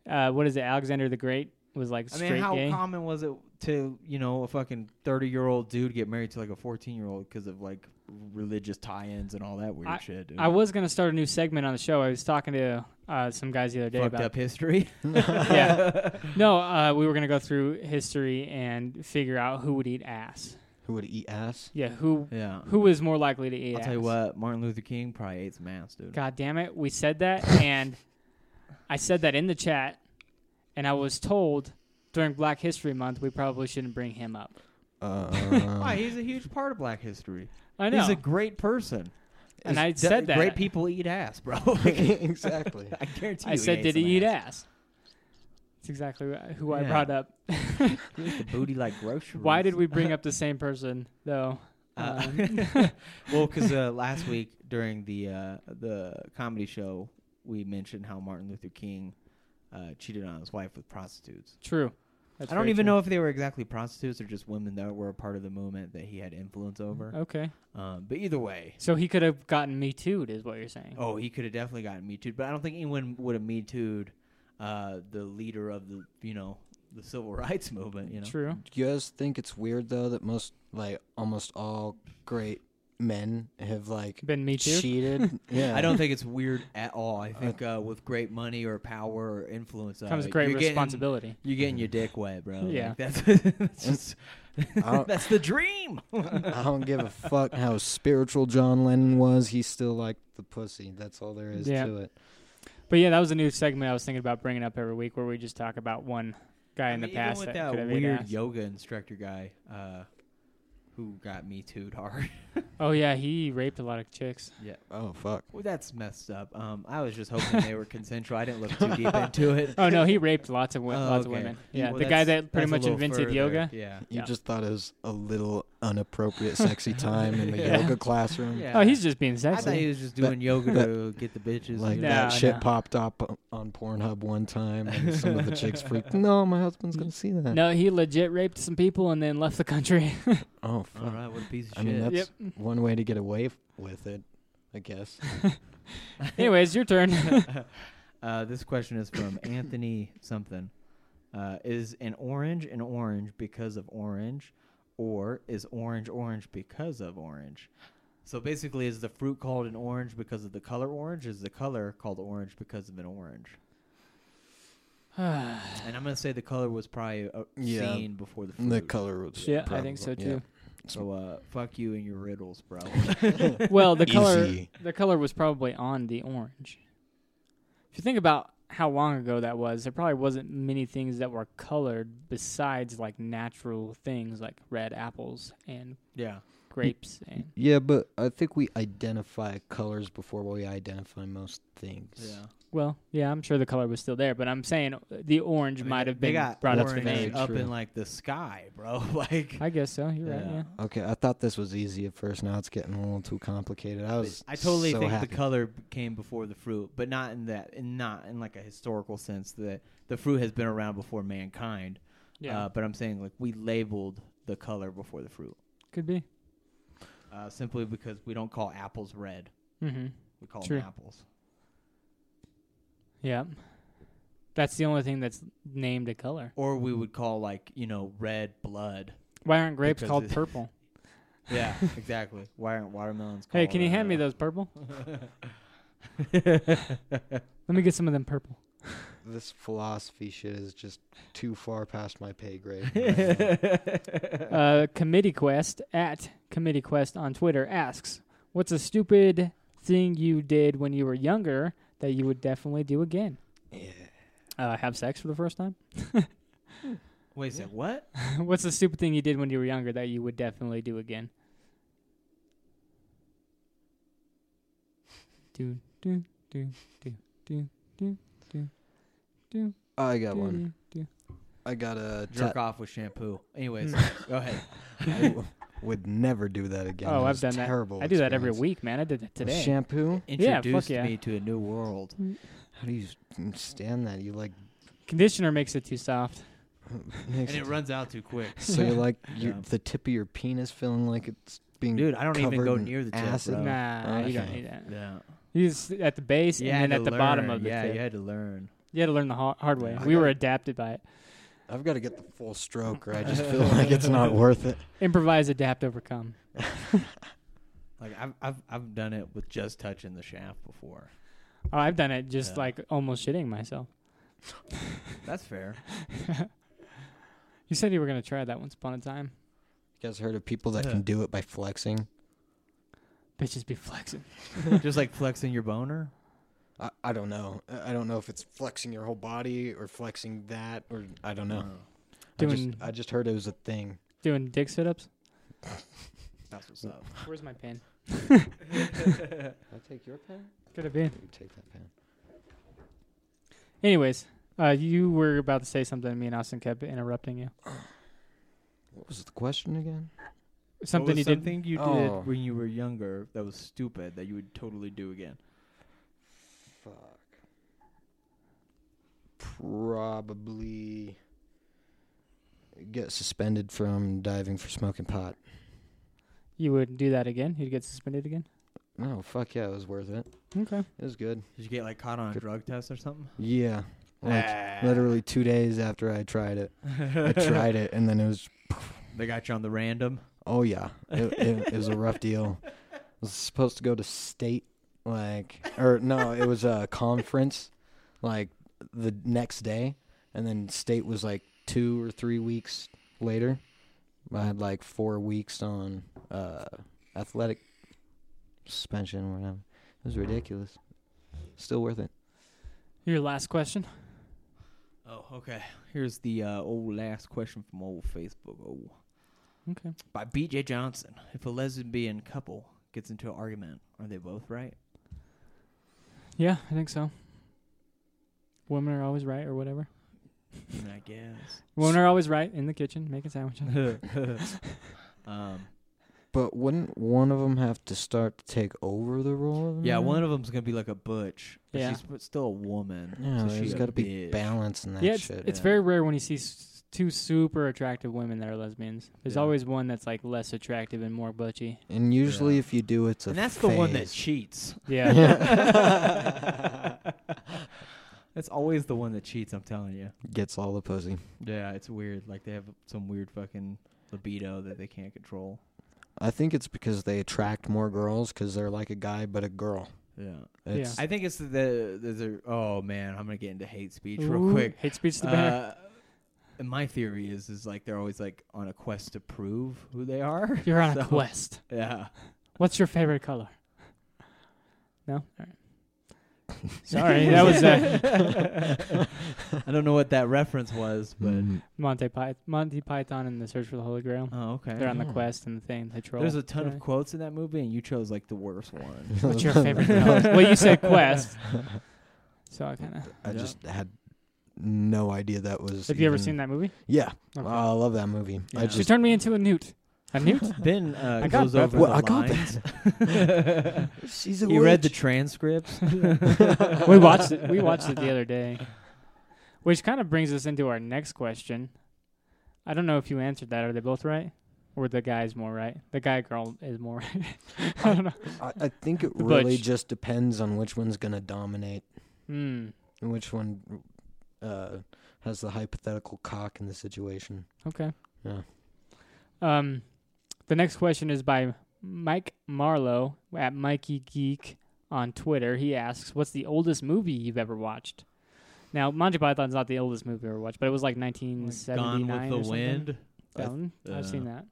Uh, what is it? Alexander the Great was like
I
straight
mean, how
gay.
common was it to you know a fucking thirty-year-old dude get married to like a fourteen-year-old because of like religious tie-ins and all that weird
I,
shit? Dude.
I was gonna start a new segment on the show. I was talking to uh, some guys the other day
Fucked
about
up history?
yeah, no, uh, we were gonna go through history and figure out who would eat ass.
Who would eat ass?
Yeah, who?
Yeah.
who is more likely to eat?
I'll tell you
ass?
what, Martin Luther King probably ate some ass, dude.
God damn it. We said that, and I said that in the chat, and I was told during Black History Month we probably shouldn't bring him up.
Why?
Um,
He's a huge part of Black history.
I
He's
know.
a great person.
And
It's
I
d-
said that.
Great people eat ass, bro.
Exactly.
I guarantee you.
I said,
ate
did he
some
eat ass? That's exactly wh- who I
Yeah.
brought up.
He ate the booty like groceries.
Why did we bring up the same person, though?
Uh,
Um,
well, because uh, last week during the uh, the comedy show, we mentioned how Martin Luther King uh, cheated on his wife with prostitutes.
True. That's
I don't
very
even
true.
know if they were exactly prostitutes or just women that were a part of the movement that he had influence over.
Okay.
Um, but either way,
So he could have gotten me too, is what you're saying.
oh, he could have definitely gotten me too. But I don't think anyone would have me too uh, the leader of the you know the civil rights movement. You know,
True.
Do you guys think it's weird though that most like almost all great men have like
Been Me Too?
cheated? yeah.
I don't think it's weird at all. I think uh, with great money or power or influence uh,
Comes great
you're getting-
responsibility.
you're getting your dick wet, bro. Like,
Yeah.
that's that's, just-
I don't-
that's the dream.
I don't give a fuck how spiritual John Lennon was. He still liked the pussy. That's all there is
Yeah.
to it.
But yeah, that was a new segment I was thinking about bringing up every week where we just talk about one guy
I
in the
mean,
past that,
even with that,
could have ate
weird
ass.
yoga instructor guy uh, who got me too'd hard.
Oh yeah, he raped a lot of chicks.
yeah.
Oh fuck.
Well, that's messed up. Um, I was just hoping they were consensual. I didn't look too deep into it.
Oh no, he raped lots of wo-
Oh,
lots of
okay.
women.
Yeah,
Yeah,
well,
the guy
that's-
that pretty
that's
much
a little
invented
further.
yoga.
Yeah.
You
Yeah.
just thought it was a little unappropriate sexy time in the
Yeah.
yoga classroom.
Yeah.
Oh, he's just being
I
sexy.
thought he was just
That-
doing yoga
that-
to get the bitches.
Like
you know?
that
No,
shit
no.
popped up on Pornhub one time, and some of the chicks freaked. No, my husband's gonna see that.
no, he legit raped some people and then left the country.
Oh
All
fuck.
right, what a piece of
I
shit.
mean, that's
Yep. Mm-hmm.
one way to get away f- with it, I guess.
Anyways, your turn.
uh, this question is from Anthony something. Uh, is an orange an orange because of orange, or is orange orange because of orange? So basically, is the fruit called an orange because of the color orange? Is the color called orange because of an orange? And I'm gonna say the color was probably uh,
Yeah.
seen before the fruit.
the color was.
yeah, I think so
probably-
too.
So uh, fuck you and your riddles, bro.
Well, the color
Easy.
the color was probably on the orange. If you think about how long ago that was, there probably wasn't many things that were colored besides like natural things like red apples and
yeah.
grapes and
Yeah, but I think we identify colors before we identify most things.
Yeah.
Well, yeah, I'm sure the color was still there, but I'm saying uh, the orange
I mean,
might have
they
been
got
brought up
orange
with age.
up
True.
in like the sky, bro. Like
I guess so. You're right. Yeah.
Okay, I thought this was easy at first. Now it's getting a little too complicated. I was.
I totally
so
think
happy.
the color b- came before the fruit, but not in that, in not in like a historical sense that the fruit has been around before mankind.
Yeah.
Uh, but I'm saying like we labeled the color before the fruit,
Could be.
uh, simply because we don't call apples red;
Mm-hmm.
we call
True.
them apples.
Yeah. That's the only thing that's named a color.
Or we would call like you know red blood.
Why aren't grapes
Because
called
it-
purple?
Yeah, exactly. Why aren't watermelons?
Hey,
called
can you hand me
watermelon?
those purple? Let me get some of them purple.
This philosophy shit is just too far past my pay grade.
uh, committee quest at committee quest on Twitter asks, "What's a stupid thing you did when you were younger that you would definitely do again?"
Yeah.
Uh, have sex for the first time.
Wait a sec. What?
What's the stupid thing you did when you were younger that you would definitely do again? Do do do do do do do do.
I got
do,
one.
do, do.
I got a
jerk
ta-
off with shampoo. Anyways,
Hmm.
go ahead.
I w- would never do that again.
Oh,
It
I've
was
done that.
terrible
I do that every
experience.
week, man. I did that
With
today.
Shampoo.
Yeah,
Introduced
fuck yeah.
me to a new world.
How do you s- stand that? You like
Conditioner makes it too soft.
And it runs out too quick.
so you're like your
Yeah.
the tip of your penis feeling like it's being
Dude, I don't even
covered
go
in
near the tip,
acid.
bro.
Nah, you don't
Okay.
need that.
Yeah.
You just at the base and
Yeah, I
then
oh, had
at the
to
bottom
learn.
of the
yeah,
tip.
you had to lear
You had to learn the ha- hard way.
I
we
got
were
it.
adapted by it.
I've got to get the full stroke, or I just feel like it's not worth it.
Improvise, adapt, overcome.
Like I've I've I've done it with just touching the shaft before.
Oh, I've done it just
Yeah.
like almost shitting myself.
That's fair.
You said you were gonna try that once upon a time.
You guys heard of people that
Yeah.
can do it by flexing?
Bitches be flexing.
just like flexing your boner.
I, I don't know. I I don't know if it's flexing your whole body or flexing that, or I don't know. I
Doing-
just I just heard it was a thing.
Doing dick sit ups.
That's what's up.
Where's my pen?
I take your pen.
Could have been.
You take that pen.
Anyways, uh, you were about to say something to me and Austin kept interrupting you.
What was the question again?
Something
what was
you did.
something you did
Oh.
when you were younger that was stupid that you would totally do again.
Fuck. Probably get suspended from diving for smoking pot.
You would do that again. You'd get suspended again.
No, Oh, fuck yeah, it was worth it.
Okay.
It was good.
Did you get like caught on a drug test or something?
Yeah. Like literally two days after I tried it. I tried it and then it was
They got you on the random.
oh yeah. It, it, it was a rough deal. I was supposed to go to state like or no, it was a conference like the next day and then state was like two or three weeks later. I had like four weeks on uh athletic suspension or whatever. It was ridiculous. Still worth it.
Your last question.
Oh, okay. Here's the uh, old last question from old Facebook. Oh.
Okay.
By BJ Johnson. If a lesbian couple gets into an argument, are they both right?
Yeah, I think so. Women are always right, or whatever.
I mean, I guess.
Women are always right in the kitchen making sandwiches.
um,
But wouldn't one of them have to start to take over the role?
yeah, one of them's gonna be like a butch. But
Yeah.
she's but still a woman.
Yeah,
so
there's
she's
got to be
bitch.
balance in that
yeah, it's,
shit.
it's
yeah.
very rare when you see s- two super attractive women that are lesbians. There's
Yeah.
always one that's like less attractive and more butchy.
and usually,
Yeah.
if you do, it's a
And that's the one that
phase.
cheats.
Yeah.
That's always the one that cheats. I'm telling you.
gets all the pussy.
Yeah, it's weird. Like they have some weird fucking libido that they can't control.
I think it's because they attract more girls because they're like a guy but a girl.
Yeah.
It's,
I think it's the there's a oh man, I'm gonna get into hate speech real
Ooh,
quick.
Hate speech to the banner.
Uh, my theory is is like they're always like on a quest to prove who they are.
You're on a
so-
quest.
Yeah.
What's your favorite color? No. All right. Sorry, that was uh,
I don't know what that reference was, but
Mm.
Monty, Pyth- Monty Python and the Search for the Holy Grail.
oh okay.
They're on the
Oh.
quest and the thing. They troll.
There's a ton
Yeah.
of quotes in that movie, and you chose like the worst one.
What's your favorite color? Well, you said quest, so I kind of.
I
Yeah.
just had no idea that was.
Have you ever seen that movie?
Yeah,
Okay.
Oh, I love that movie. I
Yeah.
She
just
turned me into a newt. A newt?
Ben uh,
I got
goes
that.
over
Well,
the
I got
lines.
she's a
you read the
witch.
transcripts.
we watched it. We watched it the other day, which kind of brings us into our next question. I don't know if you answered that. Are they both right, or the guy's more right? The guy girl is more right. I don't know.
I, I think it
The
really
butch.
just depends on which one's gonna dominate.
Hmm.
And which one uh, has the hypothetical cock in the situation?
Okay.
Yeah.
Um, The next question is by Mike Marlowe at Mikey Geek on Twitter. He asks, "What's the oldest movie you've ever watched?" Now, Monty Python's not the oldest movie I ever watched, but it was like 1979
the
or something.
Wind? I
That one?
uh,
I've seen that.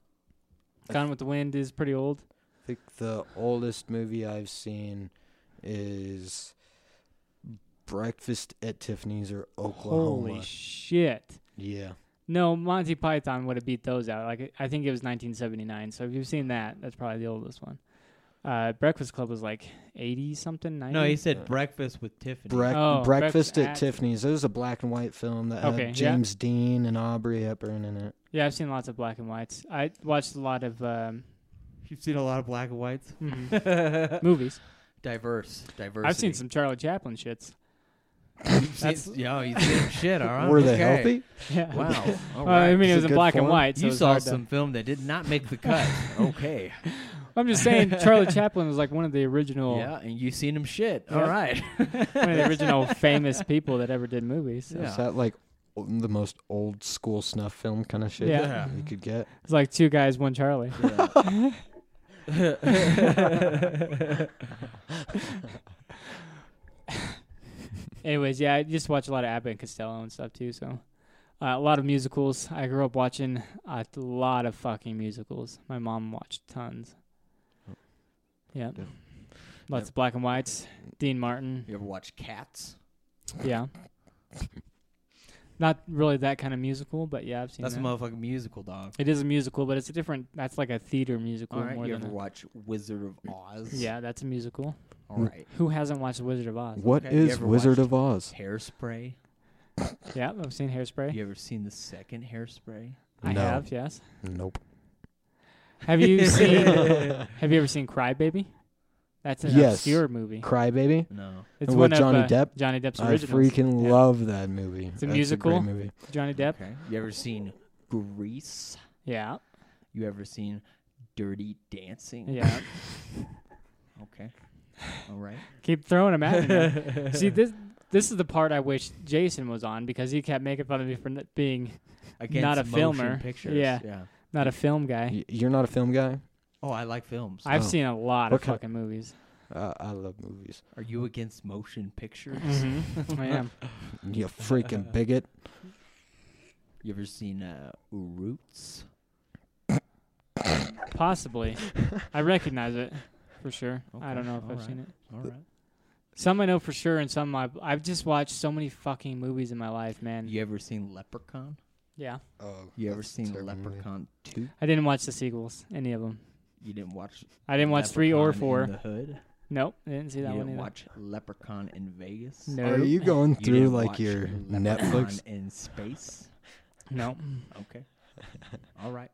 Gone with the Wind is pretty old.
I think the oldest movie I've seen is Breakfast at Tiffany's or Oklahoma.
Holy shit!
Yeah.
No, Monty Python would have beat those out. Like I think it was 1979. So if you've seen that, that's probably the oldest one. Uh, Breakfast Club was like 80 something, 90.
No, he said breakfast with Tiffany.
Brec-
Oh,
Breakfast,
Breakfast
at,
at-
Tiffany's. It was a black and white film that
Okay, yeah.
had James Dean and Aubrey Hepburn in it.
Yeah, I've seen lots of black and whites. I watched a lot of um,
You've seen a lot of black and whites Mm-hmm.
movies.
Diverse, diverse.
I've seen some Charlie Chaplin shits.
That's, yeah, you seen shit. All right.
Were they
Oh, okay.
healthy?
Yeah.
Wow. All
Well, I
right.
mean, Uh, it
Is
was
it
in
good
black and
form?
white. So
you
it was
saw
hard to-
some film that did not make the cut. okay.
I'm just saying, Charlie Chaplin was like one of the original.
Yeah, and you seen him shit.
Yeah.
All right.
one of the original famous people that ever did movies.
Is that like o- the most old school snuff film kind of shit
Yeah.
that you could get?
It's like two guys, one Charlie. Anyways, yeah, I just watch a lot of Abbott and Costello and stuff too. So, uh, a lot of musicals. I grew up watching a lot of fucking musicals. My mom watched tons. Yeah, lots of black and whites. Dean Martin.
You ever watch Cats?
Yeah. Not really that kind of musical, but yeah, I've seen
That's a
that.
motherfucking musical, dog.
It is a musical, but it's a different. That's like a theater musical
All right.
more
You
than
ever
a,
watch Wizard of Oz?
Yeah, that's a musical.
All right.
Who hasn't watched The Wizard of Oz?
What is
you ever
Wizard
watched
of Oz?
Hairspray.
Yeah, I've seen Hairspray.
You ever seen the second Hairspray?
I
No.
have, yes.
Nope.
Have you seen? have you ever seen Crybaby? That's an
yes.
obscure movie.
Crybaby.
No.
It's
and
one
with
of,
Johnny
uh,
Depp.
Johnny Depp's
I
originals.
freaking love that movie.
It's
That's
a
great
musical.
movie.
Johnny Depp.
Okay. You ever seen Grease?
Yeah.
You ever seen Dirty Dancing?
Yeah.
okay. All right.
Keep throwing them at me. man. See this. This is the part I wish Jason was on because he kept making fun of me for n- being
Against
not a
motion
filmer.
pictures,
Yeah.
yeah.
Not a film guy.
Y- You're not a film guy?
Oh, I like films.
I've
Oh.
seen a lot of
Okay.
fucking movies.
Uh, I love movies.
Are you against motion pictures?
Mhm. I am.
You freaking bigot.
You ever seen uh, Roots?
Possibly. I recognize it for sure. I
Okay,
don't know if I've
alright,
seen it.
All right.
Some I know for sure, and some I've, I've just watched so many fucking movies in my life, man.
You ever seen Leprechaun?
Yeah.
Oh,
You ever seen Leprechaun Two?
I didn't watch the sequels, any of them.
You didn't watch.
I didn't watch three or
Leprechaun
four.
in the Hood.
Nope, I didn't see that
you
one
didn't
either.
watch Leprechaun in Vegas.
No.
Are you going
You
through
didn't
like
watch
your
Leprechaun
Netflix?
in space.
No.
Okay. All right.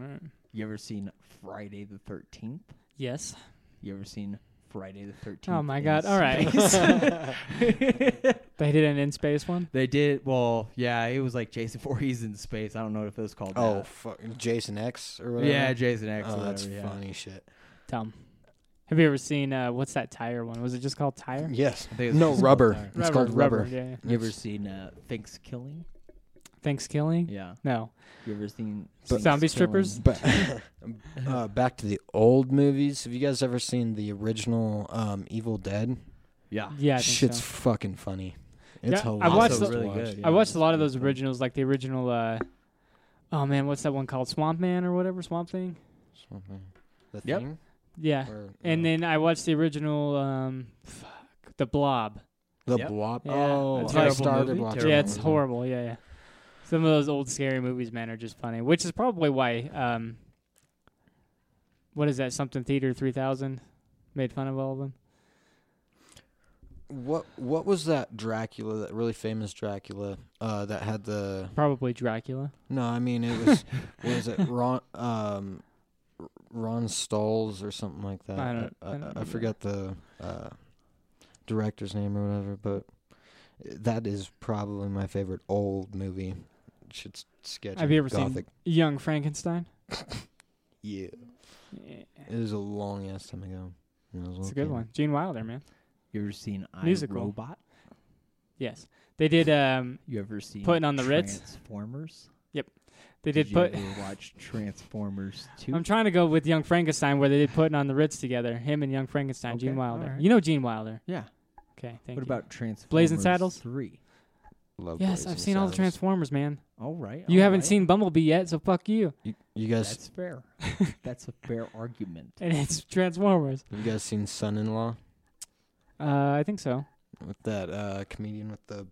Alright.
You ever seen Friday the Thirteenth?
Yes.
You ever seen Friday the Thirteenth?
Oh my god! All right. they did an in space one.
they did. Well, yeah, it was like Jason Voorhees in space. I don't know if it was called.
Oh,
that.
fuck. Jason X or whatever?
yeah, Jason X. or
Oh, that's
whatever, yeah.
funny shit.
Tom, have you ever seen uh, what's that tire one? Was it just called tire?
Yes.
I think it was
No,
just called
rubber.
Tire.
It's called
rubber,
rubber.
yeah, yeah.
You ever seen uh, Thanksgiving?
Thanksgiving.
Yeah.
No.
You ever seen
But-
Zombie
Thanksgiving?
strippers?
But uh, back to the old movies. Have you guys ever seen the original um, Evil Dead?
Yeah.
Yeah. I think
Shit's
so.
fucking funny. It's
Yeah, I
hilarious.
watched
to
the-
Really
watch.
good.
I
yeah.
watched a lot of those originals, like the original. uh Oh man, what's that one called? Swamp Man or whatever Swamp Thing.
The
Yep.
thing?
Yeah.
Or,
And
no.
then I watched the original. um Fuck. The Blob.
the
Yep.
blob.
Yeah,
oh,
that's
I
horrible
started
movie.
watching.
Terrible
yeah,
that
it's
one.
horrible. Yeah, yeah. Some of those old scary movies, man, are just funny, which is probably why. um What is that? Something Theater three thousand made fun of all of them.
What What was that Dracula? That really famous Dracula uh, that had the
Probably Dracula.
No, I mean it was was it Ron um Ron Stalls or something like that.
I don't-
I,
I
I,
don't
I forgot the uh, director's name or whatever, but that is probably my favorite old movie. Shit's sketchy.
Have you ever
Gothic.
seen Young Frankenstein?
Yeah,
Yeah,
it was a long ass time ago. when
it's a
I was
good
little kid.
one. Gene Wilder, man.
You ever seen I
Musical.
Robot?
Yes, they did. um
You ever seen
Putting on the Ritz?
Transformers?
They did
you
put-
ever watch Transformers Two.
I'm trying to go with Young Frankenstein where they did putting on the Ritz together. Him and Young Frankenstein, Gene
Okay,
Wilder.
alright.
You know Gene Wilder.
Yeah.
Okay. Thank
What
you.
about Transformers
Blazing Saddles?
Three.
Love
Yes,
Blazing
I've seen all the
Saddles.
Transformers, man.
All right.
You
all
haven't
right.
seen Bumblebee yet, so fuck you.
You, you guys,
That's fair. That's a fair argument.
And it's Transformers.
you guys seen Son-in-Law
Uh, I think so.
with that uh, comedian with the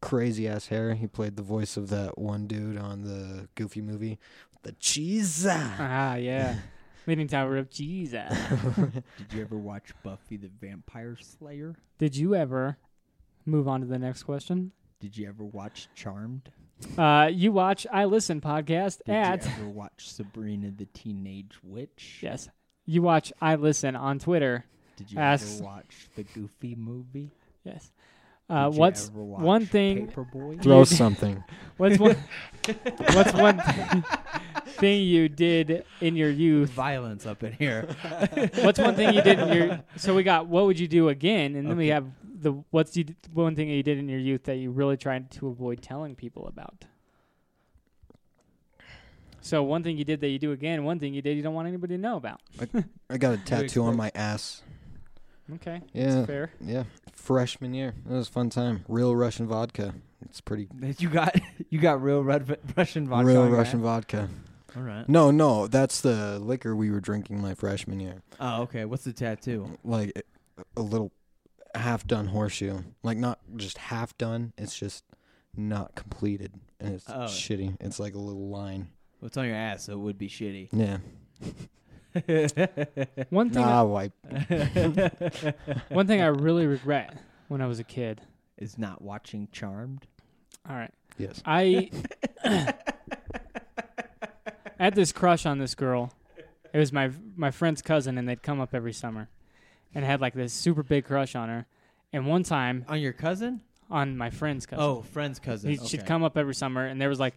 crazy ass hair? He played the voice of that one dude on the Goofy movie, the cheese.
Ah, yeah. Leaning Tower of Jesus.
Did you ever watch Buffy the Vampire Slayer?
Did you ever move on to the next question?
Did you ever watch Charmed?
Uh, you watch I Listen podcast
Did
at
you ever watch Sabrina the Teenage Witch?
yes. You watch I Listen on Twitter.
Did you
as-
ever watch the Goofy movie?
Yes. Uh,
Did you
what's
ever watch
one thing?
Paperboy?
Throw
you-
something.
What's one? what's one thing- thing you did in your youth?
Violence up in here.
what's one thing you did in your? So we got what would you do again, and then we have the what's you d- one thing that you did in your youth that you really tried to avoid telling people about. So one thing you did that you do again, one thing you did you don't want anybody to know about.
I got a tattoo on my ass.
Okay,
Yeah,
that's fair.
Yeah, freshman year. That was a fun time. Real Russian vodka. It's pretty
You got you got real red, Russian vodka.
real
on your
Russian
ass?
vodka.
All right.
No, no, that's the liquor we were drinking my freshman year.
Oh, okay. What's the tattoo?
Like a- a little half done horseshoe. Like not just half done. It's just not completed, and it's
Oh.
shitty. It's like a little line.
What's on your ass? So it would be shitty.
Yeah.
One thing.
Nah, wipe.
I, one thing I really regret when I was a kid.
Is not watching Charmed.
All right.
Yes.
I I had this crush on this girl. It was my my friend's cousin, and they'd come up every summer, and had like this super big crush on her. And one time
On your cousin?
on my friend's cousin,
Oh, friend's cousin.
He- she'd
okay.
come up every summer, and there was like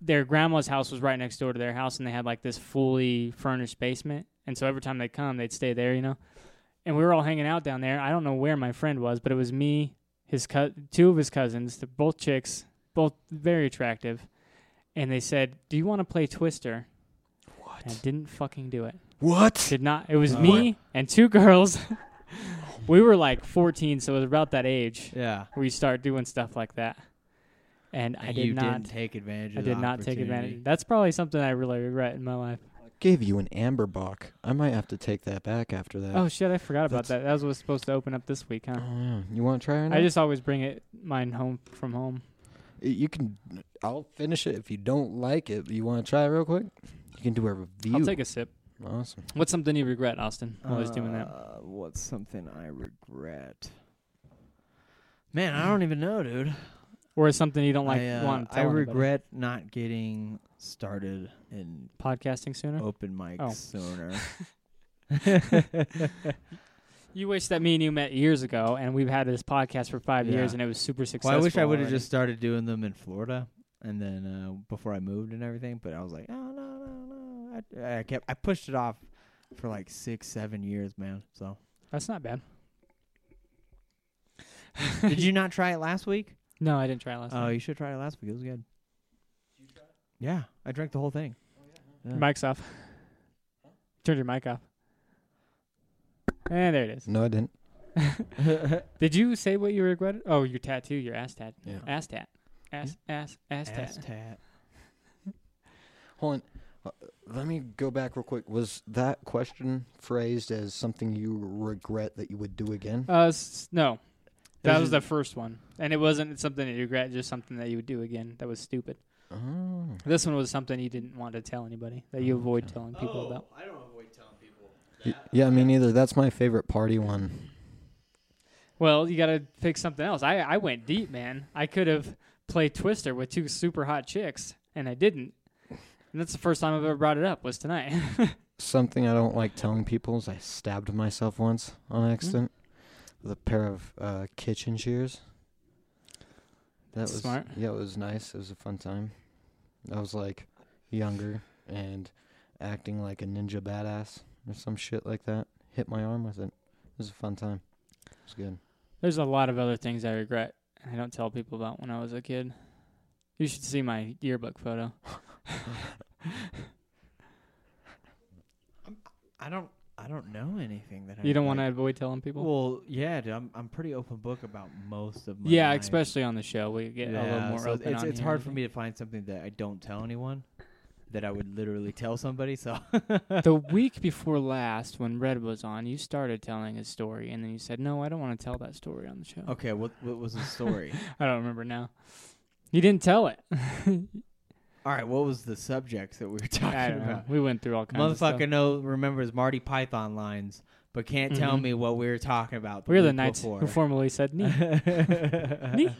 their grandma's house was right next door to their house, and they had like this fully furnished basement. And so every time they come, they'd stay there, you know. And we were all hanging out down there. I don't know where my friend was, but it was me, his co- two of his cousins, they're both chicks, both very attractive. And they said, "Do you want to play Twister?" What? I didn't fucking do it.
What?
Did not. It was me and two girls. we were like 14, so it was about that age.
Yeah.
Where you start doing stuff like that. And I
And
did
you
not
didn't take advantage.
I
of the
did not take advantage.
opportunity.
That's probably something I really regret in my life.
Gave you an amber buck. I might have to take that back after that.
Oh shit, I forgot about
That's-
that. That was what's supposed to open up this week, huh?
Oh, yeah. You want to try it?
I just always bring it mine home from home.
you can. I'll finish it if you don't like it. You want to try it real quick? You can do a review.
I'll take a sip.
Awesome.
What's something you regret, Austin, while he's doing that?
Uh, what's something I regret? Man, I don't even know, dude.
Or is something you don't like
I, uh,
want to
I
tell anybody?
regret not getting started in
podcasting sooner?
open mic
Oh.
sooner.
You wish that me and you met years ago, and we've had this podcast for five years,
Yeah.
and it was super successful.
well, I wish I would have
already.
just started doing them in Florida, and then uh, before I moved and everything. But I was like, no, no, no, no. I, I kept, I pushed it off for like six, seven years, man. So
That's not bad.
did you not try it last week?
No, I didn't try last
Oh,
night.
you should try it last week. It was good. Yeah, I drank the whole thing. yeah.
Your Mic's off. Turn your mic off. And there it is.
No, I didn't.
Did you say what you regretted? Oh, your tattoo, your ass tat.
Yeah.
Ass tat. Ass, ass, Hmm? ass, tat.
tat.
Hold on. Uh, Let me go back real quick. Was that question phrased as something you regret that you would do again?
Uh, s- no. That
There's
was
a-
the first one. And it wasn't something that you regret, just something that you would do again. That was stupid.
Oh.
This one was something you didn't want to tell anybody, that you avoid telling people about.
I don't avoid telling people.
Y- Yeah, me neither. That's my favorite party one.
Well, you got to pick something else. I, I went deep, man. I could have played Twister with two super hot chicks, and I didn't. And that's the first time I've ever brought it up was tonight.
Something I don't like telling people is I stabbed myself once
Mm-hmm.
on accident with a pair of uh, kitchen shears. That
That's
was
smart.
Yeah, it was nice. It was a fun time. I was like younger and acting like a ninja badass or some shit like that. Hit my arm with it. It was a fun time. It was good.
There's a lot of other things I regret and I don't tell people about when I was a kid. You should see my yearbook photo.
I don't. I don't know anything that I
You don't
like-
wanna avoid telling people?
Well, yeah, dude, I'm I'm pretty open book about most of my.
Yeah,
life.
especially on the show, we get a little more
so
open
It's,
on
it's
here.
hard for me to find something that I don't tell anyone, that I would literally tell somebody. So
the week before last, when Red was on, you started telling a story, and then you said, "No, I don't want to tell that story on the show."
okay, what what was the story?
I don't remember now. You didn't tell it.
All right, what was the subjects that we were talking
I don't know.
about?
We went through all kinds
Motherfucker
of stuff.
know remembers Marty Python lines, but can't tell
Mhm.
me what we were talking about.
we are the
week
knights
before.
who formerly said "Nee." Nee.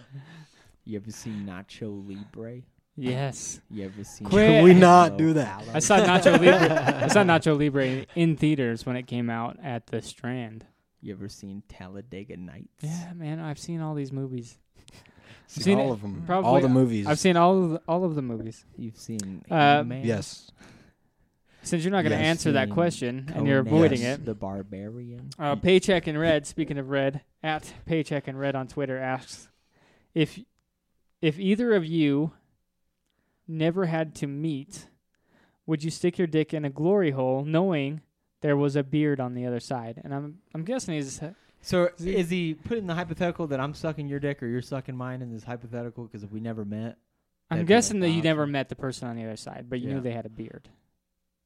You ever seen Nacho Libre?
Yes.
You ever seen?
Quit.
Hello,
I saw Nacho Libre. I saw Nacho Libre in, in theaters when it came out at the Strand.
You ever seen Talladega Nights?
Yeah, man, I've seen all these movies. I've
Seen
seen
all
it-
of 'em.
Probably, uh,
All the movies.
I've seen all of the, all of the movies.
You've seen
Uh,
Hitman?
Yes.
Since you're not going to
You've
answer that
seen
question and you're
Conan
avoiding it,
The Barbarian.
Uh, Paycheck and Red. Speaking of Red, at Paycheck and Red on Twitter asks if if either of you never had to meet, would you stick your dick in a glory hole knowing there was a beard on the other side? And I'm I'm guessing he's
So is he putting the hypothetical that I'm sucking your dick or you're sucking mine in this hypothetical because if we never met?
I'm
that'd be
guessing
an
that you
option.
never met the person on the other side, but you
Yeah.
knew they had a beard.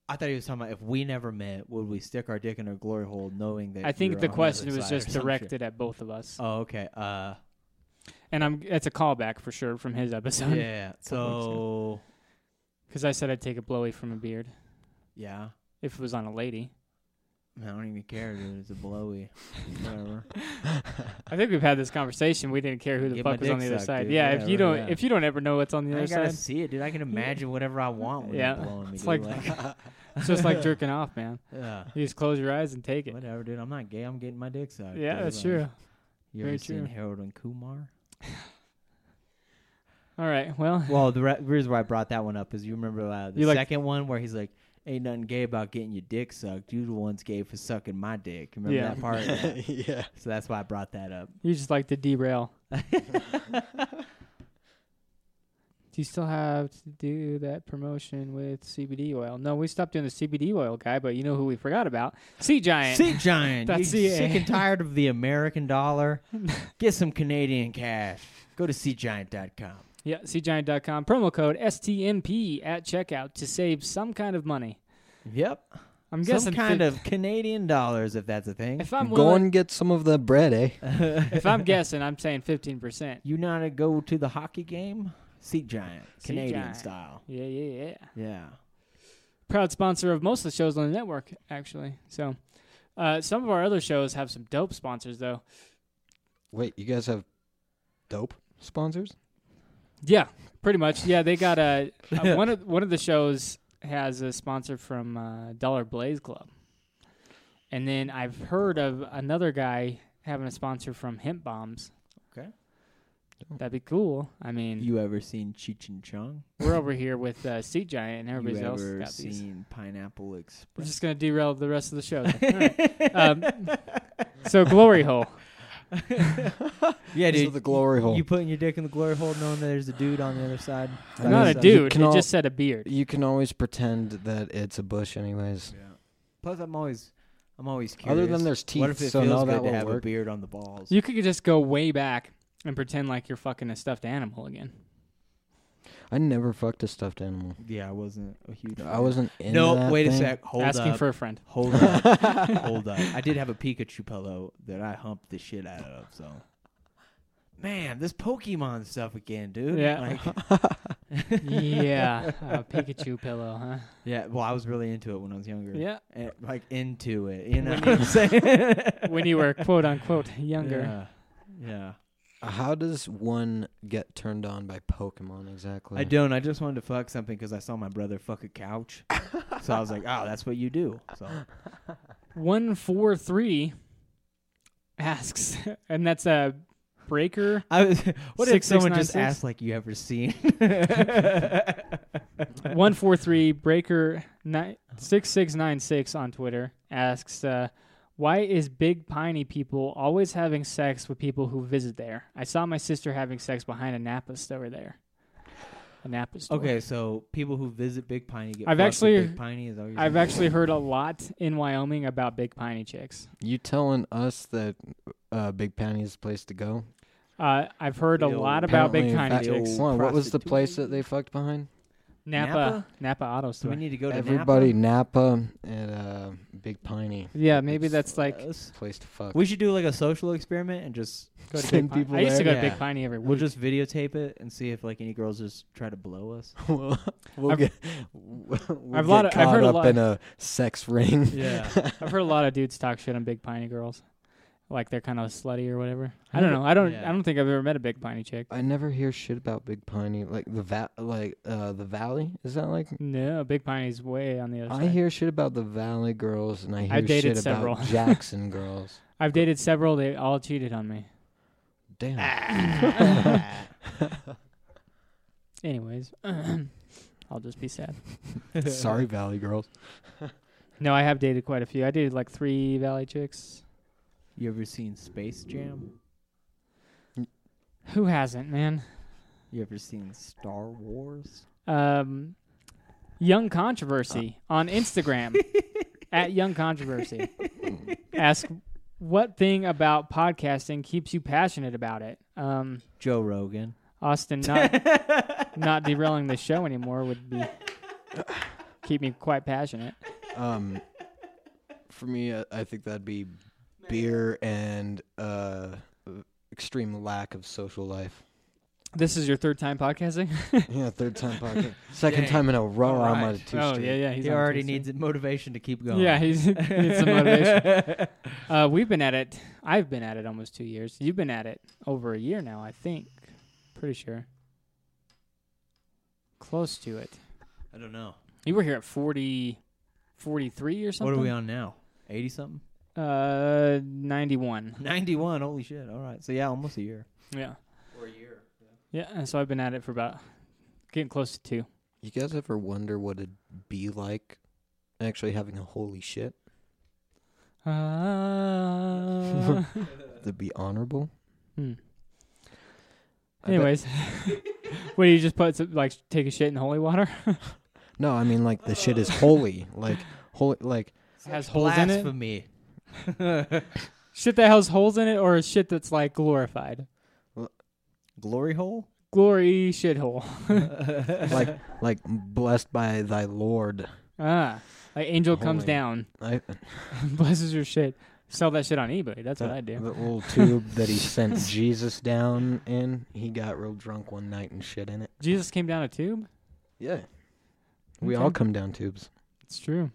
I thought he was talking about if we never met, would we stick our dick in a glory hole knowing that?
I
you're
think the
on
question
other
was
side or
just
some shit?
directed at both of us.
Oh, okay. Uh,
And I'm it's a callback for sure from his episode.
yeah. So
because I said I'd take a blowy from a beard
yeah,
if it was on a lady.
I don't even care, dude. It's a blowy. Whatever.
I think we've had this conversation. We didn't care who the
Get my
fuck was on
dick
the other
sucked,
side.
dude.
Yeah, if you don't,
Whatever, yeah.
if you don't ever know what's on the
I
other
gotta
side,
see it, dude. I can imagine whatever I want when you're blowing me.
it's
dude.
like, it's just like jerking off, man.
Yeah.
you just close your eyes and take it.
Whatever, dude. I'm not gay. I'm getting my dick sucked.
Yeah,
dude.
that's
Like,
true.
You
Very
ever seen
true.
Harold and Kumar?
All right, well,
Well, the re- reason why I brought that one up is you remember uh, the
You like-
second one where he's like, "Ain't nothing gay about getting your dick sucked. You the one's gay for sucking my dick." Remember
Yeah.
that part? of that?
Yeah.
So that's why I brought that up.
you just like to derail. Do you still have to do that promotion with CBD oil? No, we stopped doing the CBD oil guy, but you know who we forgot about? Sea Giant.
Sea Giant, you
That's
sick and tired of the American dollar? Get some Canadian cash. Go to SeaGiant.com.
Yeah, cgiant.com. Promo code STMP at checkout to save some kind of money.
Yep.
I'm
Some
guessing
kind
fi-
of Canadian dollars, if that's a thing.
If I'm
Go
willing-
and get some of the bread, eh?
if I'm guessing, I'm saying 15%.
You know how to go to the hockey game? Sea Giant, Canadian
Giant.
style.
Yeah, yeah, yeah.
Yeah.
Proud sponsor of most of the shows on the network, actually. So, uh, some of our other shows have some dope sponsors, though.
Wait, you guys have dope sponsors?
Yeah, pretty much. Yeah, they got a, uh, one of one of the shows has a sponsor from uh, Dollar Blaze Club, and then I've heard of another guy having a sponsor from Hemp Bombs.
Okay.
That'd be cool. I mean,
You ever seen Cheech and Chong?
we're over here with uh, Sea Giant, and everybody
you
else
ever
got
seen
these.
Pineapple Express?
We're just gonna derail the rest of the show. then. All right. um, so glory hole.
Yeah,
These
dude.
are the glory hole.
You putting your dick in the glory hole, knowing that there's a dude on the other side.
I
Not
mean,
a
you
dude,
can
it
al-
just said a beard.
You can always pretend that it's a bush, anyways.
Plus, I'm always, I'm always curious.
Other than there's
What
teeth,
if it
so
feels
no,
good
that
to
won't
have
work.
a beard on the balls?
You could just go way back and pretend like you're fucking a stuffed animal again.
I never fucked a stuffed animal.
Yeah, I wasn't a huge.
I wasn't into
no,
that
wait a
thing.
sec. Hold
Asking
up.
for a friend.
Hold up. Hold up. I did have a Pikachu pillow that I humped the shit out of. So, man, this Pokemon stuff again, dude.
Yeah.
Like,
yeah, a Pikachu pillow, huh?
Yeah. Well, I was really into it when I was younger.
Yeah.
Eh, like into it. You know
When
what I'm saying?
when you were quote unquote younger.
Yeah. Yeah.
How does one get turned on by Pokemon exactly?
I don't. I just wanted to fuck something because I saw my brother fuck a couch. so I was like, oh, that's what you do. So
One four three asks, and that's a breaker.
I was, what if
Six, six,
someone
nine,
just
six?
asked, like, you ever seen?
One four three breaker ni- six six nine six on Twitter asks, uh, "Why is big piney people always having sex with people who visit there? I saw my sister having sex behind a Napa store there." Annapolis.
Okay, so people who visit Big Piney get
I've
fucked with
actually
Big Piney is that what you're
I've
saying?
actually heard a lot in Wyoming about Big Piney chicks.
You telling us that uh, Big Piney is the place to go?
Uh, I've heard a
Yo,
lot about Big
apparently,
Piney
in fact-
chicks.
Hold on, what was the place that they fucked behind?
Napa Napa,
Napa?
Auto Store.
we need to go to
Everybody, Napa, and uh, Big Piney.
Yeah, maybe that's like
uh, place to fuck.
We should do like a social experiment and just
Go to Send Big Piney. people I used to there. go to Big Piney every
We'll
week.
just videotape it and see if like any girls just try to blow us.
we'll
I've-
get, we'll get caught up in a sex ring.
I've heard a lot of dudes talk shit on Big Piney girls, like they're kind of slutty or whatever. I don't know. I don't. I don't think I've ever met a Big Piney chick.
I never hear shit about Big Piney. Like the va- like uh, the Valley. Is that like?
No, Big Piney's way on the other
I
side.
hear shit about the Valley girls, and I hear
I've dated
shit
several
about Jackson girls.
I've dated several. They all cheated on me.
Damn.
Anyways, I'll just be sad.
Sorry, Valley girls.
No, I have dated quite a few. I dated like three Valley chicks.
You ever seen Space Jam?
Who hasn't, man?
You ever seen Star Wars?
Um, Young Controversy on Instagram at Young Controversy. Ask what thing about podcasting keeps you passionate about it. Um,
Joe Rogan.
Austin not not derailing the show anymore would be keep me quite passionate.
Um, for me, uh, I, I think that'd be beer and uh, extreme lack of social life.
This is your third time podcasting.
yeah, third time podcast. Second time in a row, I'm on a two
Oh yeah, yeah. He's
he
on a
already
two-streak.
needs motivation to keep going.
Yeah, he's, he needs some motivation. Uh, we've been at it. I've been at it almost two years. You've been at it over a year now, I think. Pretty sure. Close to it.
I don't know.
You were here at 40, 43 or something.
What are we on now? Eighty something?
Uh, ninety-one.
Ninety-one. Holy shit! All right. So yeah, almost a year.
Yeah.
Or a year.
Yeah, and so I've been at it for about getting close to two.
You guys ever wonder what it'd be like actually having a holy shit?
Uh,
That'd be honorable.
Hmm.
I bet-
anyways, what do you just put some, like take a shit in holy water?
No, I mean like the shit is holy, like holy, like
has holes in it.
Blasphemy.
shit that has holes in it, or shit that's like glorified.
Glory hole.
Glory shithole.
like like blessed by thy Lord.
ah, like angel comes
Holy.
down,
I,
blesses your shit. Sell that shit on eBay. That's what I
The
do.
little tube that he sent Jesus down in, he got real drunk one night and shit in it.
Jesus came down a tube.
Yeah, We all
Okay.
come down tubes.
It's true.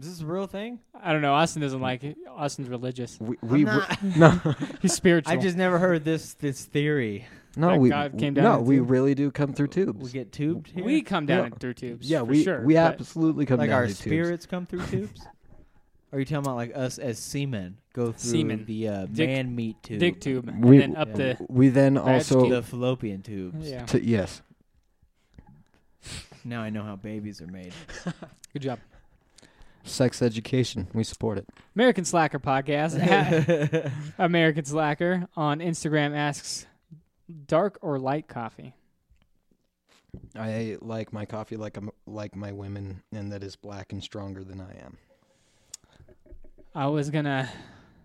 Is this a real thing?
I don't know. Austin doesn't like it. Austin's religious.
We, we were- no.
he's spiritual.
I just never heard this this theory.
No,
That
we
God came down
no,
in
we
tube?
really do come through tubes.
We get tubed. Here?
We come down
Yeah.
in through tubes.
Yeah,
for
we-
sure,
we
but-
absolutely come
like
down
our
through tubes.
spirits come through tubes. Are you talking about like us as seamen go through
Seamen.
the uh,
Dick-
man meat tube,
dick tube, and
We-
then up the
we then
badge
also-
tube.
the fallopian tubes?
Yeah.
To- yes,
Now I know how babies are made.
Good job.
sex education. We support it.
American Slacker podcast. at American Slacker on Instagram asks, dark or light coffee?
I like my coffee like I'm like my women, and that is black and stronger than I am.
I was gonna.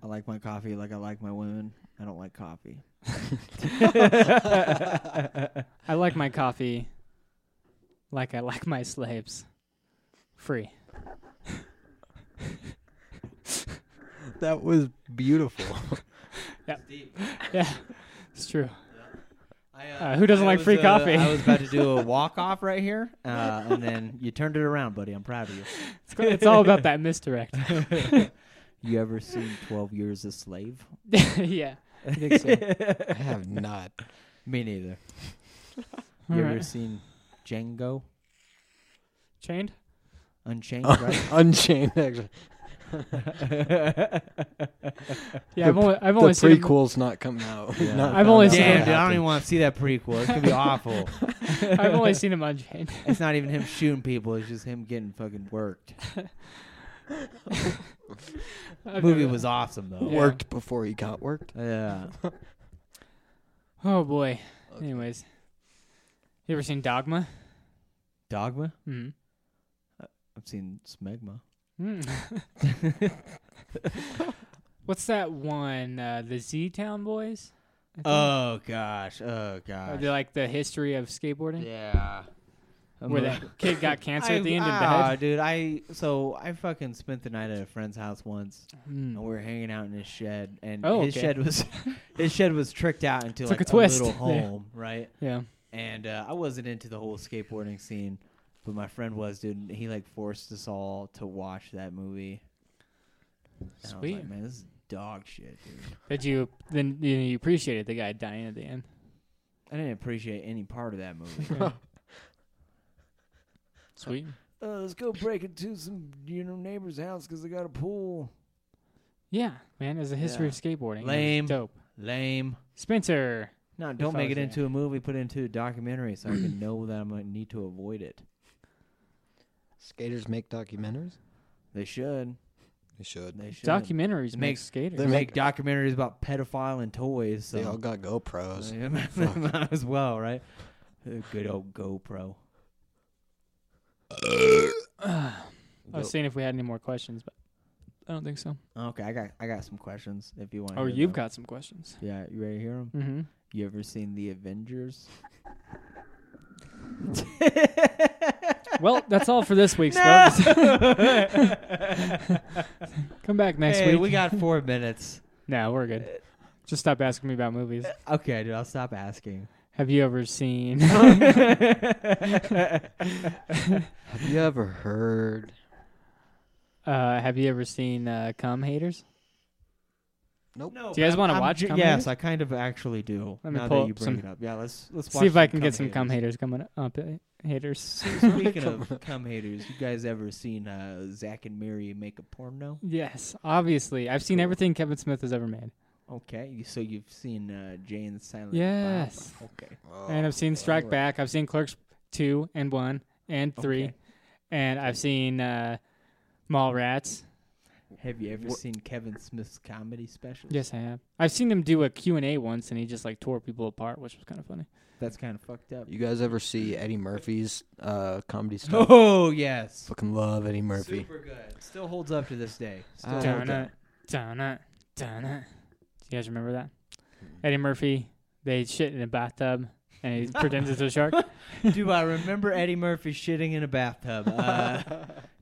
I like my coffee like I like my women. I don't like coffee.
I like my coffee like I like my slaves, free.
That was beautiful.
Yeah, yeah, it's true.
I,
Uh, who doesn't
I
like
was,
free
uh,
coffee?
I was about to do a walk off right here, uh, and then you turned it around, buddy. I'm proud of you.
It's, go- it's all about that misdirect.
You ever seen Twelve Years a Slave?
yeah, I think so.
I have not.
Me neither.
All
you
right.
ever seen Django
Chained?
Unchained? Right?
Unchained, actually.
Yeah, I've
The-
only, I've
the
only seen
prequel's not coming out.
Yeah.
Not
I've only
coming
seen-
out.
Damn, dude, I don't even want to see that prequel. It's gonna be awful.
I've only seen him unchained.
It's not even him shooting people. It's just him getting fucking worked.
I've
Movie
never-
was awesome though.
Yeah.
worked before he got
Uh,
worked.
Yeah.
Oh boy. Anyways, You ever seen Dogma?
Dogma?
Mm-hmm. Mm.
I've seen Smegma.
What's that one? Uh, the Z Town Boys. I think?
Oh gosh. Oh
Or
gosh.
the, like the history of skateboarding.
Yeah.
Where that kid got cancer at the end of the
Ah,
head.
dude. I so I fucking spent the night at a friend's house once,
Hmm.
and we were hanging out in his shed, and
Oh,
his
okay.
shed was his shed was tricked out into
Took
like
a twist.
little
Yeah.
home, right?
Yeah.
And uh, I wasn't into the whole skateboarding scene, but my friend was, dude. and He like forced us all to watch that movie. And I was like,
Sweet.
man, this is dog shit, dude.
That you then you, know, you appreciated the guy dying at the end.
I didn't appreciate any part of that movie.
Sweet.
Uh, let's go break into some you know neighbor's house because they got a pool.
Yeah, man. It's a history of skateboarding. It was
Lame.
Dope.
Lame.
Spencer.
No,
If
don't
I
make
was
it
you.
into a movie. Put it into a documentary so I can know that I'm gonna need to avoid it.
Skaters make documentaries.
They should.
They should.
They should.
Documentaries
They
make skaters.
They make documentaries about pedophile and toys. So.
They all got GoPros.
Yeah, might as well, right? Uh, Good old GoPro.
I was seeing if we had any more questions, but I don't think so.
Okay, I got I got some questions if you want.
Oh, you've got some questions.
Yeah, you ready to hear them?
Mhm.
You ever seen the Avengers?
Well, that's all for this week's folks. Come back next
Hey,
week.
we got four minutes.
No, we're good.
Uh,
Just stop asking me about movies.
Okay, dude, I'll stop asking.
Have you ever seen? uh,
Have you ever heard?
Uh, have you ever seen uh, Cum Haters?
Nope.
Do you guys want to watch?
Ju-
Cum
yes,
Haters?
I kind of actually do.
Let me
now
pull
that you
up
bring
some-
it up. Yeah, let's let's
see
watch
if I
some
can
cum
get some cum
haters.
haters coming up. uh, Haters.
Speaking of cum haters, you guys ever seen uh, Zach and Mary make a porno?
yes, obviously, I've seen everything Kevin Smith has ever made,
Okay, you- so you've seen uh, Jay and Silent Bob.
Yes.
Oh, Okay.
and I've
Oh,
seen Strike
alright.
Back. I've seen Clerks two and one and three,
Okay.
and I've seen uh, Mall Rats.
Have you ever seen Kevin Smith's comedy special?
Yes, I have. I've seen him do a Q and A once, and he just like tore people apart, which was kind of funny.
That's kind of fucked up.
You guys ever see Eddie Murphy's uh, comedy stuff?
Oh yes.
Fucking love Eddie Murphy.
Super good. Still holds up to this day. Still holds
Dun
up.
it, dun it, dun it. Do you guys remember that? Eddie Murphy, they shit in a bathtub and he pretends it's a shark.
Do I remember Eddie Murphy shitting in a bathtub? Uh,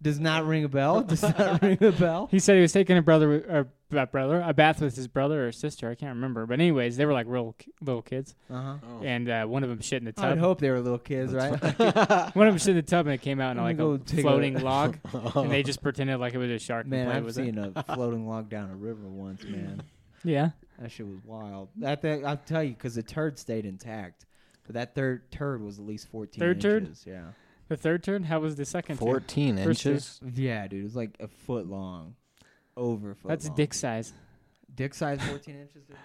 does not ring a bell. Does not ring a bell.
He said he was taking a brother with- or a brother a bath with his brother or sister. I can't remember, but anyways, they were like real ki- little kids,
Uh-huh.
and uh, one of them shit in the
I'd
tub.
hope they were little kids, right?
one of them shit in the tub and it came out in
I'm
like
gonna
a
go take a-
floating log, and they just pretended like it was a shark.
man,
and played
I've
with
seen
it.
a floating log down a river once, man.
Yeah.
That shit was wild. That thing, I'll tell you, because the turd stayed intact, but that third turd was at least fourteen.
Third turd?
inches, Yeah.
The third turn. How was the second? turn?
14
First turn?
inches?
Yeah, dude, it was like a foot long, over a foot.
That's
long.
dick size.
Dick size, fourteen inches. dude?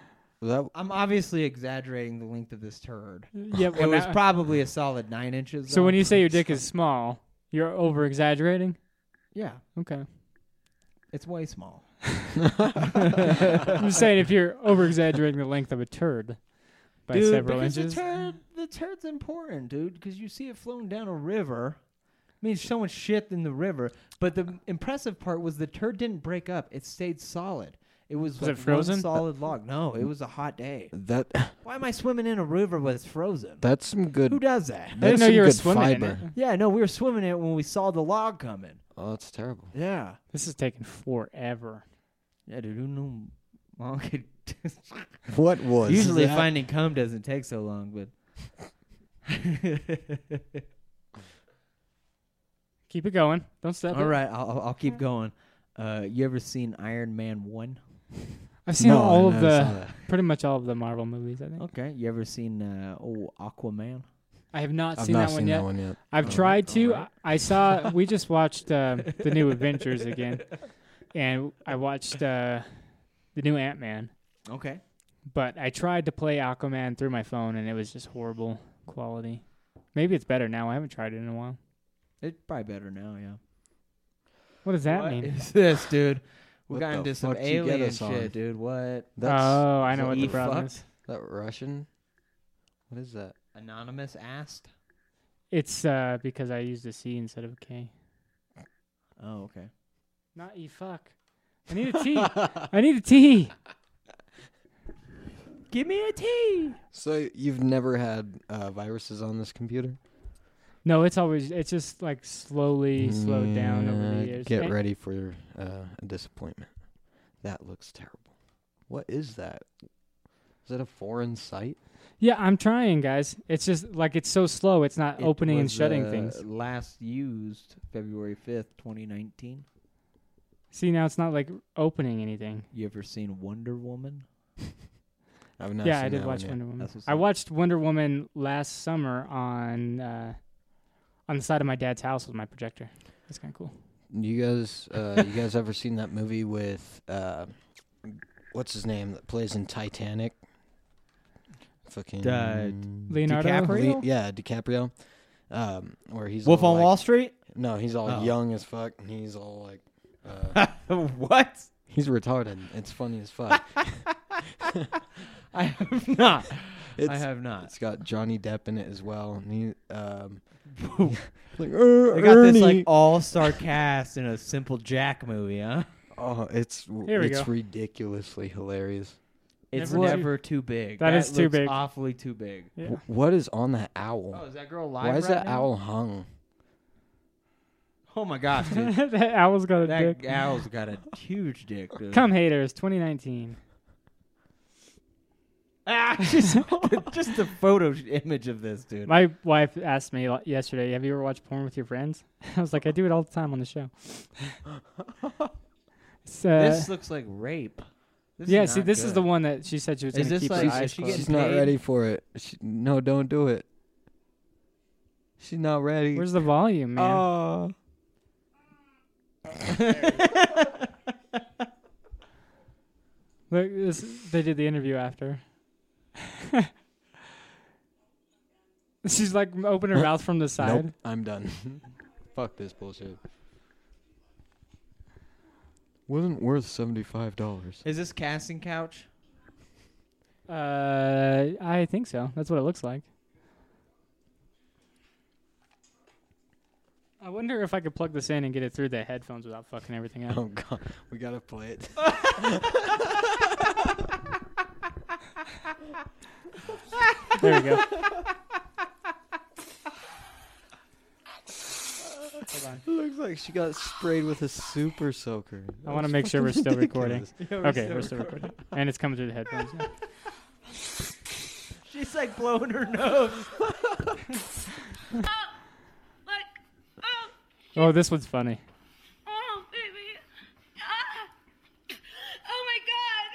That,
I'm obviously exaggerating the length of this turd.
Yeah,
it
well,
was
now-
probably a solid nine inches.
So when
though.
you say your dick is small, you're over exaggerating.
yeah,
Okay.
it's way small.
I'm just saying if you're over exaggerating the length of a turd by
dude,
several
because
inches.
The, turd, the turd's important, dude, because you see it floating down a river. I mean, so much shit in the river. But the impressive part was the turd didn't break up; it stayed solid. It was,
Was
like
it frozen?
One solid log. No, it was a hot day.
that
Why am I swimming in a river when it's frozen?
that's some good.
Who does that?
That's
I didn't know
some
you were
good
swimming in
fiber.
it.
Yeah, no, we were swimming in it when we saw the log coming.
Oh, that's terrible.
Yeah.
This is taking forever.
Yeah, dude, who knew mom could.
What was
Usually,
that?
finding cum doesn't take so long, but
Keep it going. Don't stop.
all right, I'll, I'll- I'll keep going. Uh, you ever seen Iron Man one?
I've seen
No, I
all of
never saw
the
that.
pretty much all of the Marvel movies, I think.
Okay, you ever seen uh, oh Aquaman?
I have not
I've
seen, that,
not seen
one
that
yet.
one yet.
Oh,
I've tried to. I I saw we just watched uh, The New Adventures again. And I watched uh, The New Ant Man.
Okay,
But I tried to play Aquaman through my phone and it was just horrible quality. Maybe it's better now. I haven't tried it in a while.
it's probably better now. Yeah.
What does that
What
mean?
is this, dude? We
What
got
the
into some
fuck you get
alien
us on?
shit, dude. What?
That's
oh, I know
so
what
you
the problem
fucked?
is.
that Russian. What is that?
Anonymous asked.
It's uh, because I used a C instead of a K.
Oh, okay.
Not E fuck. I need a T. I need a T. Give me a T.
So you've never had uh, viruses on this computer?
No, it's always it's just like slowly slowed down over
Yeah,
the years.
Get
And-
ready for uh, a disappointment. That looks terrible. What is that? Is that a foreign site?
Yeah, I'm trying, guys. It's just like it's so slow. It's not
It
opening and
was,
shutting
uh,
things.
Last used February 5th, 2019.
See, now it's not like opening anything.
You ever seen Wonder Woman?
I've
yeah, I did watch Wonder Woman.
That's what's
I
up.
watched Wonder Woman last summer on uh, on the side of my dad's house with my projector. That's kind of cool.
You guys, uh, you guys ever seen that movie with uh, what's his name that plays in Titanic? Fucking
Uh,
Leonardo? DiCaprio?
yeah, DiCaprio. Um, where he's
Wolf
all,
on
like-
Wall Street?
No, he's all
Oh.
young as fuck, and he's all like, uh,
what?
He's retarded. It's funny as fuck.
I have not. I have not.
It's got Johnny Depp in it as well, and he um, like uh,
They got this like
Ernie.
all star cast in a simple Jack movie, huh?
Oh, it's
Here we
it's
go.
ridiculously hilarious.
It's
Never
never,
too-
too big.
That is too
looks
big.
Awfully too big.
Yeah.
Wh- What is on that owl?
Oh, is that girl live?
Why is
right
that
now?
owl hung?
Oh my gosh, dude.
that owl's got a
that
dick.
owl's got a huge dick, dude.
Come haters, 2019.
Ah, just, just the photo image of this, dude.
My wife asked me like, yesterday, "Have you ever watched porn with your friends?" I was like, "I do it all the time on the show." It's, uh,
this looks like rape. This is
yeah, see,
not
this is the
good.
one that she said she was going
Is
to
this
keep
like-
her eyes
is she
closed.
getting
She's not
paid?
ready for it. She, no, don't do it. She's not ready.
Where's the volume, man?
Oh.
Look, this, they did the interview after. She's like m- open her mouth from the side.
Nope, I'm done. Fuck this bullshit. Wasn't worth seventy five dollars.
Is this casting couch?
Uh, I think so. That's what it looks like. I wonder if I could plug this in and get it through the headphones without fucking everything up.
Oh god, we gotta play it.
There we go.
Looks like she got sprayed with a super soaker.
I
That
want to
was
make sure we're
fucking
still recording.
ridiculous.
Yeah, we're
okay,
still
we're still recording. and it's coming through the headphones. now.
She's like blowing her nose.
Oh, this one's funny.
Oh, baby. Ah. Oh my god.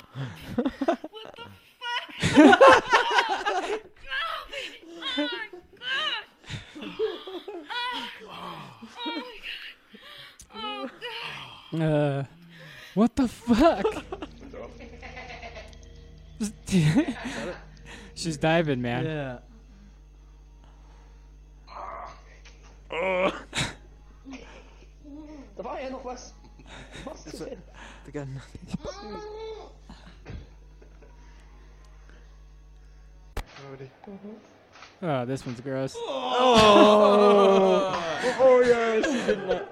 Ah. what the fuck? Ah. no, baby. Oh my god. Ah. Oh my god. Oh god.
Uh, what the fuck? She's diving, man.
Yeah.
Давай, я ну вас.
They got nothing.
Oh, this one's gross.
Oh.
Oh, yes, she did not-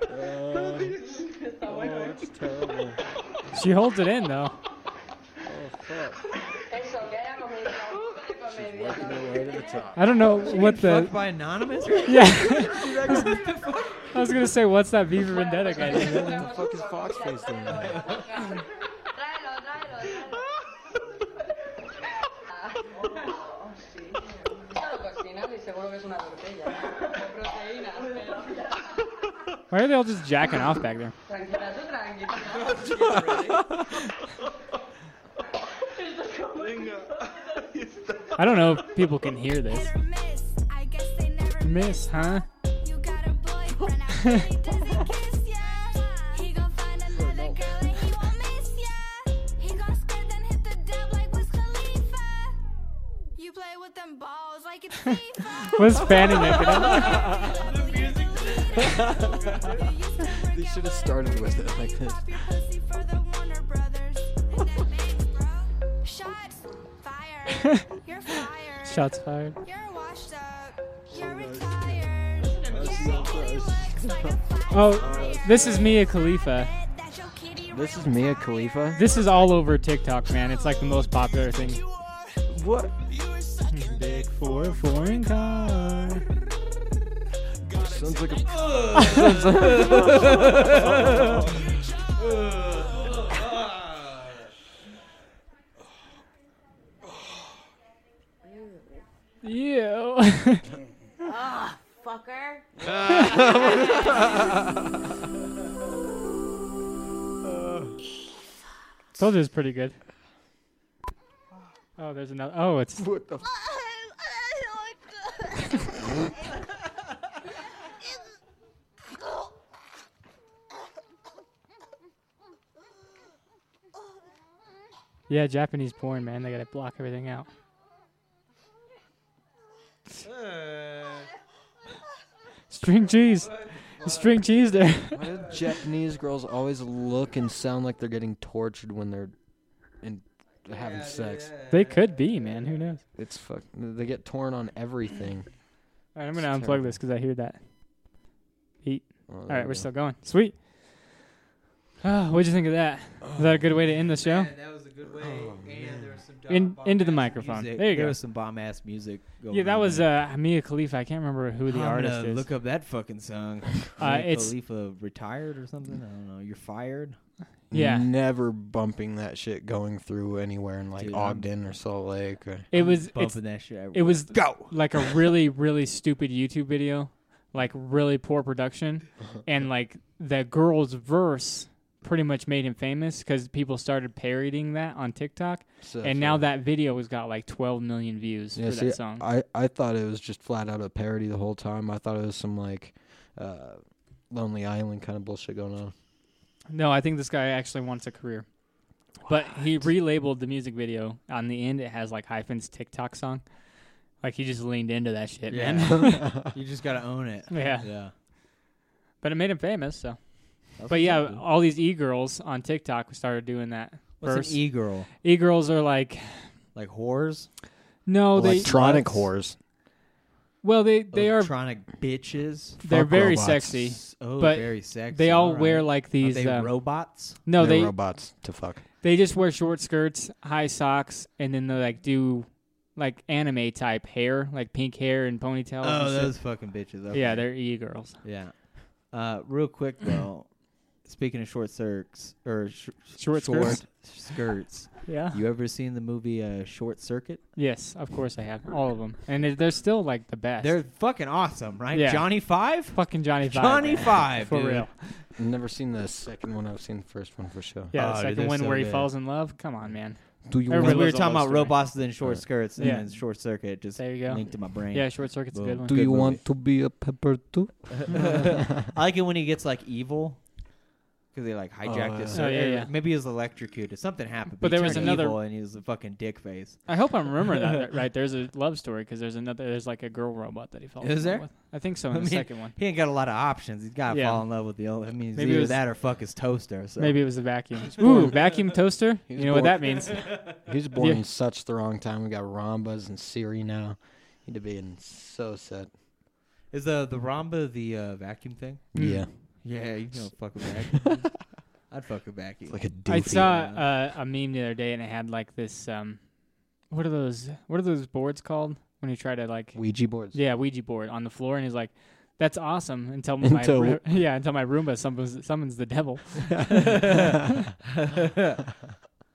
She holds it in though. I don't know what the.
Fucked by anonymous?
Yeah.
I
I was gonna say, what's that Beaver Vendetta guy? doing?
the fuck is Foxface doing?
Why are they all just jacking off back there? I don't know if people can hear this. Miss, huh?
You play with them balls like it's FIFA.
What's fanning naked?
they should have started with it like this.
Shots fired.
Shots fired.
You're washed up.
Oh, this is Mia Khalifa.
This is Mia Khalifa.
This is all over TikTok, man. It's like the most popular thing.
What?
Big for a foreign car.
Sounds like
You.
Ah, fucker.
Told you it's pretty good. Oh, there's another. Oh, it's. What the? yeah, Japanese porn, man. They gotta block everything out. String cheese. String cheese there.
Why do Japanese girls always look and sound like they're getting tortured when they're in having sex?
They could be, man. Who knows?
It's fuck. They get torn on everything.
All right, I'm
It's
gonna unplug
terrible.
this because I hear that. Heat. All
there
right,
we
we're still going. Sweet. Ah, what'd you think of that? Is that a good way to end the show?
that was a good way. and there was some
In, into the microphone.
Oh, music.
There you go.
was some bomb ass music. Going
Yeah, that
on
was
there.
uh, Mia Khalifa. I can't remember who the
I'm
artist
gonna
is.
Look up that fucking song.
Uh,
Mia
it's-
Khalifa retired or something. I don't know. You're fired.
Yeah.
Never bumping that shit going through anywhere in like
Dude, I'm-
Ogden or Salt Lake. Or
It was
bumping
it's-
that shit
It
everywhere.
was
Go!
like a really really stupid YouTube video, like really poor production, and like the girl's verse pretty much made him famous because people started parodying that on TikTok,
So
and now that video has got like 12 million views for
see,
that song.
I, I thought it was just flat out a parody the whole time. I thought it was some like uh, Lonely Island kind of bullshit going on.
No, I think this guy actually wants a career. But he relabeled the music video. On the end, it has like hyphens TikTok song. Like he just leaned into that shit, man.
you just gotta own it.
Yeah.
Yeah.
but it made him famous, so.
That's
but
what's
yeah,
up, dude.
all these e girls on TikTok started doing that.
What's an e-girl?
E girls are like,
Like whores.
no, they
Electronic whores.
Well, they they are
electronic bitches.
They're
Fuck
very
robots.
sexy.
Oh,
but
very sexy.
They all
Alright.
wear like
Are
these.
they
um,
robots?
No,
They're
they
robots to fuck.
They just wear short skirts, high socks, and then they like do like anime type hair, like pink hair and ponytails.
Oh,
and shit.
those fucking bitches. Okay.
Yeah, they're e girls.
Yeah. Uh, real quick though, speaking of short circs or sh-
Short skirts?
short skirts.
Yeah.
You ever seen the movie uh, Short Circuit?
Yes, of course I have all of them, and they're- they're still like the best.
They're fucking awesome, right?
Yeah.
Johnny Five.
Fucking Johnny Five.
Johnny
man.
Five,
for
dude.
real.
I've never seen the second one. I've seen the first one for sure.
Yeah, the
Oh, dude,
second
they're
one
so
where he
good.
falls in love. Come on, man.
Do you
Everybody
we were
knows
talking
that
about
story.
robots and then short skirts and
Yeah.
then short circuit just
There you go.
linked to my brain.
Yeah, Short Circuit's a good
Boom.
one.
Do you want to be a pepper too?
I like it when he gets like evil because they like hijacked
Oh,
his.
yeah. Oh, yeah,
or
yeah.
Maybe he was electrocuted. Something happened.
But
he
there was
turned
another-
evil and he was a fucking dick face.
I hope I'm remembering that right. There's a love story because there's another. There's like a girl robot that he falls.
Is
in
there?
Love with. I think so in
I
the
mean,
second one.
He ain't got a lot of options. He's got to
Yeah.
fall in love with the old. I mean, it's
Maybe it
either
was-
that or fuck his toaster. So.
Maybe it was a vacuum.
born-
Ooh, vacuum toaster.
He's
you know what
born-
that means?
He's born
Yeah.
in such the wrong time. We got Rambas and Siri now. He'd be in so set.
Is the the Ramba the uh, vacuum thing?
Mm.
Yeah.
Yeah, you know, fuck a vacuum. I'd fuck a vacuum.
like a
I saw uh, a meme the other day, and it had like this. Um, what are those? What are those boards called? When you try to like
Ouija boards.
Yeah, Ouija board on the floor, and he's like, "That's awesome." Until my
Until-
roo- yeah, until my Roomba summons, summons the devil.
That's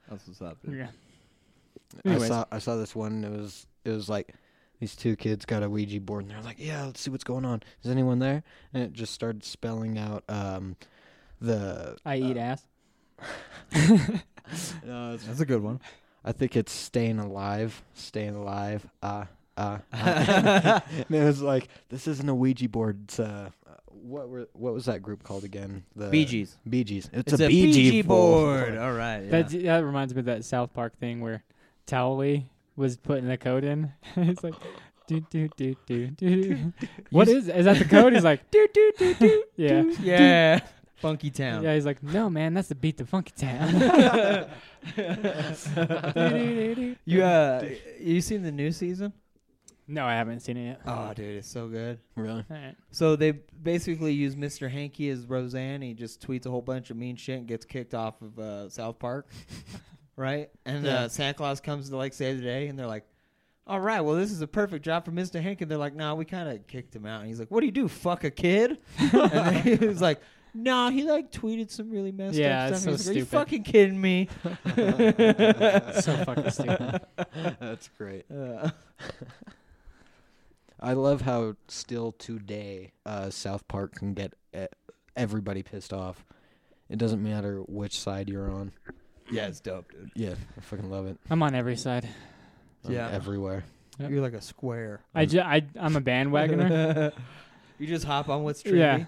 what's up. dude.
yeah.
I
Anyways.
saw I saw this one. And it was it was like these two kids got a Ouija board and they're like, yeah, let's see what's going on. Is anyone there? And it just started spelling out um the.
I eat ass.
No, it's-
That's a good one.
I think it's staying alive, staying alive. Ah. Uh, uh, and it was like this isn't a Ouija board. It's uh, what were what was that group called again? The
Bee Gees.
Bee Gees. It's,
uh, It's
a,
a
Bee
Bee
Gee
Gee board. All right, yeah.
That that reminds me of that South Park thing where Towley was putting the code in. it's like. Do, do, do, do, do, do. What is is that the code? He's like do do do do. Yeah,
do, yeah. Funky Town.
Yeah, he's like, no man, that's the beat to Funky Town.
you uh, you seen the new season?
No, I haven't seen it yet.
Oh, dude, it's so good.
Really?
Alright.
So they basically use Mr. Hanky as Roseanne. He just tweets a whole bunch of mean shit and gets kicked off of uh, South Park, right? And
Yeah.
uh, Santa Claus comes to like save the day, and they're like, "All right, well, this is a perfect job for Mr. Hanky." They're like, "No, we kind of kicked him out." And he's like, "What do you do? Fuck a kid?" and then he was like. No, he like tweeted some really messed
Yeah,
up
it's so
stuff. He's like, Are you
stupid.
fucking kidding me?
So fucking stupid.
That's great.
Uh,
I love how still today uh, South Park can get e- everybody pissed off. It doesn't matter which side you're on.
yeah, it's dope, dude.
Yeah, I fucking love it.
I'm on every side.
I'm
Yeah.
everywhere.
Yep.
You're like a square.
I, ju- I I'm a bandwagoner.
You just hop on what's trendy.
yeah.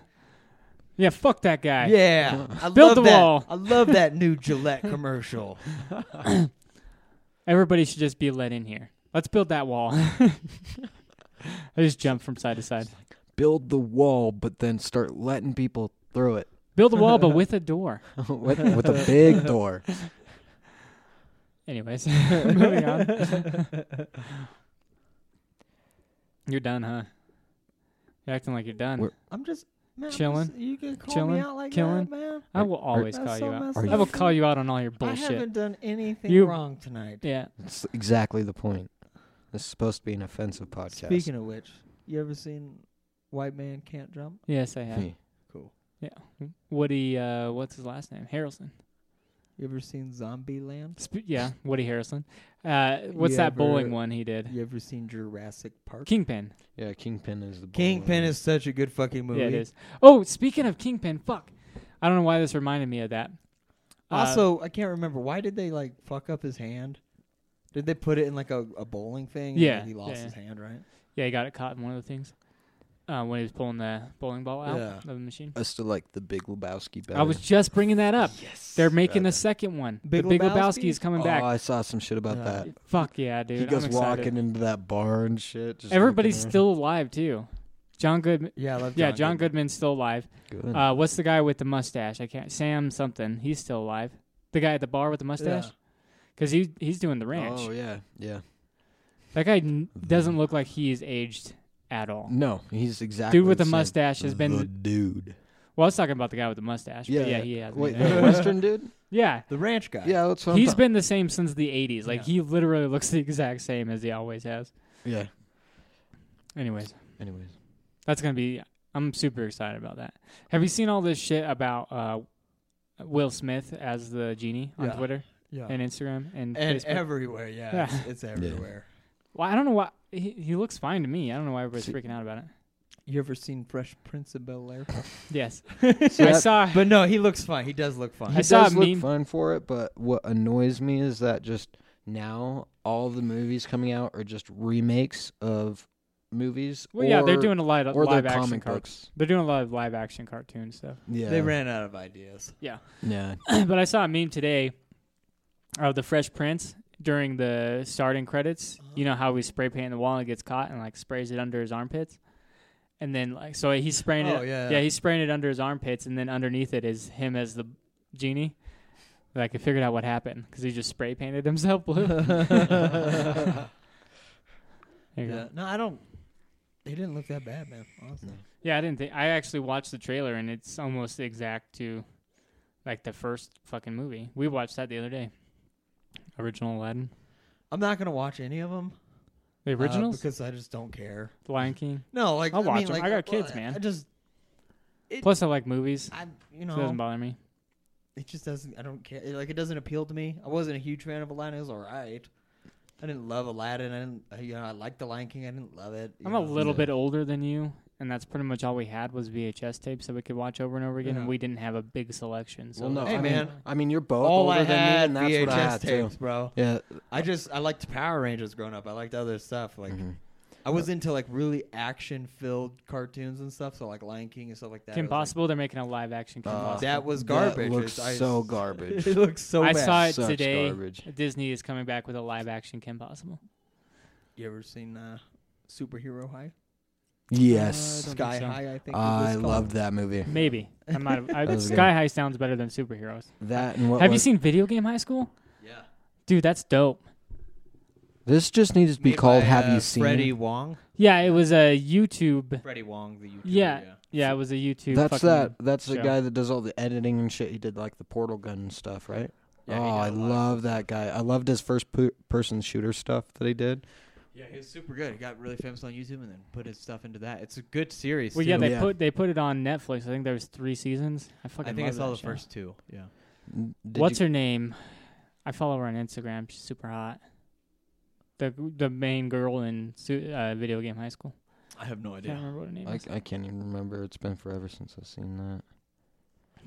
Yeah, fuck that guy.
Yeah, I
Build
love
the
that.
wall.
I love that new Gillette commercial.
Everybody should just be let in here. Let's build that wall. I just jump from side to side.
Build the wall, but then start letting people through it
Build a wall, but with a door.
with, with a big door.
Anyways, moving on. you're done, huh? You're acting like you're done.
We're-
I'm just man, I'm just-
chilling.
you gonna call
chilling,
me out like
killing.
that, man?
I will always
That's
call
so
you out.
messed
I will
up.
call you out on all your
I
bullshit.
haven't done anything
You-
wrong tonight.
Yeah.
That's exactly the point. This is supposed to be an offensive podcast.
Speaking of which, you ever seen White Man Can't Jump?
Yes, I have.
Hmm.
Cool.
Yeah. Woody, uh, what's his last name? Harrelson.
You ever seen Zombie Land?
Sp- yeah, Woody Harrelson. Uh, what's
You
that bowling
ever-
one he did?
You ever seen Jurassic Park?
Kingpin.
yeah, Kingpin is the boy
Kingpin
one.
is such a good fucking movie.
Yeah, it is. Oh, speaking of Kingpin, fuck. I don't know why this reminded me of that. Uh,
Also, I can't remember why did they like fuck up his hand? Did they put it in like a, a bowling thing? and, like,
yeah,
he lost
yeah.
his hand, right?
Yeah, he got it caught in one of the things uh, when he was pulling the bowling ball out
Yeah.
of the machine.
I still like the Big Lebowski better.
I was just bringing that up. Yes, they're making the second one.
Big
the Big Lebowski,
Lebowski?
is coming
oh,
back.
I saw some shit about
Yeah.
that.
Fuck yeah, dude!
he goes
I'm excited.
walking into that bar and shit. just
Everybody's
looking
still alive too. John Goodman.
Yeah, I love
yeah,
John
John Goodman's still alive.
Good.
Uh, what's the guy with the mustache? I can't. Sam something. He's still alive. The guy at the bar with the mustache.
Yeah.
Because he he's doing the
around.
ranch.
Oh yeah, yeah.
That guy n- doesn't look like he's aged at all.
No, he's exactly
dude with the
the same.
mustache has been
The dude.
Well, I was talking about the guy with the mustache. Yeah,
Yeah,
but yeah,
yeah.
he has.
Wait, the Western dude?
Yeah,
The ranch guy.
Yeah, that's what I'm
He's
talking-
been the same since the '80s. Like he literally looks the exact same as he always has.
Yeah.
Anyways,
Anyways,
that's gonna be. I'm super excited about that. Have you seen all this shit about uh, Will Smith as the genie on
Yeah.
Twitter
Yeah.
and Instagram and
And
Facebook?
everywhere, yeah, It's, it's everywhere.
Well, I don't know why he, he looks fine to me. I don't know why everybody's
See-
freaking out about it.
You ever seen Fresh Prince of Bel Air?
Yes,
See,
I
that-
saw.
but no, he looks fine. He does look fine.
he
I saw a
does look
meme-
fine for it, but what annoys me is that just now all the movies coming out are just remakes of movies.
Well, yeah, they're
or-
doing a lot of
or they're
live action
comic
cartoons.
books.
They're doing a lot of live action cartoon stuff.
Yeah,
They ran out of ideas.
Yeah.
Yeah,
but I saw a meme today of the Fresh Prince during the starting credits.
Uh-huh.
You know how we spray paint the wall and it gets caught and like sprays it under his armpits, and then like so he's spraying
Oh,
it.
yeah.
yeah, he's spraying it under his armpits, and then underneath it is him as the genie. Like I figured out what happened because he just spray painted himself blue. there you go.
Yeah. No, I don't. He didn't look that bad, man. Honestly.
Yeah, I didn't think. I actually watched the trailer, and it's almost exact to like the first fucking movie. We watched that the other day. Original Aladdin,
I'm not gonna watch any of them.
the
Uh,
originals,
because I just don't care.
The Lion King.
No, like
I'll
I
watch
mean,
'em.
like,
I got
well,
kids, man.
I just
Plus, I like movies.
I,
so
you
it doesn't
know.
bother me.
it just doesn't. I don't care. Like it doesn't appeal to me. I wasn't a huge fan of Aladdin. It was all right. I didn't love Aladdin. I didn't. uh, You know, I liked The Lion King. I didn't love it. you
I'm a
know.
little bit older than you, and that's pretty much all we had was VHS tapes that we could watch over and over again, and
Yeah.
we didn't have a big selection. So
Well, no,
Hey,
I
man.
mean, I mean, you're both
All
older
I
than
had
me, and that's
VHS
what I had
tapes,
too.
bro.
Yeah,
I just I liked Power Rangers growing up. I liked other stuff. Like
Mm-hmm.
Mm-hmm.
uh, I was into like really action filled cartoons and stuff. So like Lion King and stuff like that.
Kim
It was,
Possible, they're making a live action Kim
like,
Possible.
that was
That
garbage.
looks
It's- I-
so garbage.
it looks so.
I
bad.
saw it
Such
today.
garbage.
Disney is coming back with a live action Kim Possible.
You ever seen uh, Superhero High?
Yes.
think
Sky
so.
High. I think. it was
Uh, I
called.
loved that movie.
Maybe I might have. I,
That was good.
Sky High sounds better than superheroes.
That and what
Have you
was-
seen Video Game High School?
Yeah.
Dude, that's dope.
This just needs to be called
by,
Have
uh,
You Seen?
Freddie Wong?
Yeah, it was a YouTube.
Freddie Wong, the YouTuber,
Yeah,
yeah.
yeah, it was a YouTube.
That's
fucking
that. That's the
show.
guy that does all the editing and shit. He did like the portal gun and stuff, right? oh, I love that guy. I loved his first po- person shooter stuff that he did.
Yeah, he was super good. He got really famous on YouTube and then put his stuff into that. It's a good series.
Well, yeah,
too.
they put they put it on Netflix. I think there was three seasons. I fucking.
think I
love
saw
that
the
show.
first two, yeah.
N- did
What's her name? I follow her on Instagram. She's super hot. The the main girl in su- uh, video game high school.
I have no idea.
Can't remember what her name
I,
is.
I can't even remember. It's been forever since I've seen that.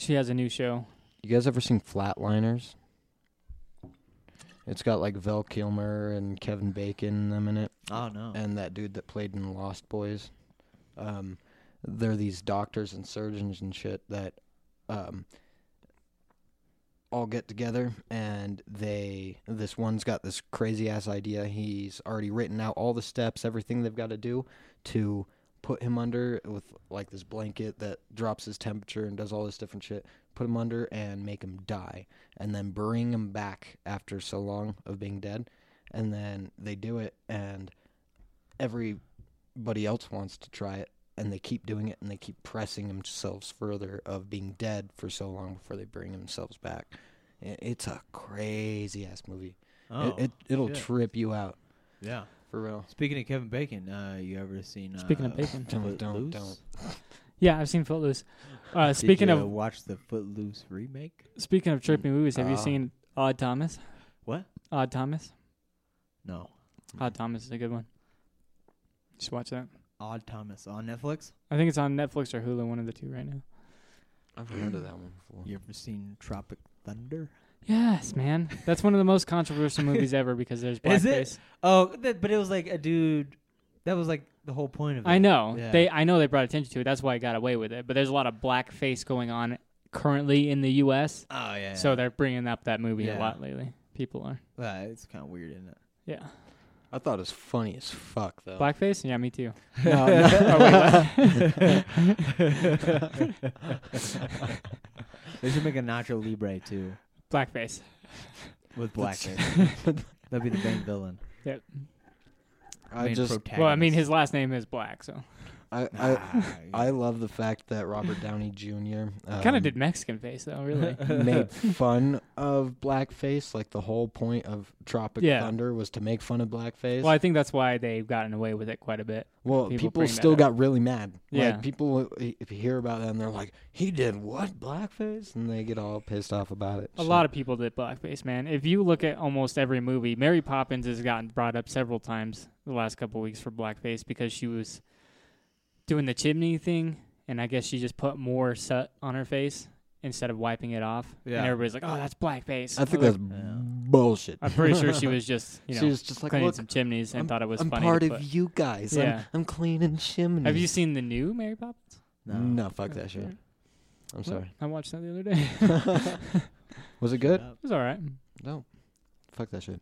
She has a new show.
You guys ever seen Flatliners? It's got like Val Kilmer and Kevin Bacon in them in it.
Oh no!
And that dude that played in Lost Boys. Um, they're these doctors and surgeons and shit that um, all get together and they this one's got this crazy ass idea he's already written out all the steps everything they've got to do to put him under with like this blanket that drops his temperature and does all this different shit put him under and make him die and then bring him back after so long of being dead and then they do it and everybody else wants to try it and they keep doing it and they keep pressing themselves further of being dead for so long before they bring themselves back I- it's a crazy ass movie
Oh,
it, it, will
shit.
trip you out
Yeah,
for real
Speaking of Kevin Bacon, uh, you ever seen? Uh,
Speaking of bacon.
Don't- don't-
Footloose?
don't.
Yeah, I've seen Footloose. Uh,
Did
speaking
you,
of
uh, watch the Footloose remake.
speaking of trippy movies, have
Ah.
you seen Odd Thomas?
What?
Odd Thomas.
No.
Odd Thomas is a good one. Just watch that.
Odd Thomas on Netflix.
I think it's on Netflix or Hulu, one of the two right now.
i've heard of that one before
You ever seen Tropic Thunder?
Yes, man. That's one of the most controversial movies ever because there's blackface.
Is it? Oh, th- but it was like a dude. That was like the whole point of it.
I know
Yeah.
they. I know they brought attention to it. That's why I got away with it. But there's a lot of blackface going on currently in the U.S.
Oh, yeah,
So
yeah.
they're bringing up that movie
Yeah.
a lot lately. People are.
Yeah, it's kind of weird, isn't it?
Yeah.
i thought it was funny as fuck
Oh.
though
Blackface? Yeah, me too.
No, no.
They should make a Nacho Libre too
Blackface.
with
That's-
blackface. That'd be the main villain.
Yeah.
I
Main
just-
Well, I mean,
protagonist.
his last name is Black, so
I, I, I love the fact that robert downey jr
kind
Oh.
um,
of did Mexican face though. Really.
made fun of blackface. Like the whole point of Tropic
Yeah.
Thunder was to make fun of blackface.
Well, I think that's why they've gotten away with it quite a bit.
well, people,
bring that
still
up.
got really mad.
Yeah.
Like people, if you hear about that, and they're like, "He did what blackface?" and they get all pissed off about it.
A lot of people did blackface, man. If you look at almost every movie, Mary Poppins has gotten brought up several times the last couple weeks for blackface because she was doing the chimney thing, and I guess she just put more soot on her face instead of wiping it off.
Yeah.
And everybody's like, "Oh, that's blackface."
I think
Like,
that's bullshit.
I'm pretty sure she was just, you know,
she was just like
cleaning
"Look,
some chimneys and
I'm-
thought it was
I'm
funny. to
part
put-
of you guys. I'm-
Yeah.
I'm, cleaning chimneys.
Have you seen the new Mary Poppins?
No, fuck that shit. I'm sorry.
I watched that the other day.
Was it good?
it was all right.
No, fuck that shit.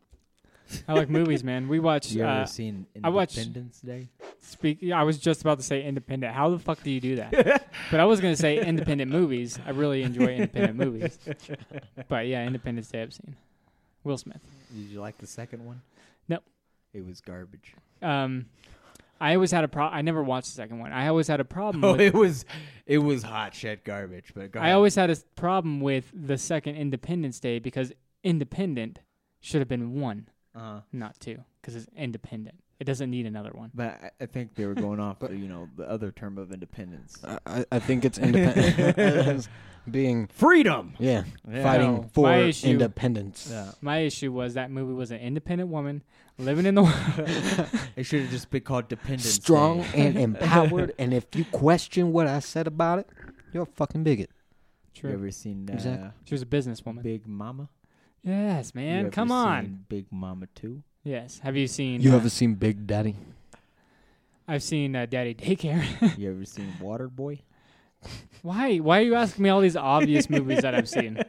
I like movies, man. We watch.
You ever
uh,
seen
I watch
Independence Day?
Speak. yeah, I was just about to say independent. How the fuck do you do that? but I was gonna say independent movies. I really enjoy independent movies. But yeah, Independence Day I've seen. Will Smith.
Did you like the second one?
Nope.
It was garbage.
Um, I always had a pro. I never watched the second one. I always had a problem.
Oh,
with,
it was, it was hot shit garbage. But go
I
ahead.
always had a s- problem with the second Independence Day because independent should have been one,
Uh-huh.
not two, because it's independent. It doesn't need another one.
But I- I think they were going off, the, you know, the other term of independence.
I, I think it's independent being
Freedom!
Yeah,
Yeah.
fighting
No,
for
my issue-
independence.
My issue was that movie was an independent woman living in the world.
it should have just been called Dependence
Strong
Day.
and empowered, and if you question what I said about it, you're a fucking bigot.
True.
You ever seen uh,
Exactly.
She was a businesswoman.
Big Mama?
Yes,
You
man.
ever
Come on.
seen Big Mama too.
Yes. Have you seen?
You
uh,
ever seen Big Daddy?
I've seen uh, Daddy Daycare.
You ever seen Waterboy?
why? Why are you asking me all these obvious movies that I've seen?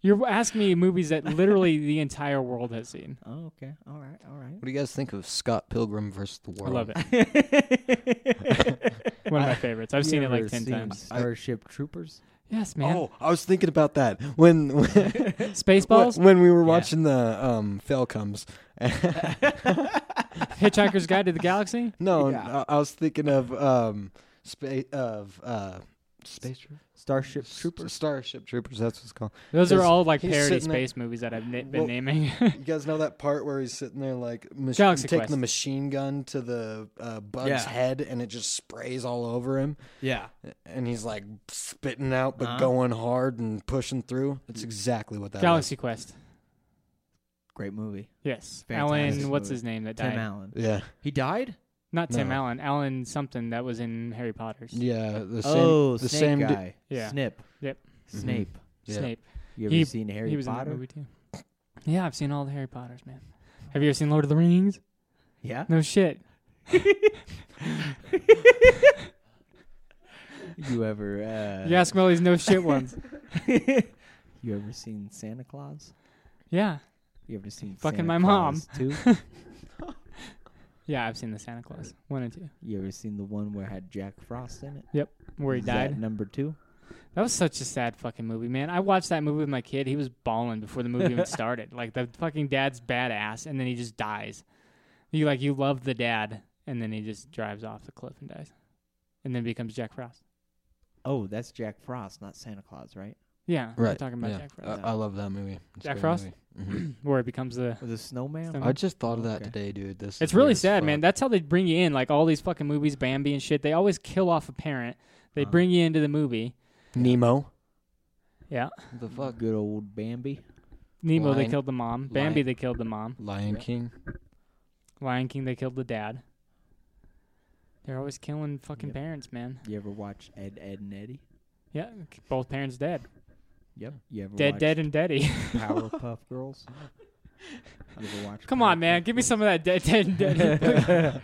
You're asking me movies that literally the entire world has seen.
Oh, okay. All right. All right.
What do you guys think of Scott Pilgrim versus the
I
World?
love it. One of my favorites. I've
You
seen it like
ever
ten
seen
times.
Starship Troopers.
Yes, man.
Oh, I was thinking about that when, when
Spaceballs?
when, we were watching the um, Fail Comes.
Hitchhiker's Guide to the Galaxy.
No, I, I was thinking of um, spa- of uh, space Troopers?
Starship
Troopers. Starship Troopers. That's what it's called.
Those are
'Cause
all like
he's
parody
sitting there-
space movies that I've ni- been
Well,
naming.
you guys know that part where he's sitting there like mach-
Galaxy
taking
Quest.
the machine gun to the uh, bug's
Yeah.
head and it just sprays all over him.
Yeah.
and he's like spitting out but
Uh-huh.
going hard and pushing through. That's exactly what that
Galaxy Quest.
Great movie.
Yes.
Fantastic
Alan, what's
movie.
his name that
Tim
died?
Allen.
Yeah.
He died?
Not Tim
No.
Allen. Alan something that was in Harry Potter's.
Yeah, the same-
oh,
the
Snape
same du-
guy.
Yeah.
Snip.
Yep.
Mhm.
Mm-hmm. Snape.
Yeah.
Snape.
You ever
He-
seen Harry
he was in that
Potter?
movie too. Yeah, I've seen all the Harry Potters, man. Have you ever seen Lord of the Rings?
Yeah.
No shit.
You ever? Uh,
You ask me all these no shit ones.
you ever seen Santa Claus?
Yeah.
You ever seen
Fucking
Santa
my mom.
Claus Two?
yeah, I've seen the Santa Claus one and two.
you ever seen the one where it had Jack Frost in it?
Yep, where he
Is that
died.
number two.
That was such a sad fucking movie, man. I watched that movie with my kid. He was bawling before the movie even started. Like the fucking dad's badass, and then he just dies. You like you love the dad, and then he just drives off the cliff and dies, and then becomes Jack Frost.
Oh, that's Jack Frost, not Santa Claus, right?
Yeah,
Right.
We're talking about
yeah. Uh,
Jack Frost.
I, I love that movie. It's a
Jack
great
Frost,
movie. Mhm.
where it becomes the
With a snowman.
snowman.
I just thought of that today, dude. This is
It's really
weird as
sad,
fuck.
man. That's how they bring you in. Like all these fucking movies, Bambi and shit. They always kill off a parent. They
Uh-huh.
bring you into the movie.
Nemo.
Yeah,
The fuck?
Good old Bambi.
Nemo. They
Lion-
killed the mom. Bambi.
Lion-
They killed the mom.
Lion King.
Lion King. They killed the dad. They're always killing fucking parents, man.
You ever watch Ed, Ed and Eddie?
Yeah, both parents dead.
Yep. You ever
Dead,
watched
dead, and deaddy.
Powerpuff Girls. You ever watch?
Come on, man. Give me some of that dead, dead, and deaddy.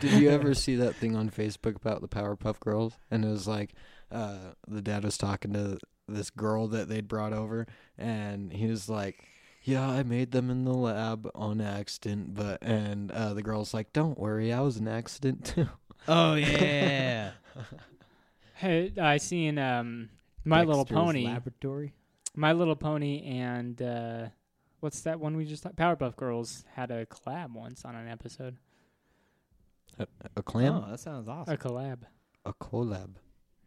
Did you ever see that thing on Facebook about the Powerpuff Girls? And it was like uh, the dad was talking to this girl that they'd brought over, and he was like, "Yeah, I made them in the lab on accident." But and uh, the girl's like, "Don't worry, I was an accident too."
Oh yeah.
hey, I seen um, My Little
Dexter's
Pony.
Laboratory.
My Little Pony and uh, what's that one we just talked? Powerpuff Girls had a collab once on an episode.
a, a clam,
Oh, that sounds awesome.
A collab.
a collab.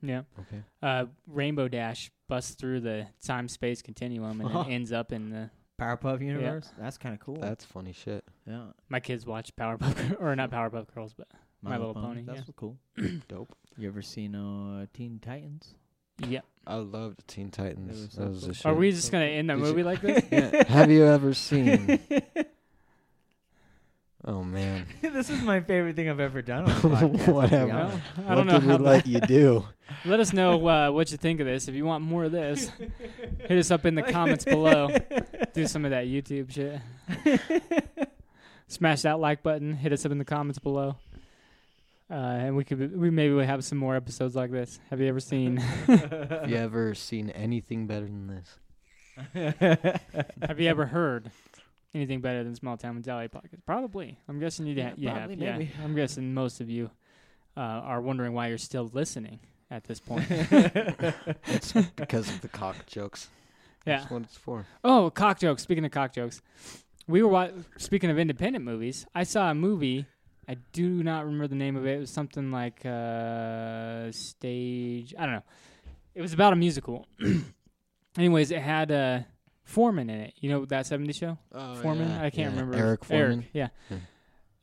Yeah.
Okay.
Uh, Rainbow Dash busts through the time space continuum and then ends up in the
Powerpuff
Yeah.
universe. That's kind of cool.
That's funny shit.
yeah.
My kids watch Powerpuff Gir- or not Powerpuff Girls, but My, Little Pony.
That's cool.
Dope.
You ever seen uh, Teen Titans?
yeah. Yep.
I loved Teen Titans.
was
That
so
was
cool.
a
Are
shit.
we just gonna end the
Did you-
movie like this?
Yeah. Have you ever seen? Oh man.
this is my favorite thing I've ever done. On the podcast, to be
Whatever.
honest.
I don't
what
know
did
how
we
the-
let you do?
Let us know uh, what you think of this. If you want more of this, hit us up in the comments below. Do some of that YouTube shit. Smash that like button. Hit us up in the comments below. Uh, and we could we maybe we have some more episodes like this. Have you ever seen
Have you ever seen anything better than this?
Have you ever heard anything better than Small Town Mentality podcast? Probably. I'm guessing you,
Yeah,
yeah, you
probably,
have.
maybe.
Yeah. I'm guessing most of you uh, are wondering why you're still listening at this point.
It's because of the cock jokes.
Yeah.
That's what it's for.
Oh, cock jokes. Speaking of cock jokes, we were wa- speaking of independent movies. I saw a movie. I do not remember the name of it. It was something like uh, stage. I don't know. It was about a musical. Anyways, it had uh, Foreman in it. You know that '70s show?
Oh,
Foreman.
yeah,
I can't
yeah.
remember.
Eric Foreman?
yeah.
Hmm.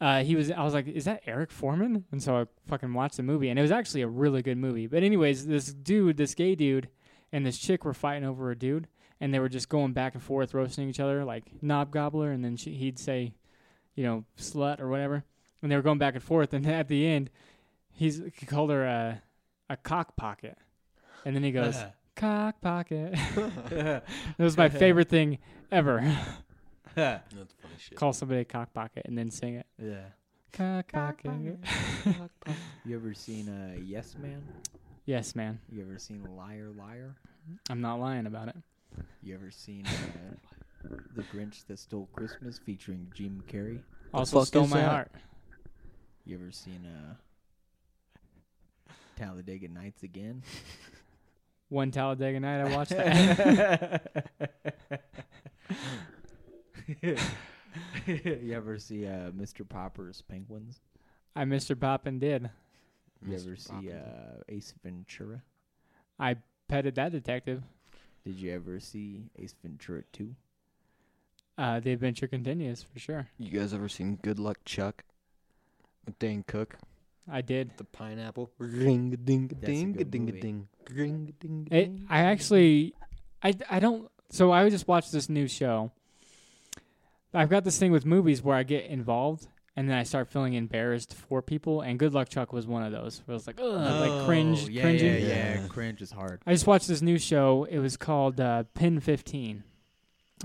Uh, he was. I was like, "Is that Eric Foreman?" And so I fucking watched the movie, and it was actually a really good movie. But anyways, this dude, this gay dude, and this chick were fighting over a dude, and they were just going back and forth, roasting each other like knob gobbler, and then she, he'd say, you know, slut or whatever, and they were going back and forth, and at the end, he's he called her a a cock pocket, and then he goes cock pocket. that was my favorite thing ever.
That's
funny shit.
Call somebody a cock pocket and then sing it.
Yeah.
Cock pocket.
You ever seen uh, Yes Man?
Yes, man.
You ever seen Liar Liar?
I'm not lying about it.
You ever seen uh, The Grinch That Stole Christmas featuring Jim Carrey?
also stole my heart.
You ever seen uh, Talladega Nights again?
one Talladega night. I watched that.
you ever see uh, Mr. Popper's Penguins?
I Mr. Poppin did.
You ever see uh, Ace Ventura?
I petted that detective.
Did you ever see Ace Ventura 2?
Uh, the adventure continues for sure.
You guys ever seen Good Luck Chuck with Dane Cook?
I did.
The pineapple. Ring ding ding
good
ding
movie.
ding ring ding.
It, I actually, I, I don't. So I just watched this new show. I've got this thing with movies where I get involved and then I start feeling embarrassed for people. And Good Luck Chuck was one of those where I was like, ugh, like cringe,
Oh, yeah,
cringing.
Yeah, yeah, cringe is hard.
I just watched this new show. It was called uh, Pin 15.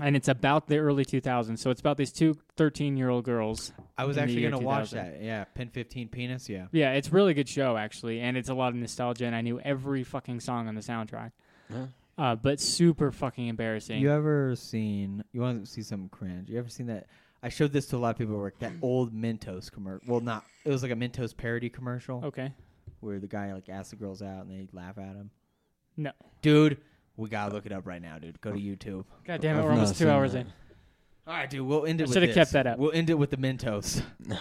And it's about the early 2000s. So it's about these two 13 year old girls.
I was
in the
actually
year
gonna watch
2000.
that. Yeah, Pin 15 Penis. Yeah.
Yeah, it's a really good show actually, and it's a lot of nostalgia. And I knew every fucking song on the soundtrack,
Yeah.
uh, but super fucking embarrassing.
You ever seen? You want to see some cringe? You ever seen that? I showed this to a lot of people at work. That old Mentos commercial. Well, not. It was like a Mentos parody commercial.
Okay.
Where the guy like asks the girls out and they laugh at him.
No.
Dude, we gotta look it up right now, dude. Go to YouTube.
God damn it, I've we're almost not two seen hours that. in.
All right, dude. We'll end
I
it. with
should've kept
this.
that up.
We'll end it with the Mentos.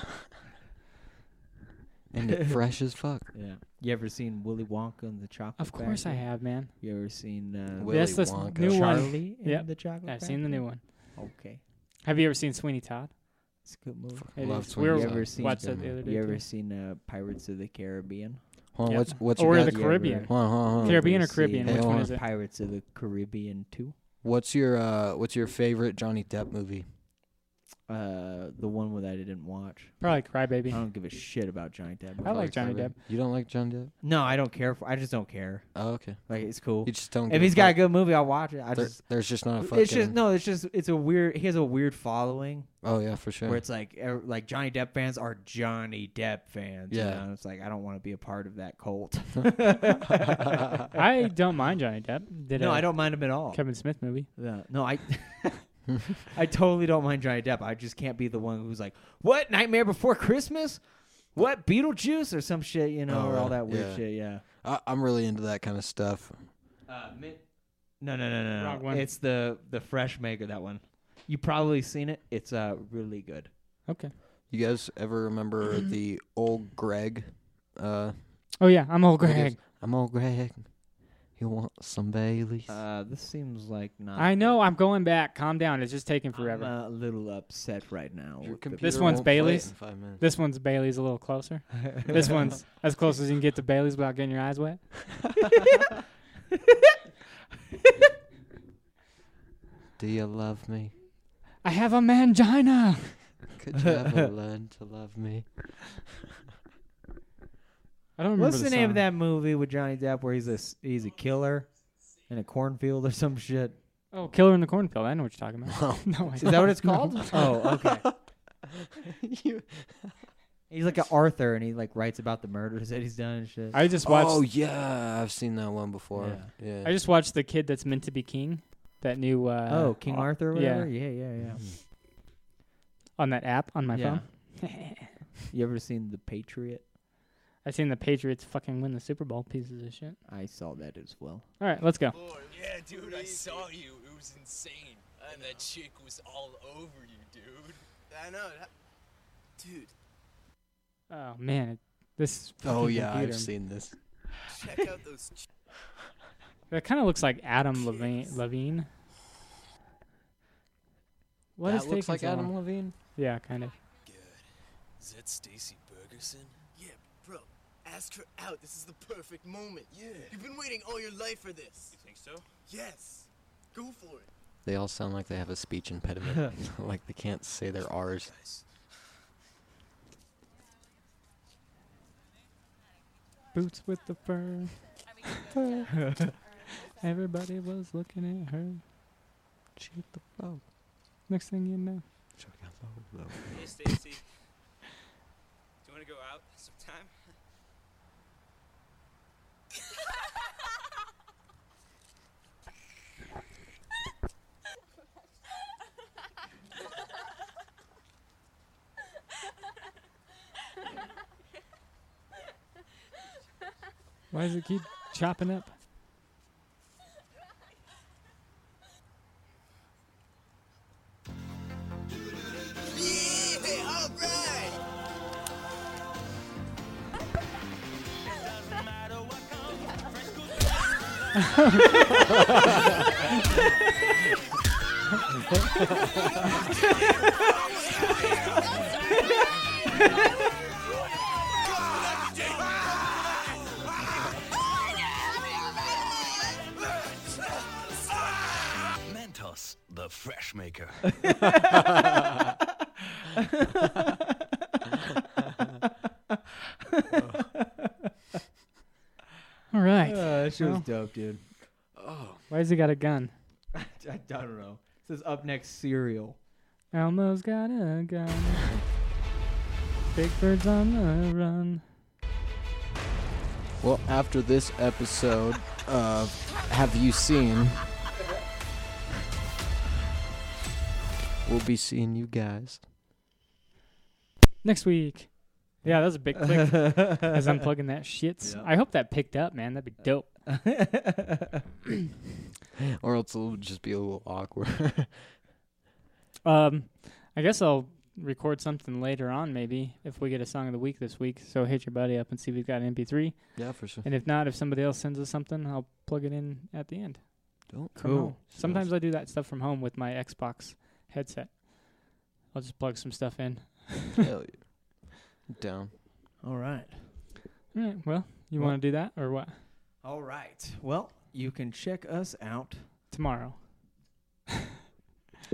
And it fresh as fuck.
Yeah. You ever seen Willy Wonka and the Chocolate?
Of course I
Factory?
have, man.
You ever seen uh,
Willy Yes, this Wonka. new one.
Charlie and
Yep.
the Chocolate?
I've seen the new
Factory? Okay.
Have you ever seen Sweeney Todd?
It's a good movie.
It
love
is.
Sweeney
We were-
Todd.
You ever seen?
watched that the other day.
you
too.
ever seen uh, Pirates of the Caribbean?
Hold on, what's what's
Or
your
Oh, the
guys-
Caribbean.
Hold on, hold on, hold on.
Caribbean or Caribbean?
Hey,
Which
hold
one
on.
is it?
Pirates of the Caribbean Two.
What's your uh what's your favorite Johnny Depp movie?
Uh, the one that I didn't watch.
Probably Crybaby.
I don't give a shit about Johnny Depp.
I like Johnny Depp.
You don't like Johnny Depp?
No, I don't care for. I just don't care.
Oh, okay.
Like it's cool.
You just don't
If
give a
he's got a
fuck.
good movie, I'll watch it. I
There-
just
there's just not a
It's just
fucking-
no. It's just it's a weird. He has a weird following.
Oh, yeah, for sure.
Where it's like ev- like Johnny Depp fans are Johnny Depp fans.
Yeah.
You know? It's like I don't want to be a part of that cult.
I don't mind Johnny Depp. Did
No,
I
I don't mind him at all.
Kevin Smith movie.
Yeah. No, I I totally don't mind Johnny Depp. I just can't be the one who's like, "What Nightmare Before Christmas? What Beetlejuice or some shit?" You know, or
Oh,
all
really?
that weird
Yeah.
shit. Yeah.
I, I'm really into that kind of stuff.
Uh, mint. No, no, no, no, no.
Wrong one.
It's the the fresh maker that one. You probably seen it. It's uh really good.
Okay.
You guys ever remember the old Greg? Uh,
Oh yeah, I'm old
where he
Greg.
goes, I'm old Greg. You want some Baileys?
Uh, this seems like not.
I know. I'm going back. Calm down. It's just taking
I'm uh,
forever.
a little upset right now.
Your
with the-
this
Peter
one's
won't play it
Bailey's.
in five minutes.
This one's Bailey's a little closer. this one's as close as you can get to Bailey's without getting your eyes wet.
Do you love me?
I have a mangina.
Could you ever learn to love me?
I don't remember
What's the,
the
name of
song.
that movie with Johnny Depp where he's a s- he's a killer in a cornfield or some shit?
Oh, Killer in the Cornfield. I know what you're talking about. no, I
Is that what it's
no.
called? Oh, okay. He's like an Arthur, and he like writes about the murders that he's done and shit.
I just watched.
Oh yeah, I've seen that one before. Yeah.
I just watched the kid that's meant to be king. That new. Uh,
oh, King
o-
Arthur, or whatever. Yeah, yeah, yeah.
on that app on my
Yeah.
phone.
You ever seen The Patriot?
I seen the Patriots fucking win the Super Bowl. Pieces of shit.
I saw that as well.
All right, let's go.
Oh, Yeah, dude, I saw you. It was insane. And that chick was all over you, dude. I know. That... Dude,
Oh man, it, this.
Oh
fucking
yeah,
computer.
I've seen this.
check out those. Ch-
That kind of looks like Adam Levine. Levine. What
That
is
looks
taking
like
so
Adam
long?
Levine?
Yeah, kind of.
is that Stacy Bergerson? Yeah, bro. Ask her out. This is the perfect moment. Yeah. You've been waiting all your life for this. You think so? Yes. Go for it.
They all sound like they have a speech impediment, like they can't say their R's.
Boots with the fur. fur. Everybody was looking at her.
Shoot the bow.
Next thing you know.
Hey, Stacy. Do you want to go out sometime?
Why does it keep chopping up?
Mentos, the fresh maker.
All right.
Uh, that shit was
Well.
dope, dude.
Why has he got a gun?
I, I don't know. It says up next cereal.
Elmo's got a gun. Big bird's on the run.
Well, after this episode of Have You Seen, we'll be seeing you guys.
Next week. Yeah, that was a big click as I'm plugging that shit. I hope that picked up, man. That'd be dope.
Or else it'll just be a little awkward.
um, I guess I'll record something later on, maybe, if we get a song of the week this week. So hit your buddy up and see if we've got an MP3.
Yeah, for sure.
And if not, if somebody else sends us something, I'll plug it in at the end.
Don't
From home. Sometimes I do that stuff from home with my Xbox headset. I'll just plug some stuff in.
Hell yeah. Down.
All right.
All right. Well, you
Well-
want to do that or what?
All right. Well, you can check us out
tomorrow.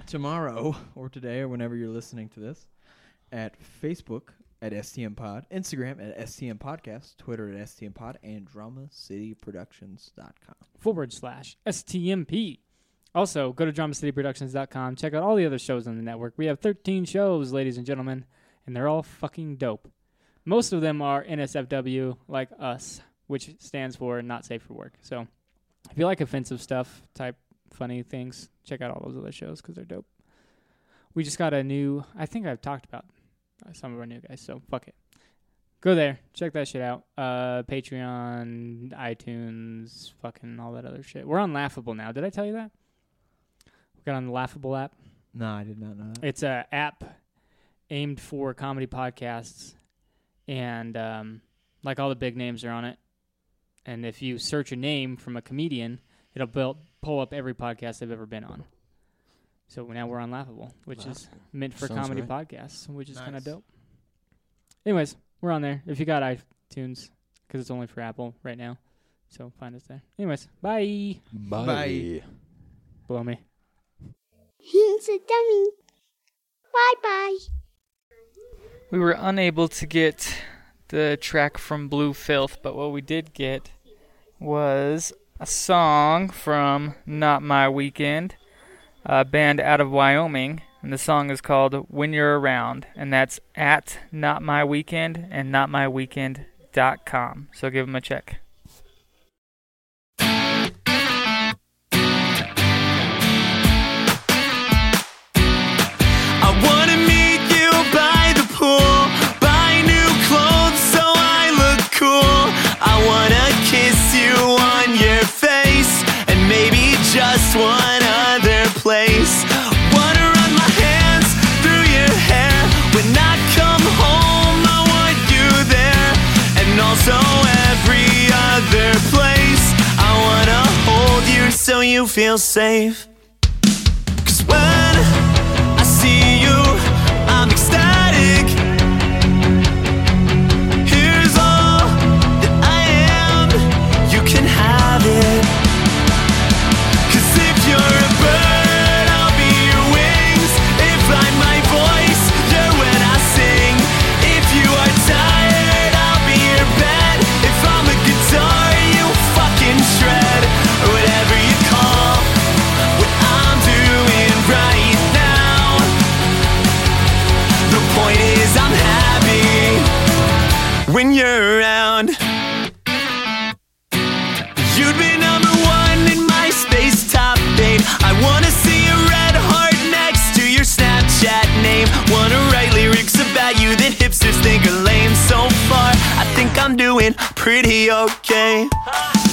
tomorrow or today or whenever you're listening to this at Facebook at STM Pod, Instagram at STM Podcast, Twitter at STM Pod, and DramaCityProductions.com.
forward slash STMP. Also, go to dramacityproductions.com. Check out all the other shows on the network. We have 13 shows, ladies and gentlemen, and they're all fucking dope. Most of them are NSFW, like us, which stands for Not Safe for Work. So if you like offensive stuff, type funny things, check out all those other shows because they're dope. We just got a new, I think I've talked about uh, some of our new guys, so fuck it. Go there, check that shit out. Uh, Patreon, iTunes, fucking all that other shit. We're on Laughable now. Did I tell you that? We got on the Laughable app.
No, I did not know that.
It's a app aimed for comedy podcasts, and um, like all the big names are on it. And if you search a name from a comedian, it'll build, pull up every podcast they've ever been on. So now we're on Laughable, which is
Laughable.
meant for
Sounds
comedy
right.
podcasts, which is kind of
Nice.
dope. Anyways, we're on there. If you got iTunes, because it's only for Apple right now, so find us there. Anyways, bye.
Bye.
Bye. Blow me.
He's a dummy. Bye bye.
We were unable to get the track from Blue Filth, but what we did get was a song from Not My Weekend, a band out of Wyoming, and the song is called When You're Around, and that's at Not My Weekend and NotMyWeekend.com. So give them a check.
I wanna meet you by the pool, buy new clothes so I look cool. I wanna kiss you on your face, and maybe just one other place. Wanna run my hands through your hair. When I come home, I want you there, and also every other place. I wanna hold you so you feel safe. Cause when I see you, I'm ecstatic. Here's all that I am, you can have it. Cause if you're a bird, I'll be your wings. If I'm my voice, you're when I sing. If you are tired, I'll be your bed. If I'm a guitar, you fucking shred. Or whatever you call what I'm doing right now. The point is, I'm happy when you're around. You'd be number one in my space top, babe. I wanna see a red heart next to your Snapchat name. Wanna write lyrics about you that hipsters think are lame. So far, I think I'm doing pretty okay. Oh, Oh, Oh